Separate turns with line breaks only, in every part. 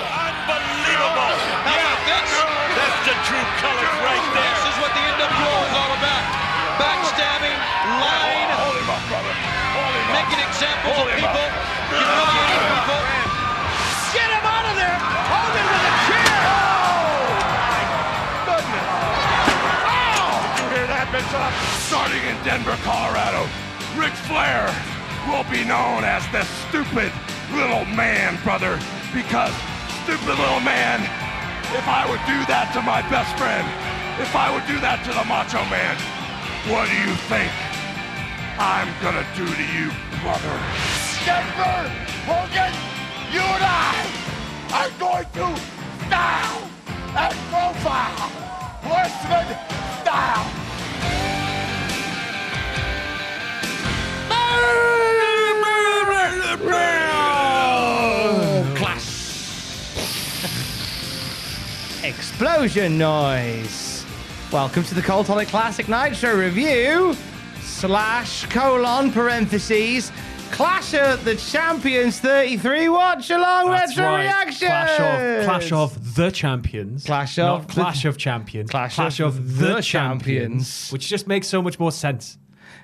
Unbelievable.
How about this?
That's the true colors right there.
This is what the NWO is all about. Backstabbing, lying,
Hold him up, brother. Hold him up.
making examples of
Hold him up.
people, humiliating people. Get him out of there! Hogan with a chair!
Goodness. Did you hear that, Mitchell? Starting in Denver, Colorado, Ric Flair will be known as the stupid little man, brother, because stupid little man, if I would do that to my best friend, if I would do that to the macho man, what do you think I'm gonna do to you, brother? Denver, Hogan, you and I are going to style and profile Horseman style.
explosion noise. Welcome to the Coltonic Classic Night Show review slash colon parentheses Clash of the Champions 33 watch along
That's
retro
right.
reaction
Clash of Clash of the Champions.
Clash
not
of the-
Clash of Champions.
Clash of the Champions.
Which just makes so much more sense.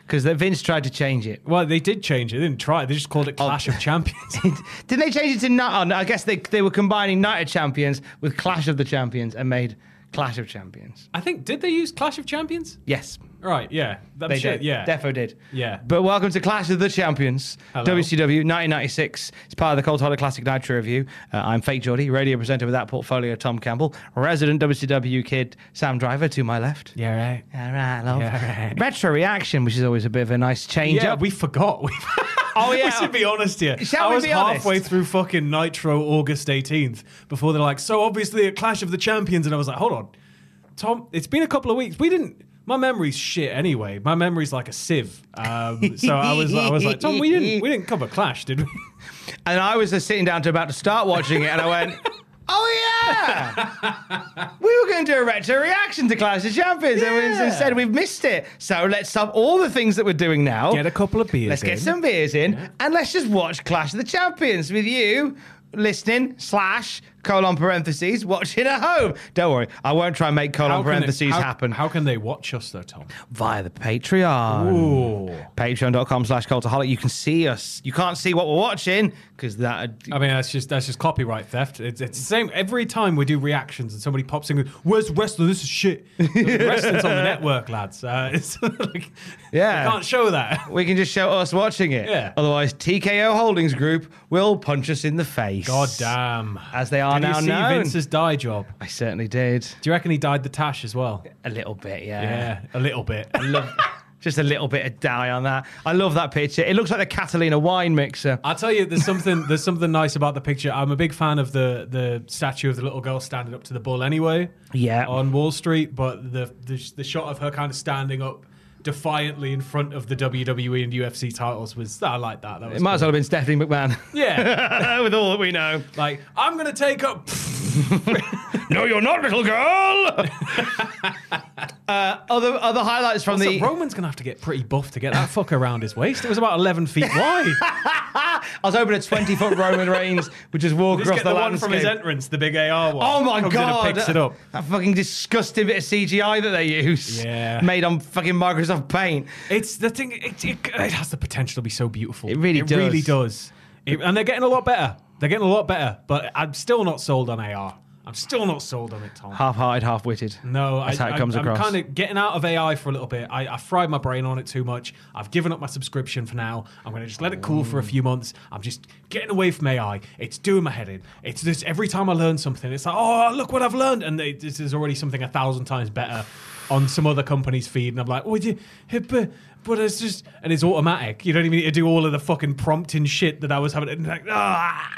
because Vince tried to change it.
Well, they did change it. They didn't try. it. They just called
Oh.
it Clash of Champions.
Didn't they change it to Night? Oh, no, I guess they they were combining Night of Champions with Clash of the Champions and made Clash of Champions.
I think did they use Clash of Champions?
Yes.
Right. Yeah. That
They
shit,
did.
Yeah.
Defo did.
Yeah.
But welcome to Clash of the Champions,
Hello.
WCW 1996. It's part of the Cold Hollow Classic Nitro Review. Uh, I'm Fake Geordie, radio presenter with that portfolio, Tom Campbell, resident WCW kid, Sam Driver, to my left.
Yeah. Right.
All right, love.
Yeah, right.
Retro reaction, which is always a bit of a nice change
Yeah,
up.
we forgot. We,
Oh, yeah.
we should be honest here.
Shall
I
we
was
be honest?
halfway through fucking Nitro August 18th before they're like, so obviously a Clash of the Champions. And I was like, hold on, Tom, it's been a couple of weeks. We didn't. My memory's shit anyway. My memory's like a sieve. Um, so I was, like, I was like, Tom, we didn't, we didn't cover Clash, did we?
and I was just sitting down to about to start watching it, and I went, "Oh yeah, we were going to do a retro reaction to Clash of Champions, and we-
Yeah.
instead we've missed it. So let's stop all the things that we're doing now.
Get a couple of beers
Let's get
in.
some beers in, and let's just watch Clash of the Champions with you." Listening slash colon parentheses watching at home. Don't worry, I won't try and make colon
How can it-
parentheses
how-
happen
How can they watch us though, Tom?
via the Patreon
Ooh.
patreon.com slash cultaholic you can see us you can't see what we're watching because that
I mean, that's just that's just copyright theft. It's, it's the same every time we do reactions and somebody pops in. with, Where's wrestling? This is shit. Wrestling's on the network, lads. Uh, it's like,
Yeah.
you can't show that.
we can just show us watching it
Yeah.
otherwise tko holdings group will punch us in the face
God damn.
as they are
Did
now
you see
known
Vince's dye job?
i certainly did
Do you reckon he dyed the tash as well?
a little bit yeah,
Yeah, a little bit.
Love- just a little bit of dye on that i love that picture it looks like the catalina wine mixer
I'll tell you, there's something there's something nice about the picture. I'm a big fan of the the statue of the little girl standing up to the bull anyway.
Yeah.
On Wall Street, but the the, the shot of her kind of standing up defiantly in front of the WWE and UFC titles was I like that. That was
it might as well
cool.
have been stephanie mcmahon
Yeah.
with all that we know
like I'm gonna take up
no you're not little girl Uh, Other other highlights from
Also,
the
Roman's gonna have to get pretty buff to get that fucker around his waist. It was about eleven feet wide.
I was hoping a 20 foot Roman Reigns would just walk
Just
across
get
the,
the, one
landscape.
from his entrance, the big AR one.
Oh my
Comes in and
god!
picks it up.
That fucking disgusting bit of CGI that they use.
Yeah.
Made on fucking Microsoft Paint.
It's the thing. It, it, it has the potential to be so beautiful.
It really does.
really does. It- and they're getting a lot better. They're getting a lot better. But I'm still not sold on AR. I'm still not sold on it, Tom.
Half-hearted, half-witted.
No,
that's
I,
how it comes
I,
across.
I'm kind of getting out of AI for a little bit. I, I fried my brain on it too much. I've given up my subscription for now. I'm going to just let it cool for a few months. I'm just getting away from AI. It's doing my head in. It's just every time I learn something, it's like, oh, look what I've learned, and they, this is already something a thousand times better on some other company's feed, and I'm like, oh, yeah, but, but it's just, and it's automatic. You don't even need to do all of the fucking prompting shit that I was having. And like, ah.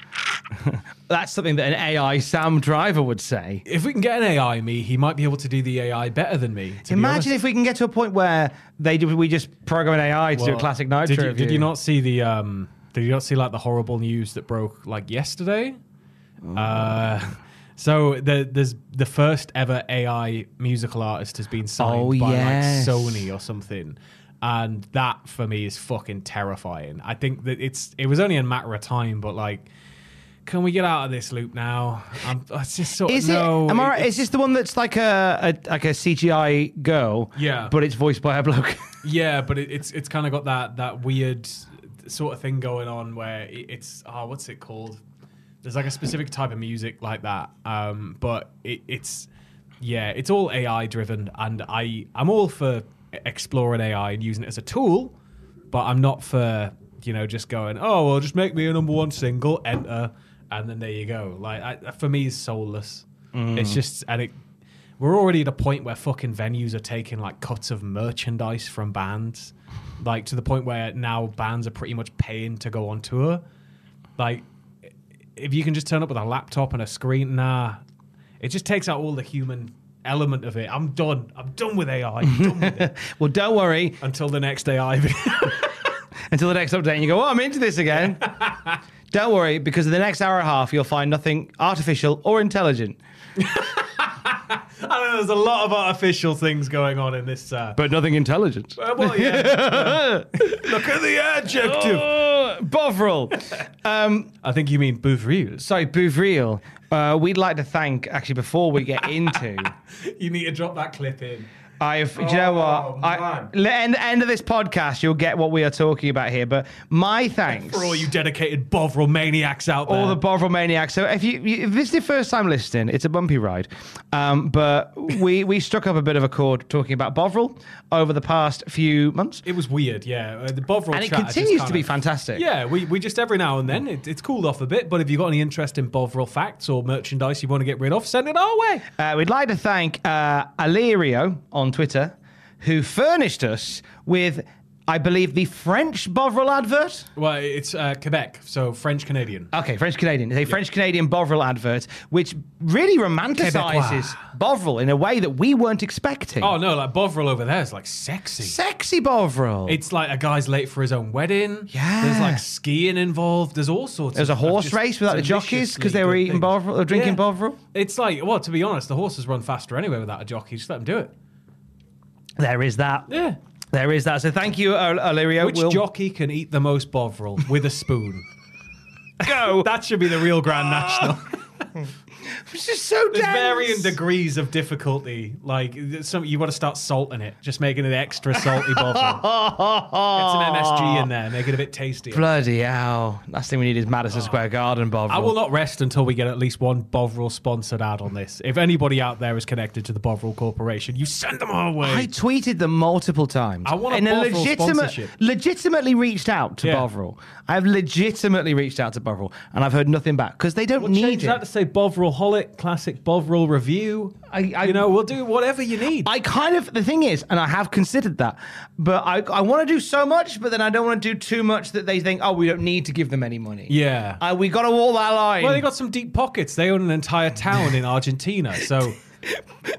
That's something that an AI Sam Driver would say.
If we can get an AI me, he might be able to do the AI better than me. to be honest.
Imagine if we can get to a point where they do, we just program an AI to do a
Well,
classic Nitro.
Did you,
review.
did you not see the? Um, did you not see like the horrible news that broke like yesterday? Uh, so the there's the first ever AI musical artist has been signed
Oh,
by
yes.
like Sony or something. And that for me is fucking terrifying. I think that it's it was only a matter of time, but like, can we get out of this loop now? I'm, it's just sort
Is
of no.
it? Am I
it-
right? Is this the one that's like a, a like a CGI girl?
Yeah.
But it's voiced by a bloke.
Yeah, but it, it's it's kind of got that that weird sort of thing going on where it, it's oh, what's it called? There's like a specific type of music like that, um, but it, it's yeah, it's all AI driven, and I I'm all for exploring AI and using it as a tool, but I'm not for you know just going oh well just make me a number one single enter and then there you go like I, that for me is soulless. It's just and it we're already at a point where fucking venues are taking like cuts of merchandise from bands, like to the point where now bands are pretty much paying to go on tour. Like, if you can just turn up with a laptop and a screen, nah, it just takes out all the human element of it. I'm done. I'm done with AI. I'm done with it.
well, don't worry.
Until the next AI video.
until the next update and you go, oh, I'm into this again. Don't worry, because in the next hour and a half, you'll find nothing artificial or intelligent,
I don't know. There's a lot of artificial things going on in this. Uh,
but nothing intelligent.
uh, well, yeah. Look at the adjective.
Uh, Bovril.
I think you mean Bouvriers.
Sorry, Bovril. Uh, we'd like to thank, actually, before we get into,
You need to drop that clip in.
I've, do you know
Oh,
what? I,
man.
le- end, end of this podcast, you'll get what we are talking about here, but my thanks.
for all you dedicated Bovril maniacs out there.
all the Bovril maniacs. So if you, you if this is your first time listening, it's a bumpy ride. Um, but we we struck up a bit of a chord talking about Bovril over the past few months,
it was weird, yeah. Uh, the Bovril
and it
chat, I just
continues to
kinda-
be fantastic.
Yeah, we, we just every now and then it, it's cooled off a bit, but if you've got any interest in Bovril facts or merchandise you want to get rid of, send it our way.
Uh, we'd like to thank uh, Alirio on Twitter, who furnished us with, I believe, the French Bovril advert.
Well, it's uh, Quebec, so French Canadian.
Okay, French Canadian. It's a French Canadian Bovril advert, which really romanticizes Bovril in a way that we weren't expecting.
Oh no, like Bovril over there is like sexy.
sexy Bovril.
it's like a guy's late for his own wedding.
Yeah.
There's like skiing involved. There's all sorts
There's
of
a horse
of just
race without the jockeys 'cause they were
deliciously
eating
good things.
Bovril- or drinking Bovril?
It's like, well, to be honest, the horses run faster anyway without a jockey. Just let them do it.
there is that.
Yeah.
There is that. So thank you, Al- Alirio.
Which
We'll-
jockey can eat the most Bovril with a spoon?
go? Ah,
That should be the real Grand National.
This is so dense.
There's varying degrees of difficulty. Like some, you want to start salting it, just making it extra salty Bovril. Get some MSG in there, make it a bit tastier.
Bloody hell. Last thing we need is Madison Square Garden, Bob.
Oh. I will not rest until we get at least one Bovril sponsored ad on this. If anybody out there is connected to the Bovril Corporation, you send them our way.
I tweeted them multiple times.
I want a
and
Bovril
legitimate,
sponsorship.
legitimately reached out to
Yeah.
Bovril. I've legitimately reached out to Bovril, and I've heard nothing back because they don't
We'll
need
change
it.
that to say Bovril Holic, classic Bovril review.
I- I-
you know, we'll do whatever you need.
I kind of the thing is, and I have considered that, but I, I want to do so much, but then I don't want to do too much that they think, oh, we don't need to give them any money.
yeah.
Uh, we got to wall that line.
well, they got some deep pockets. They own an entire town in Argentina, so.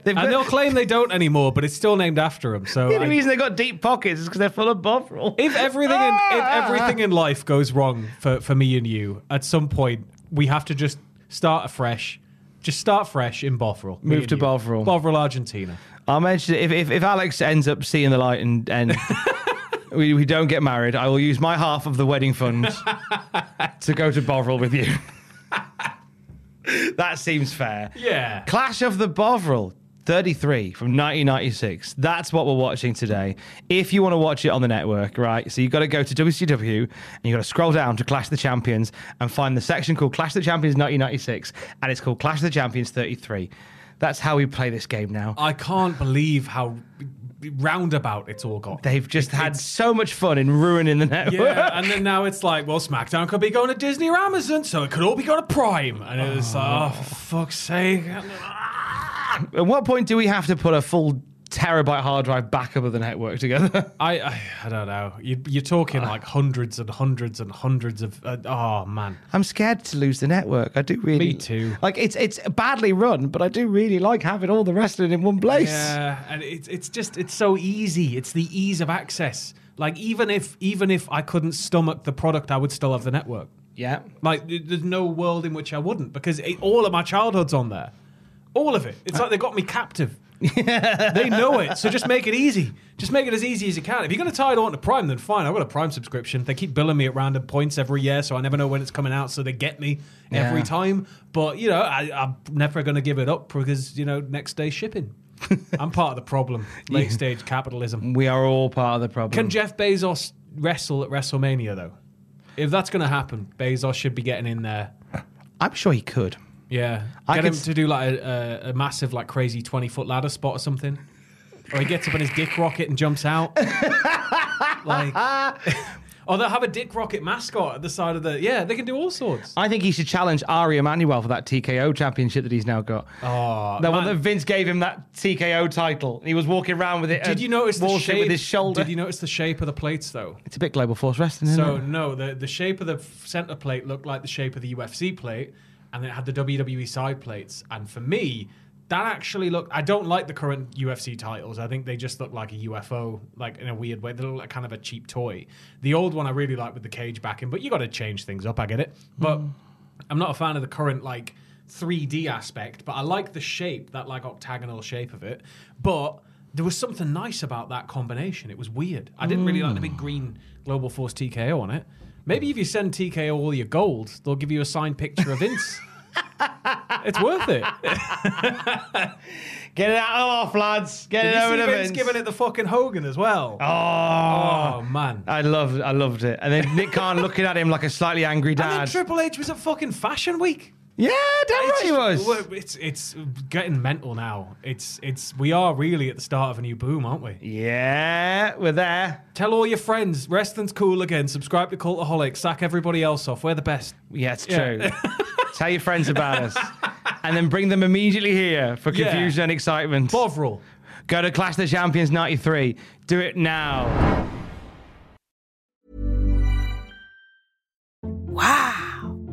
They've
And they'll
got-
claim they don't anymore, but it's still named after them. So
the only
I-
reason they got deep pockets is because they're full of Bovril.
if everything in, if
Ah!
everything in life goes wrong for, for me and you, at some point we have to just start afresh. Just start fresh in Bovril. me
Move
and
to
you.
Bovril.
Bovril, Argentina.
I'll mention it. If, if, if Alex ends up seeing the light and, and we, we don't get married, I will use my half of the wedding fund to go to Bovril with you. that seems fair.
Yeah.
Clash of the Bovril. 33 from 1996. That's what we're watching today. If you want to watch it on the network, right? So you've got to go to WCW and you've got to scroll down to Clash of the Champions and find the section called Clash of the Champions 1996 and it's called Clash of the Champions 33. That's how we play this game now.
I can't believe how roundabout it's all got.
They've just had so much fun in ruining the network.
yeah, and then now it's like, well, SmackDown could be going to Disney or Amazon, so it could all be going to Prime. And it was like, oh, for fuck's sake.
At what point do we have to put a full terabyte hard drive backup of the network together?
I, I, I don't know. You, you're talking like hundreds and hundreds and hundreds of. Uh, oh, man.
I'm scared to lose the network. I do really.
Me too.
Like it's it's badly run, but I do really like having all the wrestling in one place.
Yeah, and it's it's just it's so easy. It's the ease of access. Like even if even if I couldn't stomach the product, I would still have the network.
Yeah.
Like th- there's no world in which I wouldn't because it, all of my childhood's on there, all of it. It's like they got me captive. they know it, so just make it easy. Just make it as easy as you can. If you're going to tie it on to Prime, then fine. I've got a Prime subscription. They keep billing me at random points every year, so I never know when it's coming out. So they get me every
Yeah.
time. But you know, I, I'm never going to give it up because you know next day shipping. I'm part of the problem. Late stage capitalism.
We are all part of the problem.
Can Jeff Bezos wrestle at WrestleMania though? If that's going to happen, Bezos should be getting in there.
I'm sure he could.
Yeah,
I
get
could
him
s-
to do like a, a, a massive, like crazy twenty foot ladder spot or something, or he gets up on his dick rocket and jumps out. like, or they'll have a dick rocket mascot at the side of the. Yeah, they can do all sorts.
I think he should challenge Ari Emanuel for that TKO championship that he's now got.
Oh,
the
man.
one that Vince gave him that TKO title. He was walking around with it.
Did
uh,
you notice the
bullshit
shape
with his shoulder?
Did you notice the shape of the plates though?
It's a bit global force wrestling, isn't
So
it?
no, the the shape of the f- center plate looked like the shape of the UFC plate, and it had the WWE side plates. And for me, that actually looked. I don't like the current UFC titles. I think they just look like a UFO, like in a weird way. They look like kind of a cheap toy. The old one I really like with the cage backing, but you got to change things up. I get it, but
Hmm.
I'm not a fan of the current like 3D aspect, but I like the shape, that like octagonal shape of it. But there was something nice about that combination. It was weird. I didn't really like
Hmm.
the big green Global Force TKO on it. Maybe if you send TKO all your gold, they'll give you a signed picture of Vince. it's worth it.
Get it out of off, lads. Get
Did
it
you
over
see
to
Vince, giving it the fucking Hogan as well?
Oh,
Oh, man.
I loved, I loved it. And then Nick Khan looking at him like a slightly angry
and then
dad.
Triple H was at fucking Fashion Week.
yeah, damn right he was.
well, It's it's getting mental now. It's it's we are really at the start of a new boom, aren't we?
yeah, we're there.
Tell all your friends, wrestling's cool again. Subscribe to Cultaholic. Sack everybody else off. We're the best.
Yeah, it's
Yeah.
true. Tell your friends about us, and then bring them immediately here for
Yeah.
confusion and excitement.
Bovril.
Go to Clash of the Champions '93. Do it now.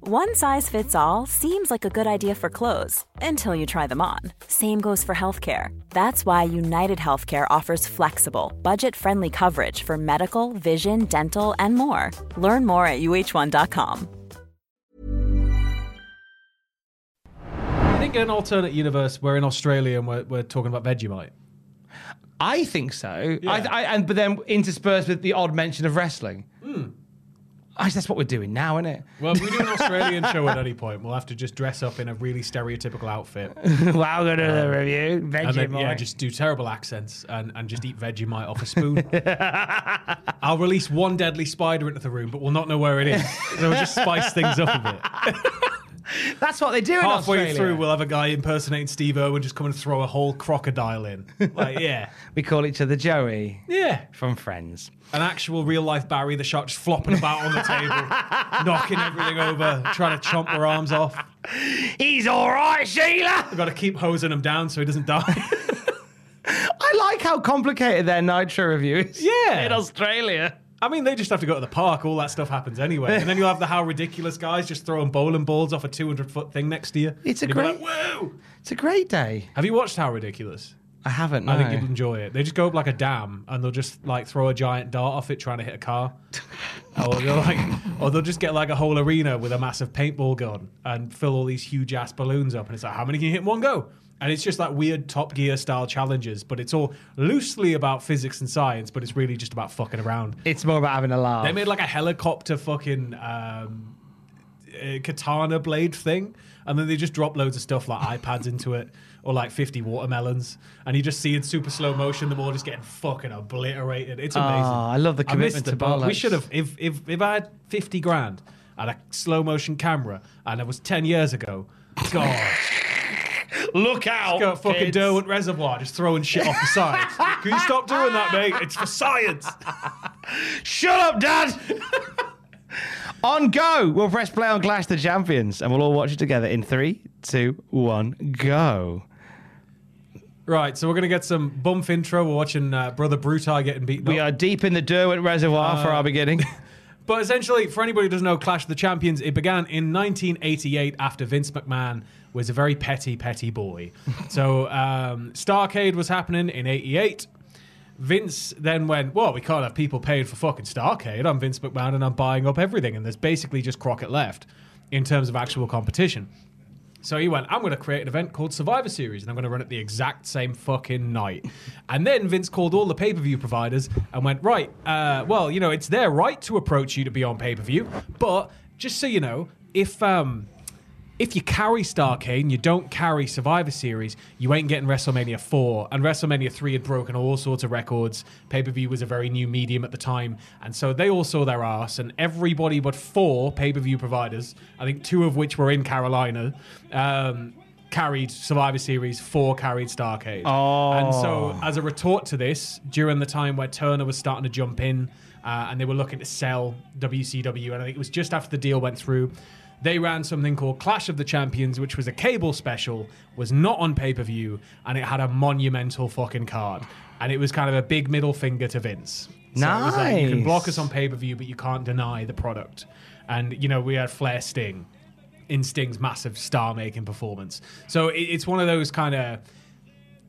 One size fits all seems like a good idea for clothes until you try them on. Same goes for healthcare. That's why United Healthcare offers flexible, budget friendly coverage for medical, vision, dental, and more. Learn more at uh1.com.
I think in an alternate universe, we're in Australia and we're, we're talking about Vegemite.
I think so.
Yeah. Hmm.
I, I, and but then interspersed with the odd mention of wrestling. I guess that's what we're doing now, isn't it?
Well, if we do an Australian show at any point, we'll have to just dress up in a really stereotypical outfit.
Welcome to the review. Veggie
Um, And then,
boy.
yeah, just do terrible accents and, and just eat Vegemite off a spoon. I'll release one deadly spider into the room, but we'll not know where it is. So we'll just spice things up a bit.
That's what they do in
Halfway
Australia.
through, we'll have a guy impersonating Steve Irwin just come and throw a whole crocodile in. Like, yeah.
We call each other Joey
Yeah.
from Friends.
An actual real life Barry the Shark just flopping about on the table, knocking everything over, trying to chomp her arms off.
He's all right, Sheila.
We've got to keep hosing him down so he doesn't die.
I like how complicated their Nitro review is.
Yeah.
in Australia.
I mean, they just have to go to the park. All that stuff happens anyway. And then you'll have the how ridiculous guys just throwing bowling balls off a 200 foot thing next to you.
It's a
And you'll be
great-
Like, Whoa!
It's a great day.
Have you watched How Ridiculous?
I haven't.
I think
no.
you'd enjoy it. They just go up like a dam and they'll just like throw a giant dart off it trying to hit a car. or they'll like, or they'll just get like a whole arena with a massive paintball gun and fill all these huge ass balloons up. And it's like, how many can you hit in one go? And it's just like weird Top Gear style challenges, but it's all loosely about physics and science, but it's really just about fucking around.
It's more about having a laugh.
They made like a helicopter fucking um, uh, katana blade thing, and then they just drop loads of stuff like iPads into it or like 50 watermelons, and you just see in super slow motion them all just getting fucking obliterated. It's amazing.
Ah, I love the
I missed
commitment
the
to
boat. We
bollocks.
should have if if if I had 50 grand and a slow motion camera, and it was 10 years ago. God,
Look out!
go fucking
kids.
Derwent Reservoir, just throwing shit off the side. Can you stop doing that, mate? It's for science.
Shut up, Dad. on go. We'll press play on Clash the Champions, and we'll all watch it together in three, two, one, go.
Right, so we're going to get some bump intro. We're watching uh, Brother Brutai getting beaten
We
up.
are deep in the Derwent Reservoir
Uh,
for our beginning.
But essentially, for anybody who doesn't know Clash of the Champions, it began in 1988 after Vince McMahon was a very petty, petty boy. so um, Starcade was happening in 88. Vince then went, Well, we can't have people paying for fucking Starcade. I'm Vince McMahon and I'm buying up everything. And there's basically just Crockett left in terms of actual competition. So he went, I'm going to create an event called Survivor Series and I'm going to run it the exact same fucking night. And then Vince called all the pay per view providers and went, Right, uh, well, you know, it's their right to approach you to be on pay per view, but just so you know, if. Um, if you carry Starcade and you don't carry Survivor Series, you ain't getting WrestleMania 4. And WrestleMania 3 had broken all sorts of records. Pay per view was a very new medium at the time. And so they all saw their ass, and everybody but four pay per view providers, I think two of which were in Carolina, um, carried Survivor Series, four carried Starcade. Oh. And so, as a retort to this, during the time where Turner was starting to jump in uh, and they were looking to sell WCW, and I think it was just after the deal went through they ran something called Clash of the Champions, which was a cable special, was not on pay per view, and it had a monumental fucking card. And it was kind of a big middle finger to Vince. it was like, you can
Nice.
block us on pay per view, but you can't deny the product. And, you know, we had Flair Sting in Sting's massive star making performance. So it, it's one of those kind of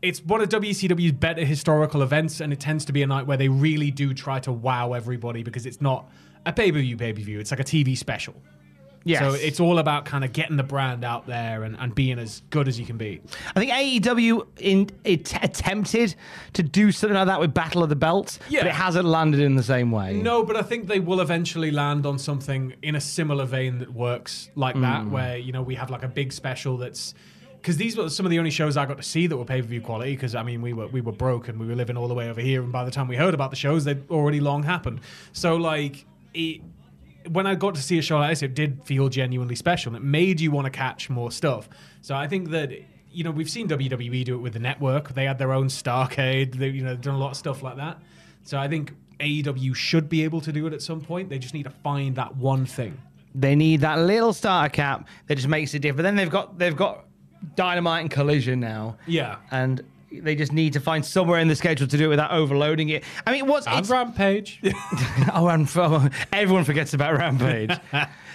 it's one of WCW's better historical events, and it tends to be a night where they really do try to wow everybody because it's not a pay per view pay per view. It's like a TV special.
Yes.
So it's all about kind of getting the brand out there and, and being as good as you can be.
I think AEW in, it attempted to do something like that with Battle of the Belts,
Yeah.
but it hasn't landed in the same way.
No, but I think they will eventually land on something in a similar vein that works like that, where you know we have like a big special that's because these were some of the only shows I got to see that were pay per view quality. Because I mean, we were we were broke and we were living all the way over here, and by the time we heard about the shows, they'd already long happened. So like it. When I got to see a show like this, it did feel genuinely special, and it made you want to catch more stuff. So I think that you know we've seen WWE do it with the network; they had their own Starcade, they you know done a lot of stuff like that. So I think AEW should be able to do it at some point. They just need to find that one thing.
They need that little starter cap that just makes a difference. Then they've got they've got Dynamite and Collision now.
Yeah.
And they just need to find somewhere in the schedule to do it without overloading it. I mean, what's
And
it's-
Rampage.
oh, and oh, everyone forgets about Rampage.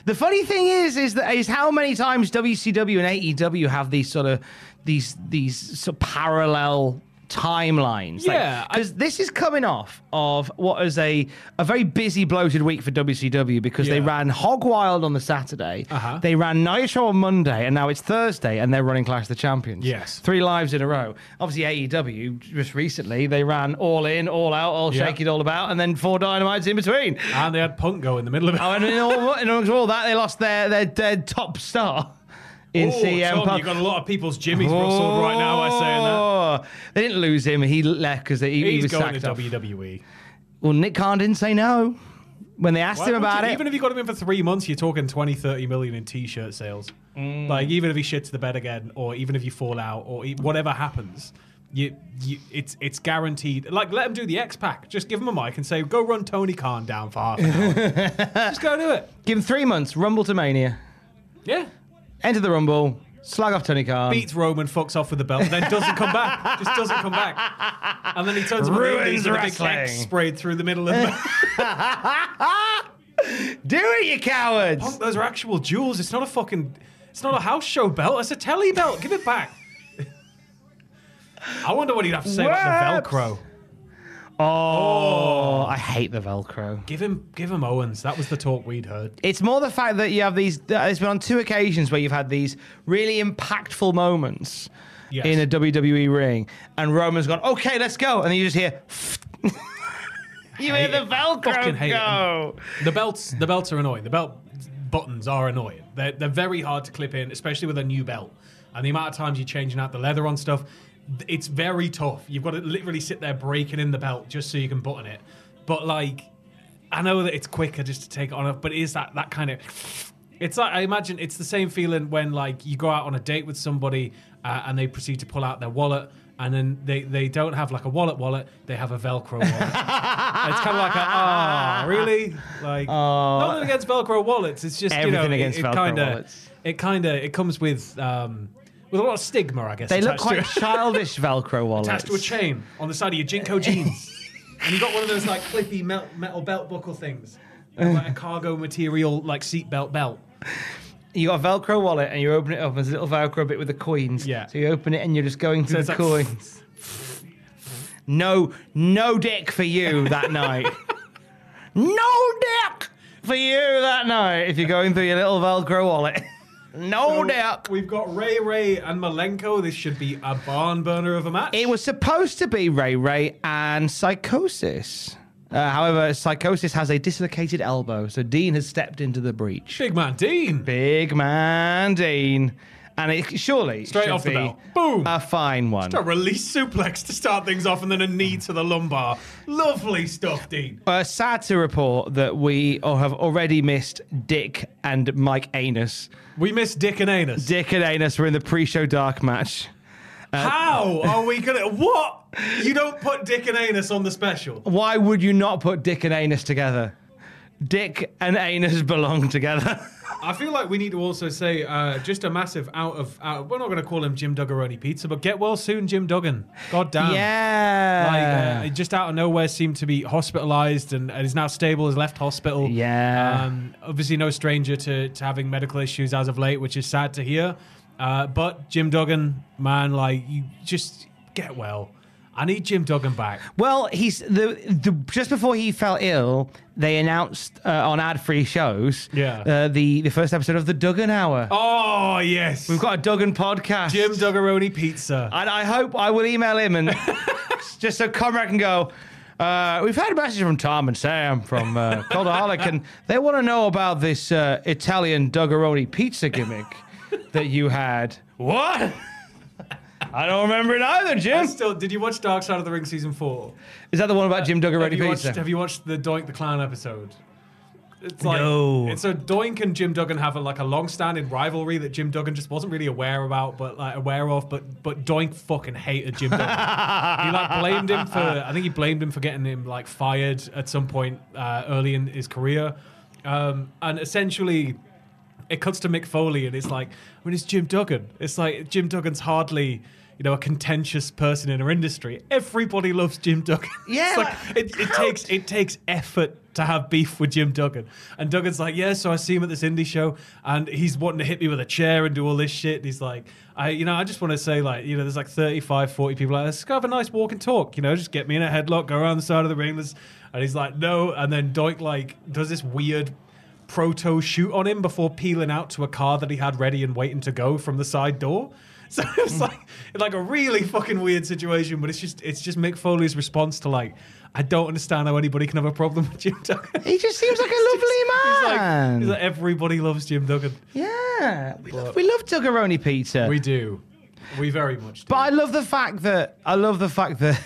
the funny thing is, is that is how many E times WCW and AEW have these sort of these these sort of parallel timelines.
Yeah, I-
Because this is coming off of what is a, a very busy, bloated week for WCW because they
Yeah.
ran Hog Wild on the Saturday,
Uh-huh.
they ran Nitro on Monday, and now it's Thursday, and they're running Clash of the Champions.
Yes.
Three lives in a row. Obviously, AEW, just recently, they ran All In, All Out, All
Yeah.
Shake It All About, and then four Dynamites in between.
and they had Punk go in the middle of it.
Oh, and in all, in all, all that, they lost their, their, their top star in
Oh,
CM
Tom,
Punk.
you've got a lot of people's jimmies rustled right now by saying that.
Oh, They didn't lose him. He left because he, he
He's
was
going
sacked
to E.
off.
WWE.
Well, Nick Khan didn't say no when they asked
Why
him
would
about
you-
it.
Even if you got him in for three months, you're talking 20, 30 million in t-shirt sales.
Mm.
Like even if he shits the bed again, or even if you fall out, or e- whatever happens, you, you it's it's guaranteed. Like let him do the X Pack. Just give him a mic and say, go run Tony Khan down for half an hour. Just go do it.
Give him three months. Rumble to Mania.
Yeah.
Enter the Rumble. Slag off Tony Khan.
Beats Roman, fucks off with the belt, and then doesn't come back. Just doesn't come back. And then he turns him on the
Ruins
Indies with a big
wrestling.
X sprayed through the middle of the.
Do it, you cowards!
Punk, those are actual jewels. It's not a fucking. It's not a house show belt. It's a telly belt. Give it back. I wonder what he'd have to say about the
Whoops.
Velcro.
Oh, I hate the Velcro.
Give him, give him Owens. That was the talk we'd heard.
It's more the fact that you have these. uh, It's been on two occasions where you've had these really impactful moments
Yes.
in a WWE ring, and Roman's gone, "Okay, let's go," and then you just hear. you hear
Hate
the
it.
Velcro
Fucking hate it.
go.
The belts, the belts are annoying. The belt buttons are annoying. They're, they're very hard to clip in, especially with a new belt. And the amount of times you're changing out the leather on stuff, th- it's very tough. You've got to literally sit there breaking in the belt just so you can button it. But like, I know that it's quicker just to take it on off, but it is that that kind of. It's like I imagine it's the same feeling when like you go out on a date with somebody uh, and they proceed to pull out their wallet. And then they, they don't have like a wallet wallet, they have a Velcro wallet. It's kind of like, a, ah, really? Like, nothing against Velcro wallets. It's just you
Oh. Everything
know,
against
it,
Velcro
it kinda,
wallets.
It kind of it comes with um, with a lot of stigma, I guess.
They look
attached
quite
to,
childish Velcro wallets.
attached to a chain on the side of your Jinko jeans, and you got one of those like clippy metal, metal belt buckle things, and, like a cargo material like seatbelt belt.
You got a Velcro wallet and you open it up, and there's a little Velcro bit with the coins.
Yeah.
So you open it and you're just going through
it's
the
like-
coins. no, no dick for you that night. no dick for you that night if you're going through your little Velcro wallet. no dick.
We've got Ray Ray and Malenko. This should be a barn burner of a match.
It was supposed to be Ray Ray and Psychosis. Uh, however, Psychosis has a dislocated elbow, so Dean has stepped into the breach.
Big Man Dean.
Big man Dean. And it surely
Straight
should
off the
be
bell. Boom.
a fine one.
A release suplex to start things off and then a knee to the lumbar. Lovely stuff, Dean.
Uh, sad to report that we all have already missed Dick and Mike Anus.
We missed Dick and Anus.
Dick and Anus were in the pre-show dark match.
How are we gonna what? You don't put Dick and Anus on the special.
Why would you not put Dick and Anus together? Dick and Anus belong together.
I feel like we need to also say uh, just a massive out of out. We're not gonna call him Jim Duggaroni Pizza, but get well soon, Jim Duggan. God damn.
yeah.
Like, uh, just out of nowhere, seemed to be hospitalized and, and is now stable, has left hospital.
Yeah.
Um, obviously, no stranger to, to having medical issues as of late, which is sad to hear. Uh, but Jim Duggan, man, like, you just get well. I need Jim Duggan back.
Well, he's the, the just before he fell ill, they announced uh, on ad-free shows
Yeah.
uh, the the first episode of the Duggan Hour.
Oh, yes.
We've got a Duggan podcast.
Jim Duggaroni Pizza.
And I hope I will email him and just so Comrade can go. Uh, we've had a message from Tom and Sam from uh, Coldaholic, and they want to know about this uh, Italian Duggaroni pizza gimmick that you had. What? I don't remember it either,
I
Jim.
Still, did you watch Dark Side of the Ring season four?
Is that the one about Jim
Have
Duggaroni
you, watched,
pizza?
have you watched the Doink the Clown episode? It's like
No.
it's a Doink and Jim Duggan have a, like a long-standing rivalry that Jim Duggan just wasn't really aware about, but like aware of. But but Doink fucking hated Jim Duggan. he like blamed him for I think he blamed him for getting him like fired at some point uh, early in his career, um, and essentially it cuts to Mick Foley and it's like, I mean, it's Jim Duggan. It's like Jim Duggan's hardly. you know a contentious person in her industry. Everybody loves Jim Duggan.
Yeah,
It's
like,
like, it, it takes it takes effort to have beef with Jim Duggan. And Duggan's like, yeah, so I see him at this indie show, and he's wanting to hit me with a chair and do all this shit. And he's like, I, you know, I just want to say, like, you know, there's like 35, 40 people like, let's go have a nice walk and talk. You know, just get me in a headlock, go around the side of the ring. Let's, and he's like, no. And then Doink like does this weird proto shoot on him before peeling out to a car that he had ready and waiting to go from the side door. So it's like it's like a really fucking weird situation, but it's just it's just Mick Foley's response to like I don't understand how anybody can have a problem with Jim Duggan.
He just seems like a
He's
lovely
like-
man.
he's like, everybody loves Jim Duggan.
yeah, we love, we love Tuggeroni Peter.
We do, we very much. Do.
But I love the fact that I love the fact that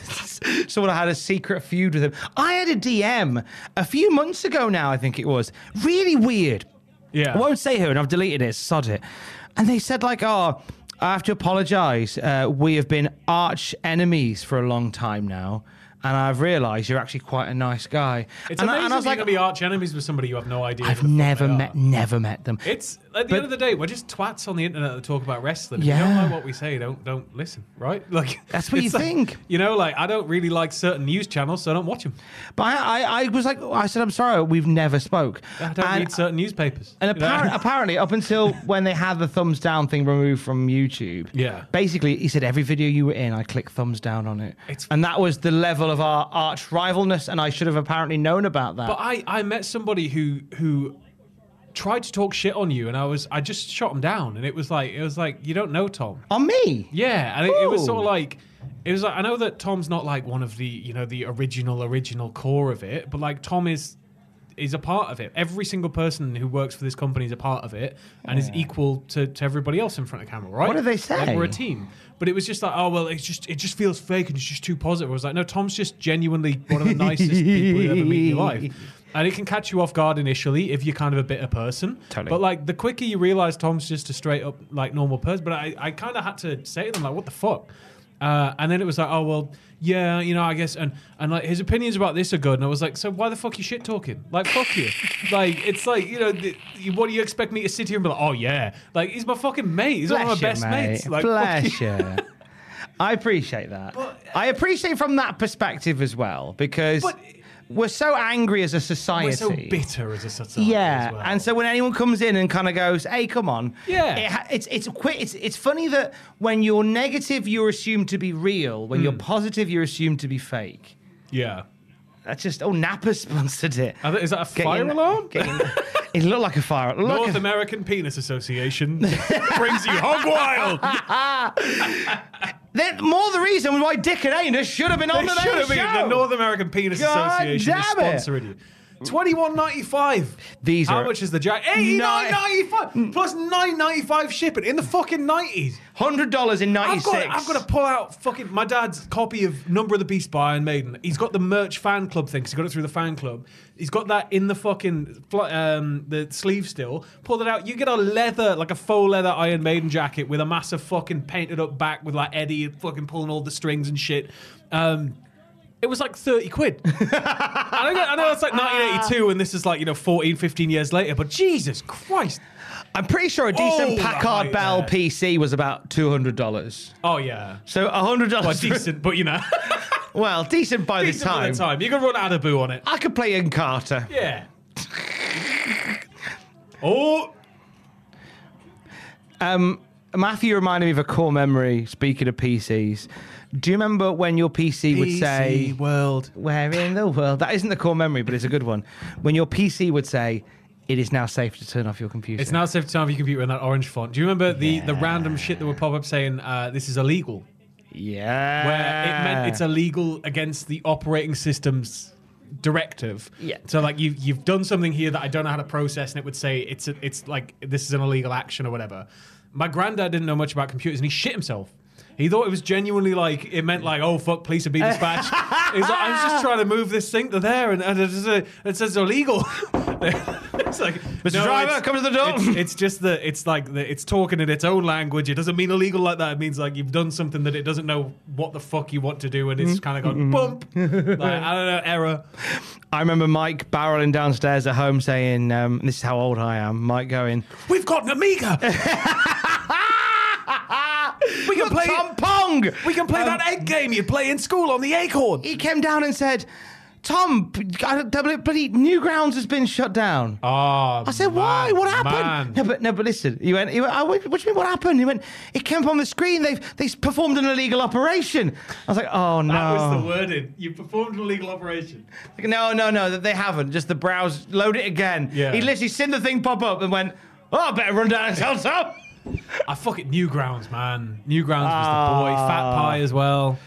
someone had a secret feud with him. I had a DM a few months ago now, I think it was. Really weird.
yeah,
I won't say who, and I've deleted it. Sod it. And they said like, "Oh, I have to apologise. Uh, we have been arch enemies for a long time now, and I've realised you're actually quite a nice guy."
it's
and,
amazing
and
I was like, to be arch enemies with somebody you have no idea. who
"I've
the fuck
never
they are.
met, never met them."
It's at the
But-
end of the day, we're just twats on the internet that talk about wrestling. If you
Yeah.
don't like what we say, don't don't listen, right? Like
That's what
it's
you
like-
think.
You know, like I don't really like certain news channels, so I don't watch them.
But I, I, I was like, I said, "I'm sorry, we've never spoke."
I don't
And-
read certain newspapers.
And
you know?
apparent, apparently, up until when they had the thumbs down thing removed from YouTube,
Yeah.
basically, he said every video you were in, I click thumbs down on it,
It's-
and that was the level of our arch rivalness, and I should have apparently known about that.
But I, I met somebody who who tried to talk shit on you, and I was I just shot him down, and it was like it was like you don't know Tom.
on me,
Yeah, and it, it was
Ooh.
sort of like it was like I know that Tom's not like one of the you know the original original core of it, but like Tom is is a part of it. Every single person who works for this company is a part of it and is equal to, to everybody else in front of camera, right?
What did they
Like, we're a
say?
team. But it was just like, oh well, it's just it just feels fake and it's just too positive. I was like, no, Tom's just genuinely one of the nicest people you ever meet in your life. And it can catch you off guard initially if you're kind of a bitter person.
Totally.
But like the quicker you realize Tom's just a straight up like normal person. But I, I kind of had to say to them like, what the fuck? Uh, and then it was like, oh well, yeah, you know, I guess, and and like his opinions about this are good, and I was like, so why the fuck you shit talking? Like, fuck you. like, it's like, you know, th- you- what do you expect me to sit here and be like, oh yeah, like he's my fucking mate, he's one
Bless
of my
you,
best
mate.
mates. Like, fuck you.
Bless you. I appreciate that. I appreciate from that perspective as well because
But-
we're so angry as a society.
We're so bitter as a society.
Yeah,
as well.
and so when anyone comes in and kind of goes, "Hey, come on,"
Yeah.
it, ha- it's it's quick. It's it's funny that when you're negative, you're assumed to be real. When you're
Hmm.
positive, you're assumed to be fake.
yeah,
That's just oh, Napa sponsored it.
I thi- is that a
Get
fire
in-
alarm?
get in- it looked like a fire. it looked like
North
a-
American Penis Association brings you hog wild.
Then more the reason why Dick and Anus should have been on
They
the
should
main
have been.
show.
The North American Penis
God
Association is
damn it.
sponsoring you. Twenty one ninety five.
These
How
are-
much is the jack? Eighty nine ninety five plus nine ninety five shipping in the fucking nineties.
Hundred dollars in ninety
I've
six.
got, I've got to pull out fucking my dad's copy of Number of the Beast by Iron Maiden. He's got the merch fan club thing 'cause he got it through the fan club. He's got that in the fucking fl- um, the sleeve still. Pull it out. You get a leather, like a faux leather Iron Maiden jacket with a massive fucking painted up back with like Eddie fucking pulling all the strings and shit. Um, it was like 30 quid. I, don't know, I know that's like 1982 and this is like, you know, 14, 15 years later, but Jesus Christ.
I'm pretty sure a decent
Oh,
Packard
right
Bell
there.
PC was about two hundred dollars.
Oh, yeah.
So hundred
Well,
dollars.
decent, but you know.
Well, decent by
decent
the
by
time.
the time. You can run Adabu on it.
I could play in Carter.
Yeah. oh,
Matthew reminded me of a core memory. Speaking of PCs, do you remember when your PC, would say,
world.
"Where in the world?" That isn't the core memory, but it's a good one. When your PC would say, "It is now safe to turn off your computer."
It's now safe to turn off your computer in that orange font. Do you remember the, the random shit that would pop up saying uh, this is illegal?
Yeah.
Where it meant it's illegal against the operating system's directive.
Yeah.
So like you you've done something here that I don't know how to process, and it would say it's a, it's like this is an illegal action or whatever. My granddad didn't know much about computers, and he shit himself. He thought it was genuinely like it meant like oh fuck, police have been dispatched. He's like I was just trying to move this thing to there, and, and it, is a- it says illegal. it's like Mr.
Driver, come to the door."
It's, it's just that it's like the, it's talking in its own language. It doesn't mean illegal like that. It means like you've done something that it doesn't know what the fuck you want to do, and
Mm-hmm.
it's kind of gone bump. like, I don't know, error.
I remember Mike barreling downstairs at home saying, um, "This is how old I am." Mike going,
We've got an Amiga. we can
"Look,
play
Tom Pong." wrong.
We can play
Um,
that egg game you play in school on the acorn.
He came down and said, Tom, p- I don't- bl- bloody Newgrounds has been shut down.
Ah,
I said,
man,
why? What happened? No,
man.
but no, but listen. He went. He went I went what do you mean? What happened? He went. It came up on the screen. They've they performed an illegal operation. I was like, oh no.
That was the wording. You performed an illegal operation.
Like, No, no, no, that they haven't. Just the browse, load it again.
Yeah.
He literally seen the thing pop up and went, oh, I better run down and tell Tom.
I fuck it. Newgrounds, man. Newgrounds was the boy.
Ah.
Fat Pie as well.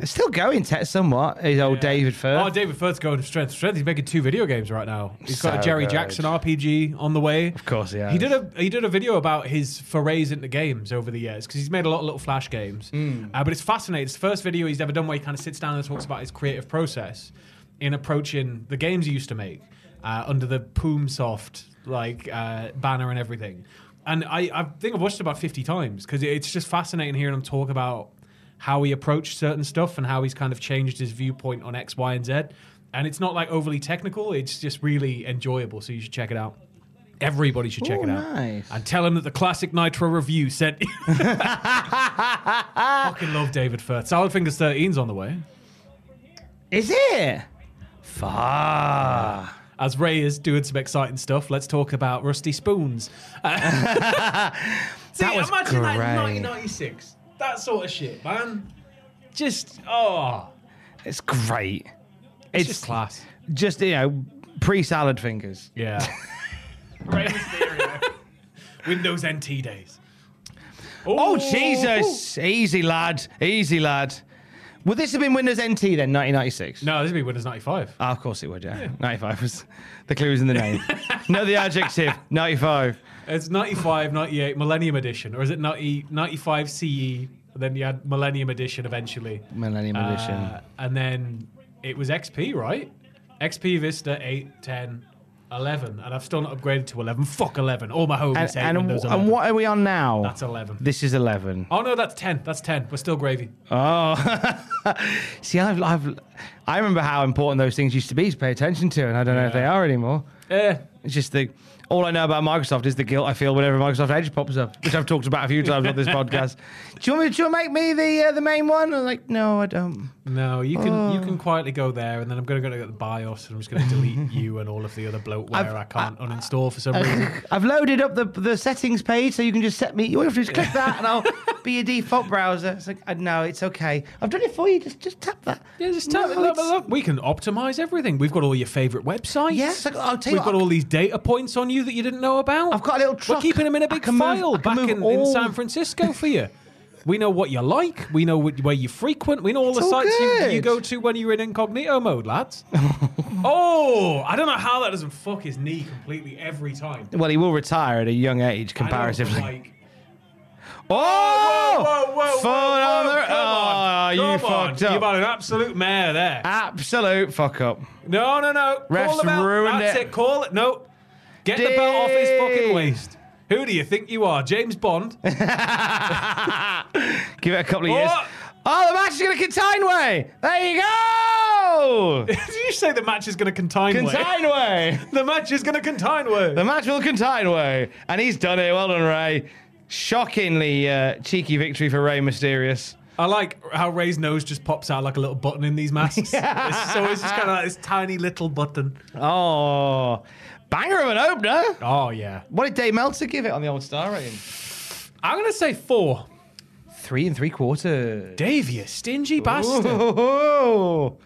It's still going, Ted, somewhat. His old David Firth.
Oh, David Firth's going from strength to strength. He's making two video games right now. He's got
So
a Jerry
good.
Jackson RPG on the way. Of
course he has.
He did a he did a video about his forays into games over the years because he's made a lot of little flash games. Uh, but it's fascinating. It's the first video he's ever done where he kind of sits down and talks about his creative process in approaching the games he used to make uh, under the Poomsoft like uh, banner and everything. And I, I think I've watched it about fifty times because it's just fascinating hearing him talk about how he approached certain stuff and how he's kind of changed his viewpoint on X, Y, and Z. And it's not like overly technical, it's just really enjoyable. So you should check it out. Everybody should check
Ooh,
it out.
nice.
And tell him that the classic Nitro review said. Fucking love David Firth. Solid Fingers 13's on the way.
Is it? Far.
As Ray is doing some exciting stuff, let's talk about Rusty Spoons. See,
That was
imagine that in
great.
1996. That sort of shit, man. Just, oh.
It's great.
It's, just class.
Just, you know, pre salad fingers.
Yeah. Rey Mysterio. Windows NT days.
Oh, Jesus. Easy, lad. Easy, lad. Would this have been Windows NT then, 1996?
No, this would be Windows 95.
Ah, of course it would, yeah. 95 was the clue was in the name. no, the adjective, 95.
It's 95, 98, Millennium Edition. Or is it 90, 95 CE? E, And then you had Millennium Edition eventually.
Millennium
Uh,
Edition.
and then it was XP, right? XP Vista 8, 10, 11. And I've still not upgraded to 11. Fuck 11. All my homies
And,
hate
and,
Windows 11.
and what are we on now?
That's 11.
This is 11.
Oh, no, that's 10. That's 10. We're still gravy.
Oh. See, I've, I've, I remember how important those things used to be to pay attention to, and I don't know if they are anymore.
Eh.
It's just the. All I know about Microsoft is the guilt I feel whenever Microsoft Edge pops up, which I've talked about a few times on this podcast. Do you want me? Do you want to make me the uh, the main one? I'm like, no, I don't.
No, you can
Oh.
you can quietly go there, and then I'm going to go to the BIOS, and I'm just going to delete you and all of the other bloatware
I've-
I can't uninstall for some reason.
I've loaded up the the settings page, so you can just set me. You have to just click that, and I'll be your default browser. It's like, uh, no, it's okay. I've done it for you. Just just tap that.
Yeah, just tell
No,
look,
it's-
look, we can optimize everything. We've got all your favorite websites.
Yeah, so I'll tell you
We've
what,
got all these data points on you that you didn't know about.
I've got a little
We're
truck.
keeping them in
I
a big
can move-
file
I can
back
move
in, in
all-
San Francisco for you. We know what you like. We know wh- where you frequent. We know all the
all
sites you, you
good.
go to when you're in incognito mode, lads. oh, I don't know how that doesn't fuck his knee completely every time.
Well, he will retire at a young age,
I know,
comparatively.
like-
oh,
whoa, whoa,
Phone on the-
come on,
Oh, you
come on.
fucked up.
You've had an absolute mare there.
Absolute fuck up.
no, no, no. Call
Refs
them out.
ruined
That's it.
it.
Call it. No. Get the belt off his fucking
Ding.
waist. Who do you think you are? James Bond?
Give it a couple of years.
Oh.
Oh, the match is going to contain way. There you go.
Did you say the match is going to contine way?
contain way.
The match is going to contine way.
The match will contain way. And he's done it. Well done, Ray. Shockingly uh, cheeky victory for Ray Mysterious.
I like how Ray's nose just pops out like a little button in these masks. It's so it's just kind of like this tiny little button.
Oh, banger of an opener.
Oh, yeah.
What did Dave Meltzer give it on the old star rating?
I'm going to say four.
Three and three quarters.
Dave, you stingy bastard.
Oh.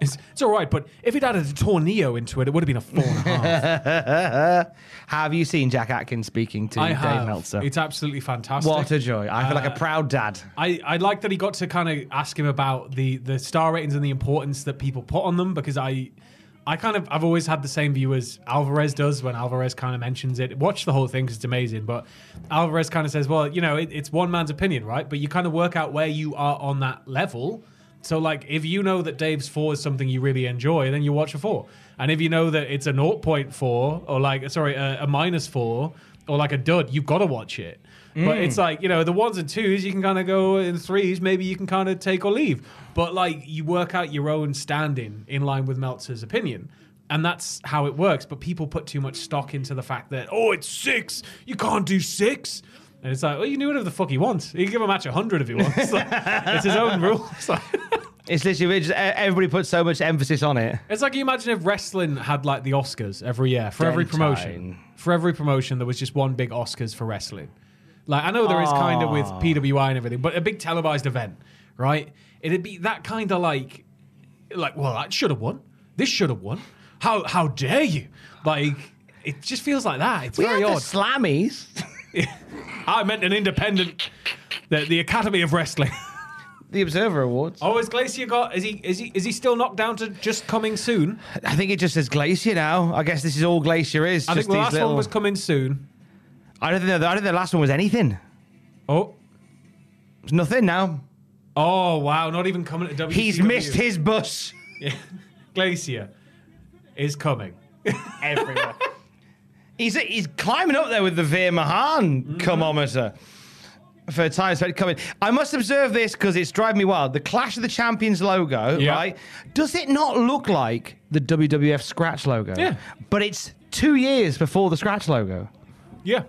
It's, it's all right, but if it added a tornado into it, it would have been a four and a half.
Have you seen Jack Atkins speaking to
I
Dave
have.
Meltzer?
It's Uh, absolutely fantastic.
What a joy. I feel like a proud dad.
I, I like that he got to kind of ask him about the, the star ratings and the importance that people put on them because I I kind of I've always had the same view as Alvarez does when Alvarez kind of mentions it. Watch the whole thing 'cause it's amazing. But Alvarez kind of says, well, you know, it, it's one man's opinion, right? But you kind of work out where you are on that level. So like, if you know that Dave's four is something you really enjoy, then you watch a four. And if you know that it's a 0.4 or like sorry a, a minus four or like a dud, you've got to watch it. But it's like, you know, the ones and twos, you can kind of go in threes, maybe you can kind of take or leave. But like, you work out your own standing in line with Meltzer's opinion. And that's how it works. But people put too much stock into the fact that, oh, it's six. You can't do six. And it's like, well, you can do whatever the fuck he wants. He can give a match 100 if he wants. It's, like, it's his own rule. It's like,
It's literally just, e- everybody puts so much emphasis on it.
it's like you imagine if wrestling had like the Oscars every year for every
Dentine.
promotion. For every promotion, there was just one big Oscars for wrestling. Like, I know there is kind of with PWI and everything, but a big televised event, right? It'd be that kind of like, like, well, that should have won. This should have won. How, how dare you? Like, it just feels like that. It's
We
very
had the
odd.
slammies.
I meant an independent, the, the Academy of Wrestling.
The Observer Awards.
Oh, is Glacier got? Is he? Is he? Is he still knocked down to just coming soon?
I think it just says Glacier now. I guess this is all Glacier is.
I
just
think the
these
last
little-
one was coming soon.
I don't think. The, I don't think the last one was anything.
Oh,
It's nothing now.
oh wow! Not even coming to WCW.
He's missed his bus.
Glacier is coming.
Everywhere. he's he's climbing up there with the Veer Mahan
Mm-hmm.
comometer for time spent coming. I must observe this because it's driving me wild. The Clash of the Champions logo,
Yeah.
right? Does it not look like the WWF scratch logo?
Yeah.
But it's two years before the scratch logo.
Yeah.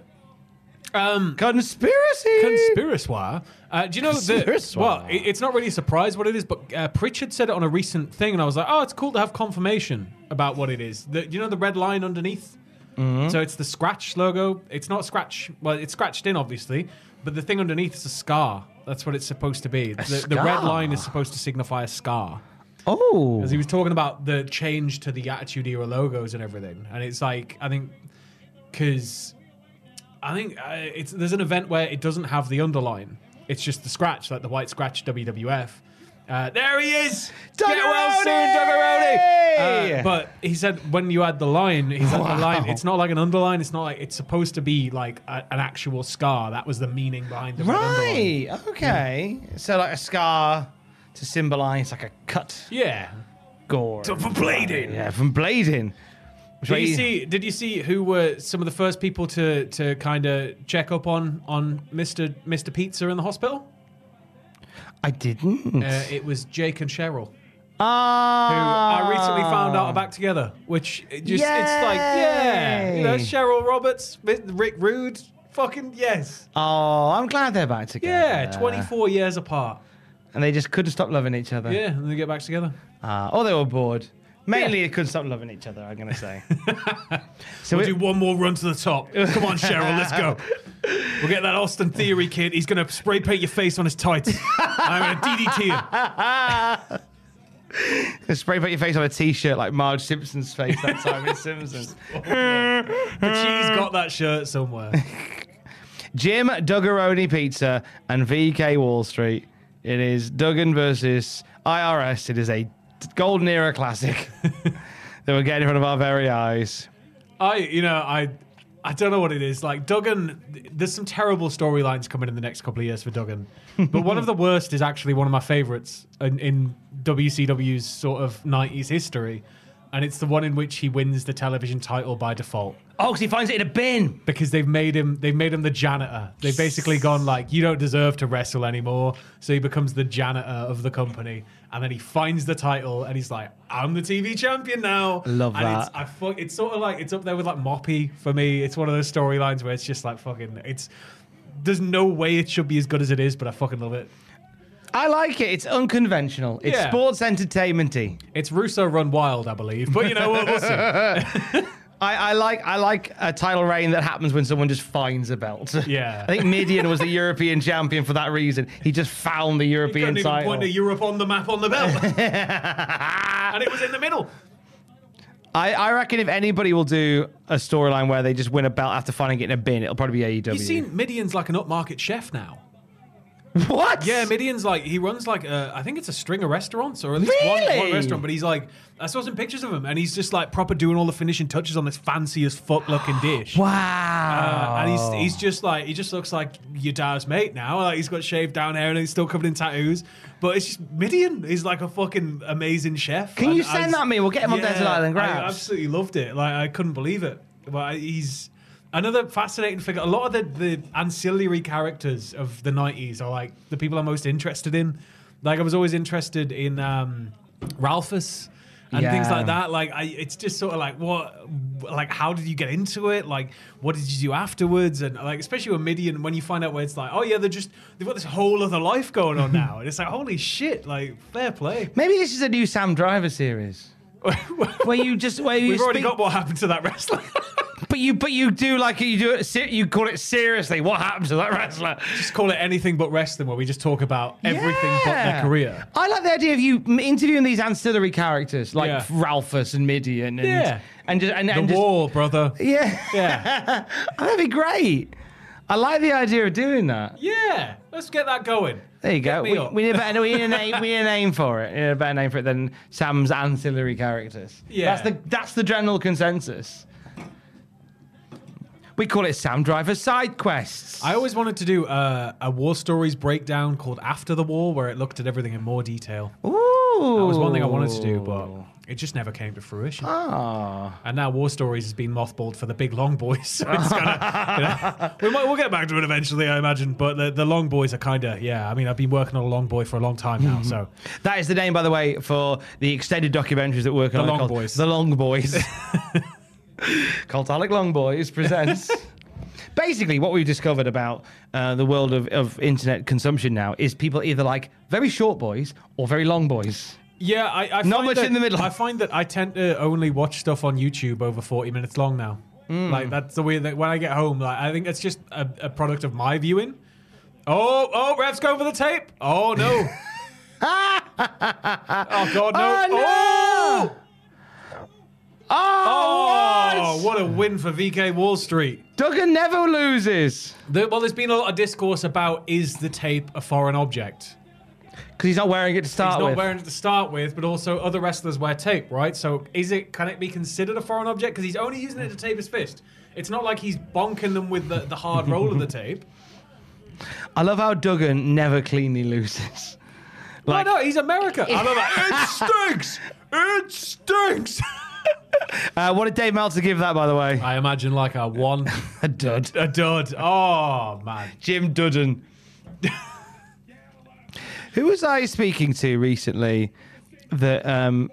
Um,
Conspiracy.
conspiracy. Uh, do you know that?
Conspiracy.
Well, it- it's not really a surprise what it is, but uh, Pritchard said it on a recent thing, and I was like, oh, it's cool to have confirmation about what it is. The, you know the red line underneath.
Mm-hmm.
So it's the scratch logo. It's not scratch. Well, it's scratched in, obviously, but the thing underneath is a scar. That's what it's supposed to be. The, the red
scar.
line is supposed to signify a scar.
Oh.
Because he was talking about the change to the Attitude Era logos and everything, and it's like I think because I think uh, it's there's an event where it doesn't have the underline; it's just the scratch, like the white scratch WWF. Uh, there he is.
Doug
Get well soon,
Aroney!
Doug Aroney! Uh, but he said when you add the line, he said the line. It's not like an underline. It's not like it's supposed to be like a, an actual scar. That was the meaning behind the red underline.
Right. Okay. So like a scar to symbolise like a cut
Yeah.
gore.
From blading.
Yeah, from blading. Which
Did
way-
you see? Did you see who were some of the first people to to kind of check up on on Mister Mister Pizza in the hospital?
I didn't.
Uh, it was Jake and Cheryl who
Ah.
I recently found out are back together. Which it just it's like yeah, you know
Yay.
Cheryl Roberts, Rick Rude, fucking yes,
Oh, I'm glad they're back together.
yeah, twenty four years apart.
And they just couldn't stop loving each other.
Yeah, and they get back together.
Ah, or they were bored. Mainly, they couldn't stop loving each other. I'm gonna say. so
We'll
it-
do one more run to the top. Come on, Cheryl, let's go. We'll get that Austin Theory kid. He's going to spray paint your face on his tights. I'm going to DDT him.
spray paint your face on a t-shirt like Marge Simpson's face that time in Simpsons.
But she's got that shirt somewhere.
Jim Duggaroni Pizza and VK Wall Street. It is Duggan versus IRS. It is a golden era classic that we're getting in front of our very eyes.
I, you know, I, I don't know what it is. Like Duggan, th- there's some terrible storylines coming in the next couple of years for Duggan, but one of the worst is actually one of my favorites in, in WCW's sort of '90s history, and it's the one in which he wins the television title by default.
Oh, 'cause he finds it in a bin.
because they've made him they've made him the janitor. They've basically gone like, you don't deserve to wrestle anymore. So he becomes the janitor of the company, and then he finds the title, and he's like, I'm the TV champion now.
Love
and It's,
that.
I fuck, it's sort of like it's up there with like Moppy for me. It's one of those storylines where it's just like fucking. It's there's no way it should be as good as it is, but I fucking love it.
I like it. It's unconventional. It's
Yeah.
sports entertainmenty.
It's Russo run wild, I believe, but you know what? We'll see.
I, I like I like a title reign that happens when someone just finds a belt.
Yeah.
I think Midian was the European champion for that reason. He just found the
You couldn't
European
even
title.
point to Europe on the map on the belt, and it was in the middle.
I, I reckon if anybody will do a storyline where they just win a belt after finding it in a E bin, it'll probably be AEW.
You've seen Midian's like an upmarket chef now.
What?
Yeah, Midian's like he runs like a, I think it's a string of restaurants or at least one, one
Really?
restaurant. But he's like I saw some pictures of him and he's just like proper doing all the finishing touches on this fancy as fuck looking dish.
Wow.
Uh, and he's he's just like he just looks like your dad's mate now. Like he's got shaved down hair and he's still covered in tattoos. But it's just Midian is like a fucking amazing chef.
Can you
And
send
I-
that me? We'll get him on Desert Island
I
Grabs.
absolutely loved it. Like I couldn't believe it. But I- he's another fascinating figure. A lot of the the ancillary characters of the '90s are like the people I'm most interested in. Like I was always interested in um, Ralphus. and things
Yeah.
like that. Like, I, it's just sort of like what, like how did you get into it? Like, what did you do afterwards? And like, especially with MIDI, and when you find out where it's like, oh yeah, they're just they've got this whole other life going on now, and it's like, holy shit, like fair play.
Maybe this is a new Sam Driver series. where you just where you
We've already
speak-
got what happened to that wrestler.
but you but you do like you do it se- you call it seriously. What happened to that wrestler?
just call it anything but wrestling, where we just talk about everything but their
Yeah.
career.
I like the idea of you m- interviewing these ancillary characters like
Yeah.
Ralphus and Midian and
Yeah.
and just and,
The
and just-
war, brother.
Yeah,
Yeah.
that'd be great. I like the idea of doing that.
Yeah, let's get that going.
There you
Get
go.
me
We,
up.
we need a better we need a name we need a name for it. We need a better name for it than Sam's ancillary characters.
Yeah.
That's the that's the general consensus. We call it Sam Driver side quests.
I always wanted to do uh, a war stories breakdown called After the War, where it looked at everything in more detail.
Ooh.
That was one thing I wanted to do, but it just never came to fruition. And now War Stories has been mothballed for the big long boys. So it's kinda, you know, we might, we'll get back to it eventually, I imagine. But the, the long boys are kind of, yeah. I mean, I've been working on a long boy for a long time now. So
That is the name, by the way, for the extended documentaries that work on it
The Long
called
Boys.
The Long Boys. Cultolic Long Boys presents. Basically, what we've discovered about uh, the world of, of internet consumption now is people either like very short boys or very long boys.
yeah, I, I not
much in the middle.
I find that I tend to only watch stuff on YouTube over forty minutes long now.
Hmm.
Like that's the way that when I get home, like I think it's just a, a product of my viewing. Oh, oh, ref's going for the tape. Oh no. oh god, no.
Oh, no!
Oh!
Oh,
Ah! Oh, what a win for VK Wall Street.
what? Duggan never loses
There, well, there's been a lot of discourse about is the tape a foreign object?
because he's not wearing it to
He's
start
not
with.
wearing it to start with, but also other wrestlers wear tape, right? So is it can it be considered a foreign object? Because he's only using it to tape his fist. It's not like he's bonking them with the, the hard roll of the tape.
I love how Duggan never cleanly loses. Like,
no, no, he's America. I love that. It stinks. It stinks.
uh, what did Dave Meltzer give that, by the way?
I imagine like a one,
A dud.
a dud. Oh man.
Jim Dudden. Who was I speaking to recently that um,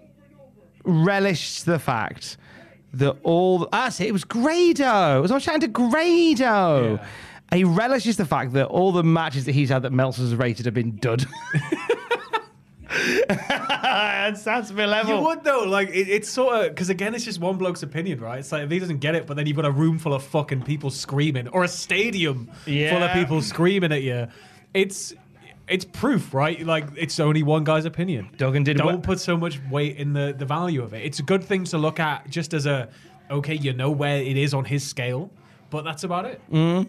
relished the fact that all ah, that's it, it was Grado. It was I was chatting to Grado.
Yeah.
And he relishes the fact that all the matches that he's had that Meltzer's rated have been dud. that's, that's my level.
You would though, like it, it's sort of because again, it's just one bloke's opinion, right? It's like if he doesn't get it, but then you've got a room full of fucking people screaming, or a stadium full of
Yeah.
people screaming at you. It's it's proof, right? Like it's only one guy's opinion.
Duggan did
Don't
well-
put so much weight in the the value of it. It's a good thing to look at just as a okay, you know where it is on his scale, but that's about it.
Mm.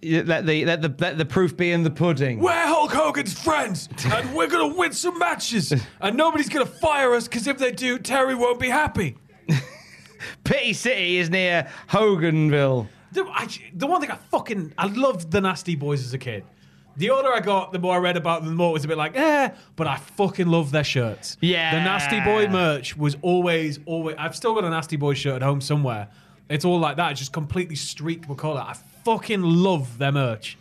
You let, the, let, the, let the proof be in the pudding.
We're Hulk Hogan's friends, and we're gonna win some matches, and nobody's gonna fire us because if they do, Terry won't be happy.
Pity City is near Hoganville.
The, I, the one thing I fucking I loved the Nasty Boys as a kid. The older I got, the more I read about them, the more it was a bit like, eh. But I fucking loved their shirts.
Yeah.
the Nasty Boy merch was always, always. I've still got a Nasty Boy shirt at home somewhere. It's all like that. It's just completely streaked with color. I fucking love their merch.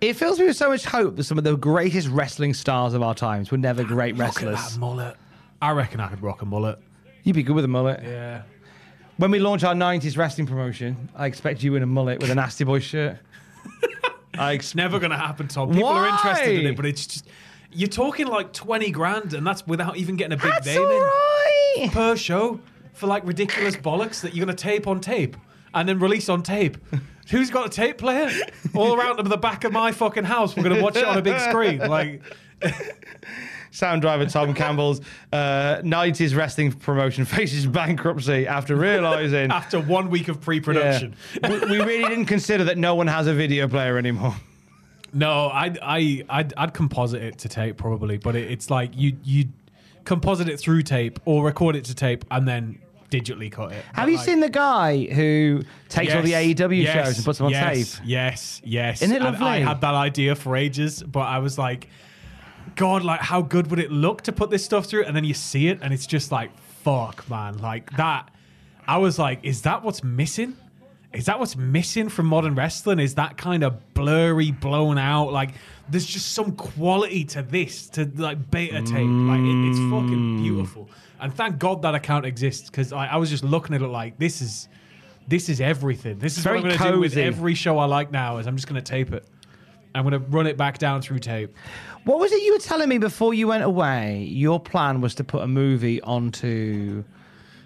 It fills me with so much hope that some of the greatest wrestling stars of our times were never great
Ah, Look at that
wrestlers.
mullet. I reckon I could rock a mullet.
You'd be good with a mullet.
Yeah.
When we launch our 90s wrestling promotion, I expect you in a mullet with a Nasty Boy shirt. I
It's
expect.
never gonna happen, Tom. People are
Why?
interested in it, but it's just you're talking like twenty grand, and that's without even getting a big
That's
name
all
in.
right.
per show for like ridiculous bollocks that you're going to tape on tape and then release on tape. Who's got a tape player? All around the back of my fucking house, we're going to watch it on a big screen. Like,
Sound driver Tom Campbell's uh, 90s wrestling promotion faces bankruptcy after realizing.
after one week of pre
Yeah.
production.
we, we really didn't consider that no one has a video player anymore.
No, I'd, I, I'd, I'd composite it to tape probably, but it, it's like you you composite it through tape or record it to tape and then digitally cut it.
Have
But
you
like-
seen the guy who takes all the
Yes,
AEW
yes,
shows and puts them on
yes,
tape?
Yes, yes.
Isn't it
And I
lovely?
had that idea for ages, but I was like, God, like how good would it look to put this stuff through? And then you see it, and it's just like, fuck, man, like that. I was like, is that what's missing? is that what's missing from modern wrestling? Is that kind of blurry, blown out? Like, there's just some quality to this, to like beta tape. Like, it, it's
Mm.
fucking beautiful. And thank God that account exists because I, I was just looking at it like, this is, this is everything. This is
Very
what I'm going to do with
cozy.
every show I like now. Is I'm just going to tape it. I'm going to run it back down through tape.
What was it you were telling me before you went away? Your plan was to put a movie onto.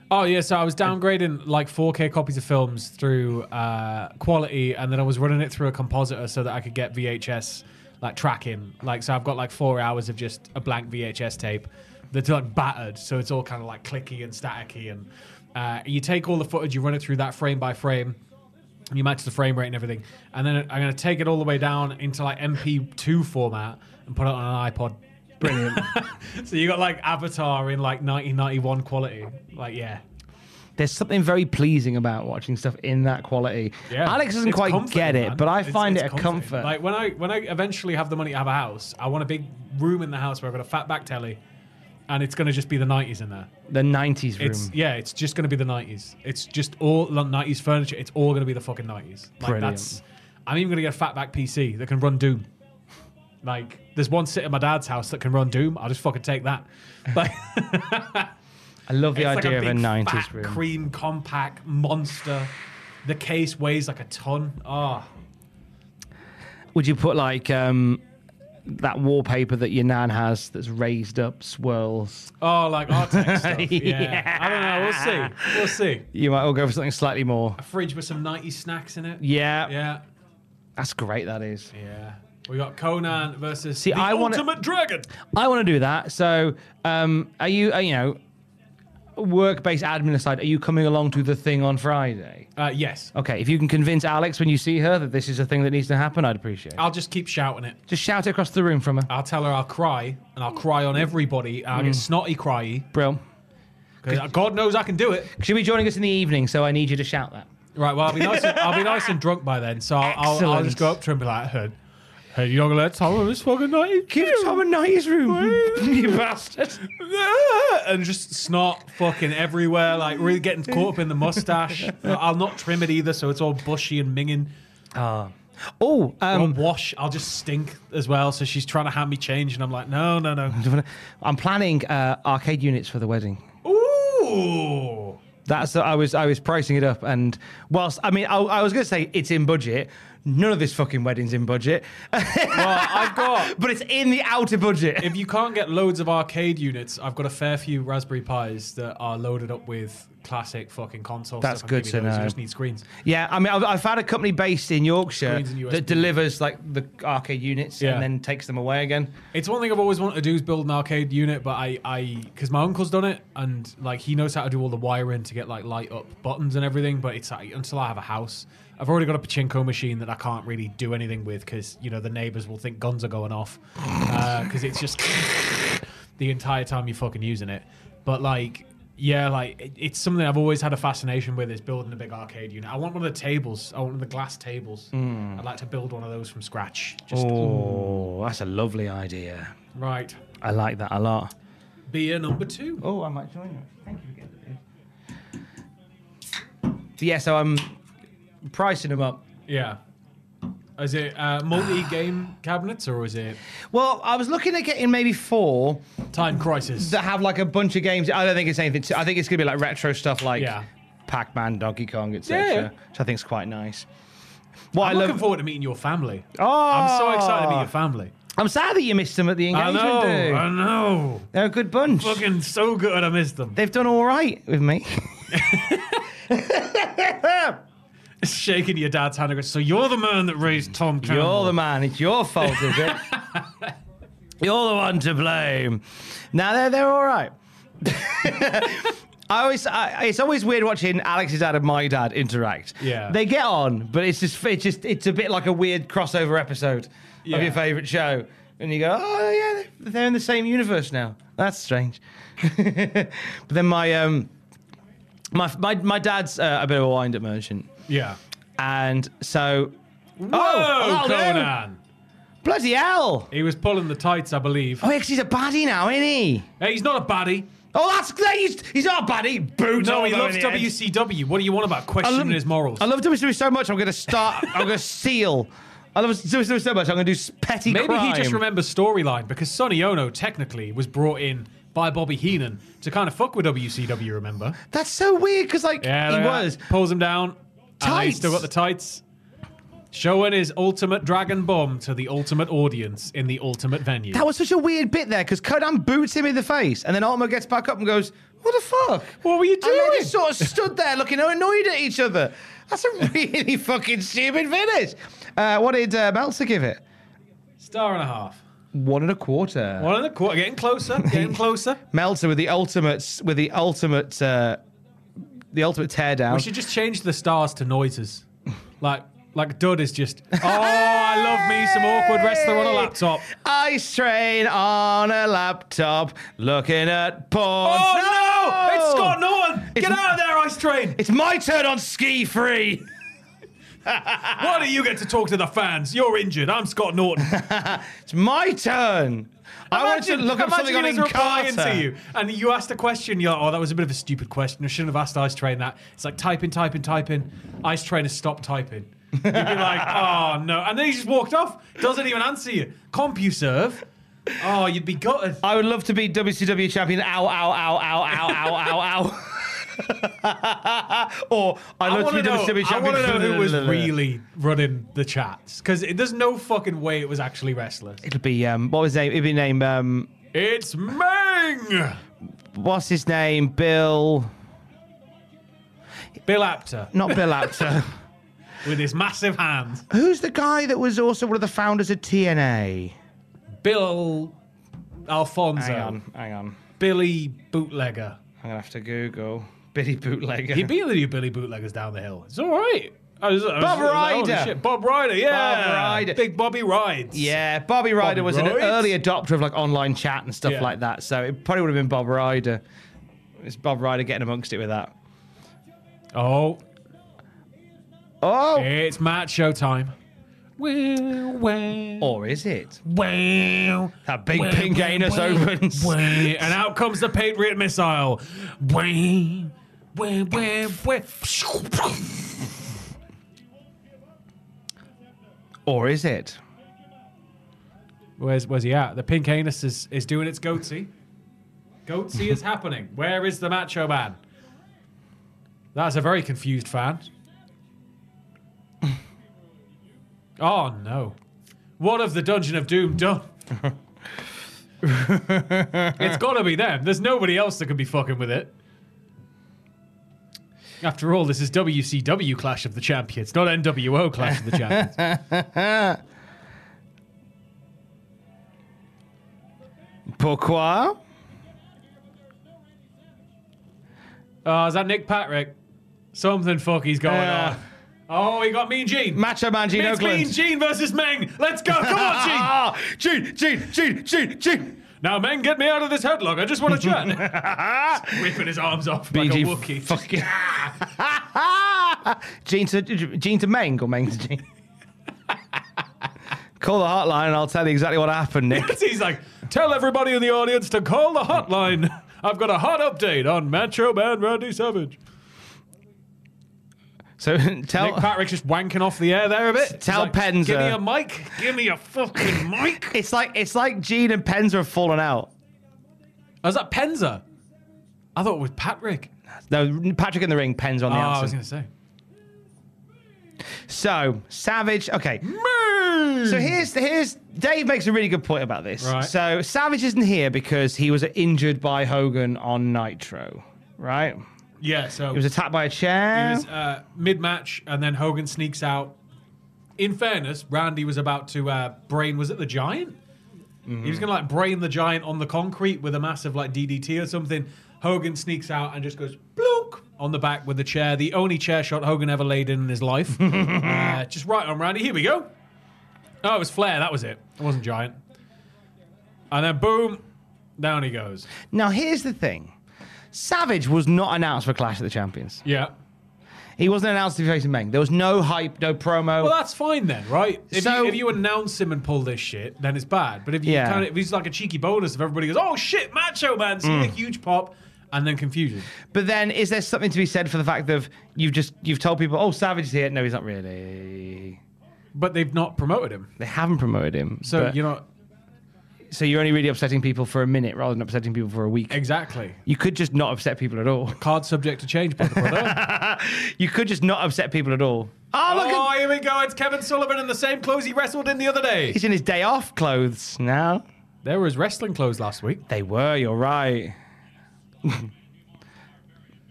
Oh yeah, so I was downgrading like 4K copies of films through uh, quality, and then I was running it through a compositor so that I could get VHS like tracking. Like, so I've got like four hours of just a blank VHS tape that's like battered, so it's all kind of like clicky and staticky. And uh, you take all the footage, you run it through that frame by frame, you match the frame rate and everything, and then I'm going to take it all the way down into like MP2 format and put it on an iPod. Brilliant. so you got like Avatar in like 1991 quality. Like, yeah.
There's something very pleasing about watching stuff in that quality.
Yeah.
Alex doesn't
It's
quite
comforting,
get it,
man.
but I
It's-
find
it's
it a
comforting.
comfort.
Like when I when I eventually have the money to have a house, I want a big room in the house where I've got a fat back telly, and it's going to just be the nineties in there.
the 90s room.
It's yeah, it's just going to be the nineties. It's just all nineties furniture. It's all going to be the fucking nineties. Like
Brilliant.
that's. I'm even going to get a fat back PC that can run Doom. Like there's one sitting at my dad's house that can run Doom. I'll just fucking take that. Like.
I love the
It's
idea
like a
of a
big
90s
fat
room.
cream compact monster. The case weighs like a ton. Ah,
Would you put like um, that wallpaper that your nan has that's raised up, swirls?
oh, like art tech stuff. Yeah. I don't know. We'll see. We'll see.
You might all go for something slightly more.
A fridge with some 90s snacks in it.
Yeah,
Yeah.
that's great. That is.
Yeah. We got Conan versus
See,
the
I wanna-
Ultimate Dragon.
I want to do that. So, um, are you? Are, you know, work-based admin aside, are you coming along to the thing on Friday?
Uh, yes.
Okay, if you can convince Alex when you see her that this is a thing that needs to happen, I'd appreciate. it.
I'll just keep shouting it.
Just shout it across the room from her.
I'll tell her I'll cry and I'll cry on everybody. And I'll
Mm.
get snotty cryy.
Brill.
'cause God knows I can do it.
She'll be joining us in the evening, so I need you to shout that.
Right. Well, I'll be nice. And, I'll be nice and drunk by then, so I'll, I'll, I'll
Excellent.
just go up to him and be like, "Hey, hey you not gonna let Tom in this fucking night?
Give Tom a nice room, you bastard.
and just snot fucking everywhere, like really getting caught up in the mustache. I'll not trim it either, so it's all bushy and minging.
Oh,
I'll
um,
wash. I'll just stink as well. So she's trying to hand me change, and I'm like, no, no, no.
I'm planning uh, arcade units for the wedding.
Ooh.
That's I was I was pricing it up, and whilst I mean I, I was going to say it's in budget. None of this fucking wedding's in budget,
Well, I've got.
but it's in the outer budget.
If you can't get loads of arcade units, I've got a fair few Raspberry Pis that are loaded up with classic fucking console
That's
stuff.
good
and
to know.
DVDs. You just need screens.
yeah, I mean I've, I've had a company based in Yorkshire
Screens and USB.
that delivers like the arcade units
Yeah.
and then takes them away again.
It's one thing I've always wanted to do is build an arcade unit, but I, I, because my uncle's done it and like he knows how to do all the wiring to get like light up buttons and everything. But it's like until I have a house, I've already got a pachinko machine that I can't really do anything with because you know the neighbors will think guns are going off because it's just the entire time you're fucking using it. But like, yeah, like it, it's something I've always had a fascination with is building a big arcade unit. I want one of the tables. I want one of the glass tables. I'd like to build one of those from scratch. Just
Oh, that's a lovely idea.
right.
I like that a lot.
Beer number two.
Oh, I might join you. Thank you again. Yeah, so I'm pricing them up.
Yeah. Is it uh, multi-game cabinets or is it
Well, I was looking at getting maybe four.
Time Crisis?
that have like a bunch of games. I don't think it's anything. To, I think it's gonna be like retro stuff like
Yeah.
Pac-Man, Donkey Kong, etc.
Yeah.
Which I think is quite nice. What i
I'm
love.
looking forward to meeting your family.
oh,
I'm so excited to meet your family.
I'm sad that you missed them at the
I
engagement.
know,
dude.
I know.
They're a good bunch.
Fucking so good, I missed them.
They've done all right with me.
Shaking your dad's hand. I go, So you're the man that raised Tom Campbell.
You're the man. It's your fault, is it? You're the one to blame. Now they're they're all right. I always, I, it's always weird watching Alex's dad and my dad interact.
Yeah.
they get on, but it's just, it's just, it's a bit like a weird crossover episode
Yeah.
of your favorite show, and you go, oh yeah, they're- they're in the same universe now. That's strange. but then my um, my my my dad's uh, a bit of a wind-up merchant,
Yeah.
and so
Whoa,
oh, hello.
Conan.
bloody hell.
He was pulling the tights, I believe.
Oh, yeah, 'cause he's a baddie now, isn't he?
Hey, he's not a baddie.
Oh, that's that he's, he's not a baddie. Boo!
No, he
Zorbo
loves
in the end.
WCW. What do you want about questioning his morals?
I love WWE so much. I'm going to start. I'm going to steal. I love WWE so much. I'm going to do petty
Maybe
crime.
he just remembers storyline because Sonny Ono technically was brought in by Bobby Heenan to kind of fuck with WCW. Remember?
That's so weird because like
look
he
at that.
was.
pulls him down. and then he's
Tights.
still got the tights. Showing his ultimate dragon bomb to the ultimate audience in the ultimate venue.
That was such a weird bit there because Conan boots him in the face, and then Ultimo gets back up and goes, "What the fuck?
What were you
And they
doing?"
just sort of stood there looking annoyed at each other. That's a really fucking stupid finish. Uh, what did uh, Meltzer give it?
Star and a half.
One and a quarter.
One and a quarter. Getting closer. Getting closer.
Meltzer with the ultimate, with the ultimate, uh, the ultimate teardown.
We should just change the stars to noises. Like like Dud is just Oh, I love me some awkward wrestler on a laptop.
Ice train on a laptop, looking at porn.
Oh no! It's Scott Norton!
It's-
Get out of there, Ice Train!
It's my turn on ski free.
Why do you get to talk to the fans? You're injured. I'm Scott Norton.
It's my turn. I want to
Imagine-
look up
imagine
something on
he was replying
Encarta.
to you, and you asked a question. You're like, oh, that was a bit of a stupid question. I shouldn't have asked Ice Train that. It's like typing, typing, typing. Ice Train has stopped typing. You'd be like, oh no, and then he just walked off. Doesn't even answer you. CompuServe. Oh, you'd be gutted.
I would love to be WCW champion. Ow, ow, ow, ow, ow, ow, ow, ow. or I'd
I
love
want
to
to
be WCW
know, I
champion.
wanna know who was really running the chats because there's no fucking way it was actually wrestlers.
It'll be um, what was his name? It'd be named um,
It's Meng,
what's his name? Bill,
Bill Apter,
not Bill Apter.
with his massive hand.
Who's the guy that was also one of the founders of TNA?
Bill Alfonso.
hang on.
Billy Bootlegger.
I'm gonna have to Google Billy Bootlegger.
He beat the new Billy Bootleggers down the hill. It's all right. I was- I was-
Bob
I was like, holy
Ryder.
shit. Bob Ryder, yeah.
Bob Ryder.
Big Bobby rides.
yeah, Bobby Ryder
Bobby
was an
Roode?
early adopter of like online chat and stuff
Yeah.
like that, so it probably would have been Bob Ryder. It's Bob Ryder getting amongst it with that.
Oh,
Oh,
it's macho time. Well, well.
or is it?
Wow.
That big pink anus opens.
Wow. And out comes the Patriot missile. Wow. Wow, wow, wow.
Or is it?
Where's where's he at? The pink anus is, is doing its goatsy. Goatsy is happening. Where is the macho man? That's a very confused fan. Oh no. What have the Dungeon of Doom done? it's gotta be them. There's nobody else that could be fucking with it. After all, this is WCW Clash of the Champions, not NWO Clash of the Champions.
Pourquoi?
Oh, is that Nick Patrick? Something fucky's going
Yeah.
on. Oh, he got Mean Gene.
Macho Man Gene
it's Mean
Oakland.
Gene versus Meng. Let's go. Come on, Gene.
Ah, Gene, Gene, Gene, Gene, Gene.
Now, Meng, get me out of this headlock. I just want to chat. Ripping his arms off like a Wookiee.
fucking. Gene to Gene to Meng or Meng to Gene. Call the hotline and I'll tell you exactly what happened, Nick.
He's like, tell everybody in the audience to call the hotline. I've got a hot update on Macho Man Randy Savage.
So tell
Nick Patrick's just wanking off the air there a bit.
Tell
He's like, Give me
Penza.
a mic. Give me a fucking mic.
it's like it's like Gene and Penza have fallen out.
Oh, is that Penza? I thought it was Patrick.
No, Patrick in the ring, Penza on
Oh,
the
I was
outside.
going to say.
So Savage, okay. So here's here's Dave makes a really good point about this.
Right.
So Savage isn't here because he was injured by Hogan on Nitro, right?
Yeah, so.
He was attacked by a chair.
It was uh, mid match, and then Hogan sneaks out. In fairness, Randy was about to uh, brain. Was it the giant? He
Mm-hmm.
was gonna like brain the giant on the concrete with a massive like DDT or something. Hogan sneaks out and just goes bloop on the back with the chair, the only chair shot Hogan ever laid in in his life. uh, just right on Randy. Here we go. Oh, it was Flair. That was it. It wasn't Giant. And then boom, down he goes.
now here's the thing. Savage was not announced for Clash of the Champions.
Yeah.
He wasn't announced to be facing Meng. There was no hype, no promo.
Well, that's fine then, right? If,
So-
you, if you announce him and pull this shit, then it's bad. But if you
Yeah.
kind of, if he's like a cheeky bonus, if everybody goes, "Oh shit, Macho Man," see
Mm.
a huge pop, and then confusion.
But then, is there something to be said for the fact that you've just you've told people, "Oh, Savage is here"? No, he's not really.
But they've not promoted him,
They haven't promoted him,
so
but-
you know
so you're only really upsetting people for a minute rather than upsetting people for a week.
exactly.
You could just not upset people at all.
Card subject to change, brother. brother.
You could just not upset people at all. Oh, look
oh,
at
here we go. It's Kevin Sullivan in the same clothes he wrestled in the other day.
he's in his day off clothes now.
There was wrestling clothes last week.
They were. You're right.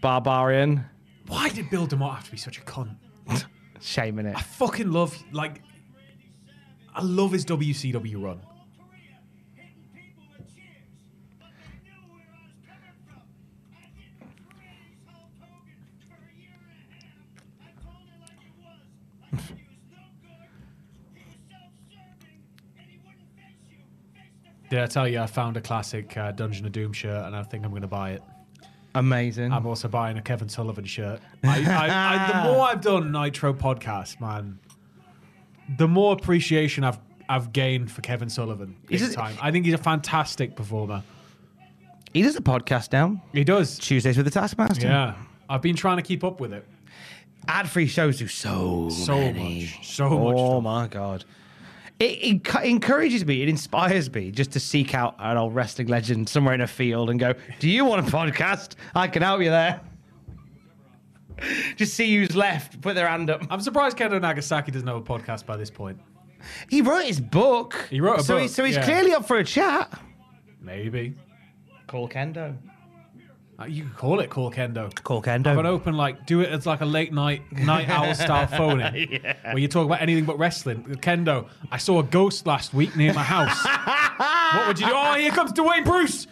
Barbarian.
Why did Bill DeMott have to be such a cunt?
Shame in it.
I fucking love like I love his WCW run. Did I tell you I found a classic uh, Dungeon of Doom shirt and I think I'm going to buy it?
Amazing.
I'm also buying a Kevin Sullivan shirt. I, I, I, the more I've done Nitro podcast, man, the more appreciation I've I've gained for Kevin Sullivan
Is
this
it-
time. I think he's a fantastic performer.
he does a podcast now.
He does.
Tuesdays with the Taskmaster.
Yeah, I've been trying to keep up with it
Ad-free shows do so
so much, so much.
Oh
stuff.
my god. It, it cu- encourages me, it inspires me just to seek out an old wrestling legend somewhere in a field and go, Do you want a podcast? I can help you there. Just see who's left, put their hand up.
I'm surprised Kendo Nagasaki doesn't have a podcast by this point.
He wrote his book.
He wrote a
so
book,
He, so he's
yeah.
clearly up for a chat.
Maybe
Call Kendo.
Uh, you could call it Call Kendo.
Call
Have an
Kendo.
open like do it as like a late night night owl style phone in where you talk about anything but wrestling. Kendo, I saw a ghost last week near my house. what would you do? Oh, here comes Dwayne Bruce.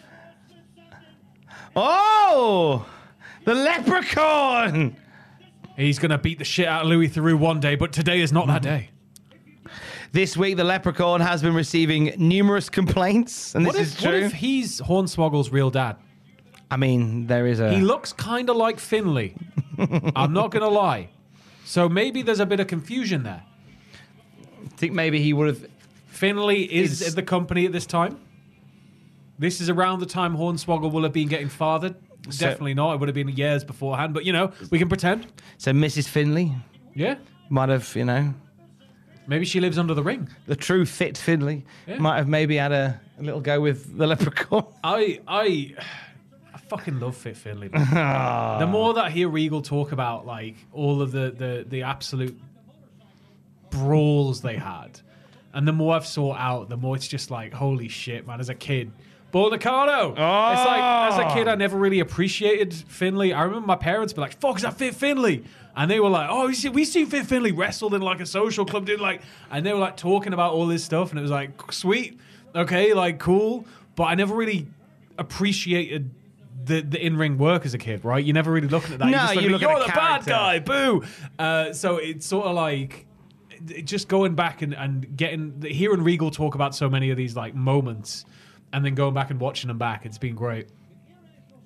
Oh! The leprechaun!
He's gonna beat the shit out of Louis Theroux one day, but today is not that
Mm-hmm.
day.
This week, the leprechaun has been receiving numerous complaints, and
What
this
if,
is
what
true.
if he's Hornswoggle's real dad?
I mean, there is a.
He looks kind of like Finley. I'm not gonna lie. So maybe there's a bit of confusion there.
I think maybe he would have.
Finley is
Is-
at the company at this time. This is around the time Hornswoggle will have been getting fathered.
So-
Definitely not. It would have been years beforehand, but you know, we can pretend.
So Mrs. Finley
Yeah.
might have, you know,
Maybe she lives under the ring.
the true fit Finley
Yeah.
might have maybe had a, a little go with the leprechaun.
I I I fucking love Fit Finley. man. the more that I hear Regal talk about like all of the the the absolute brawls they had, and the more I've sought out, the more it's just like holy shit, man. As a kid, Bull Nakano. It's
Ah.
like as a kid, I never really appreciated Finley. I remember my parents be like, "Fuck, is that Fit Finley?" And they were like, "Oh, we see, we seen Fit Finley wrestled in like a social club, dude." Like, and they were like talking about all this stuff, and it was like, "Sweet, okay, like cool." But I never really appreciated the, the in ring work as a kid, right? You never really looking at that.
No,
you
you
just
look at
are
a
the bad
character."
guy, boo. Uh, so it's sort of like it- just going back and, and getting hearing Regal talk about so many of these like moments, and then going back and watching them back. It's been great.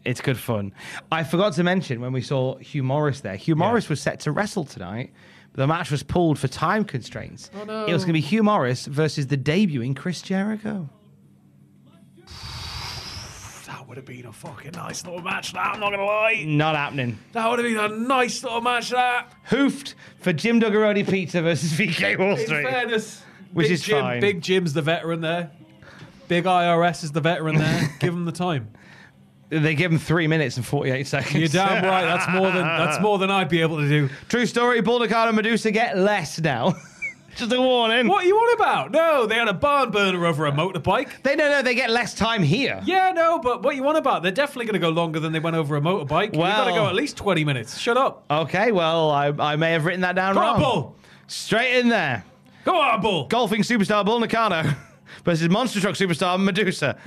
It's good fun. I forgot to mention when we saw Hugh Morris there. Hugh Morris was set to wrestle tonight, but the match was pulled for time constraints. Oh, no. It was going to be Hugh Morris versus the debuting Chris Jericho.
That would have been a fucking nice little match. That I'm not gonna lie.
Not happening.
That would have been a nice little match. That
Hoofed for Jim Duggaroni Pizza versus VK Wall
in
Street.
fairness,
Which
Big
is
Jim,
fine.
Big Jim's the veteran there. Big IRS is the veteran there. Give him the time.
They give him three minutes and 48 seconds.
You're damn right. That's more than that's more than I'd be able to do.
True story, Baldacar and Medusa get less now. Just a warning.
What are you on about? No, they had a barn burner over a motorbike.
They no no, they get less time here.
Yeah, no, but what you on about? They're definitely going to go longer than they went over a motorbike. Well, you got to
Well-
go at least twenty minutes. Shut up.
Okay, well, I, I may have written that down
Come
wrong.
on, Bull.
Straight in there.
Come on, Bull.
Golfing superstar Bull Nakano versus monster truck superstar Medusa.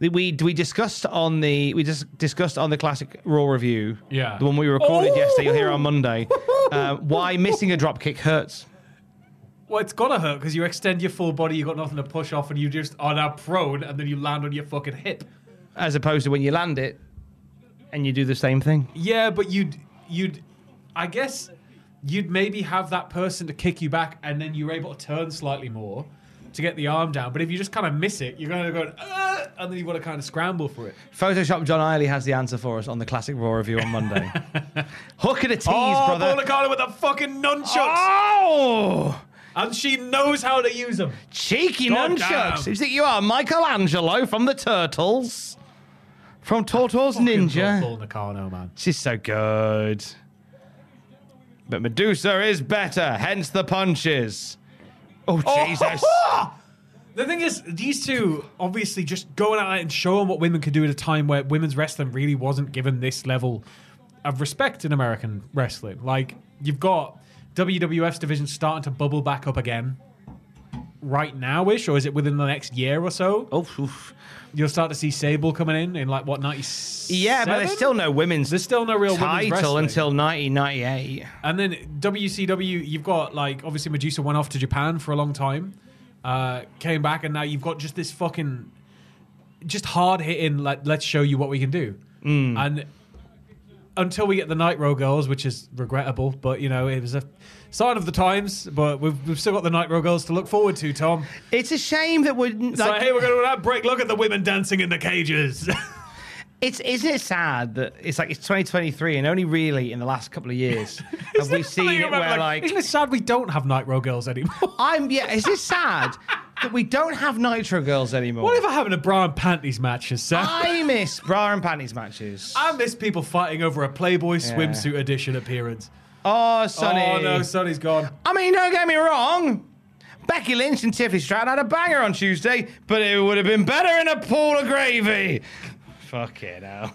The- we we discussed on the we just discussed on the classic Raw review.
Yeah.
the one we recorded
Oh!
yesterday. You'll hear on Monday. Uh, why missing a drop kick hurts.
Well, it's gonna hurt because you extend your full body, you got nothing to push off, and you just are now prone, and then you land on your fucking hip.
as opposed to when you land it, and you do the same thing.
Yeah, but you'd you'd I guess you'd maybe have that person to kick you back and then you're able to turn slightly more to get the arm down. But if you just kind of miss it, you're gonna go "Ah," and then you want to kind of scramble for it.
Photoshop John Eiley has the answer for us on the Classic Raw review on Monday. Hook and a tease,
oh,
brother.
Paula Carla with the fucking nunchucks.
Oh!
And she knows how to use them.
Cheeky
God
nunchucks.
damn.
Who do you think you are? Michelangelo from the Turtles. From Tortoise Ninja.
Paul Nakano, man.
She's so good. But Medusa is better, hence the punches. Oh, Jesus.
The thing is, these two obviously just going out and showing what women could do at a time where women's wrestling really wasn't given this level of respect in American wrestling. Like, you've got WWF's division starting to bubble back up again right now ish, or is it within the next year or so?
oh, oof.
You'll start to see Sable coming in in like, what, 97?
Yeah, but there's still no women's
There's still no real
title
women's wrestling.
until 1998.
And then WCW, you've got like obviously Medusa went off to Japan for a long time, uh, came back, and now you've got just this fucking, just hard hitting. Like, let's show you what we can do.
Mm.
And until we get the Nitro Girls, which is regrettable, but you know it was a sign of the times. But we've, we've still got the Nitro Girls to look forward to, Tom.
It's a shame that we're. Like,
so hey, we're going to have a break. Look at the women dancing in the cages.
It's isn't it sad that it's like it's 2023 and only really in the last couple of years have we seen it where like
isn't it sad we don't have Nitro Girls anymore?
I'm yeah is this sad that we don't have Nitro Girls anymore?
Whatever happened to bra and panties matches, Sam?
I miss bra and panties matches.
I miss people fighting over a Playboy swimsuit edition appearance.
oh, Sonny.
Oh no, Sonny's gone.
I mean, don't get me wrong. Becky Lynch and Tiffany Stratton had a banger on Tuesday, but it would have been better in a pool of gravy. Fuck it hell.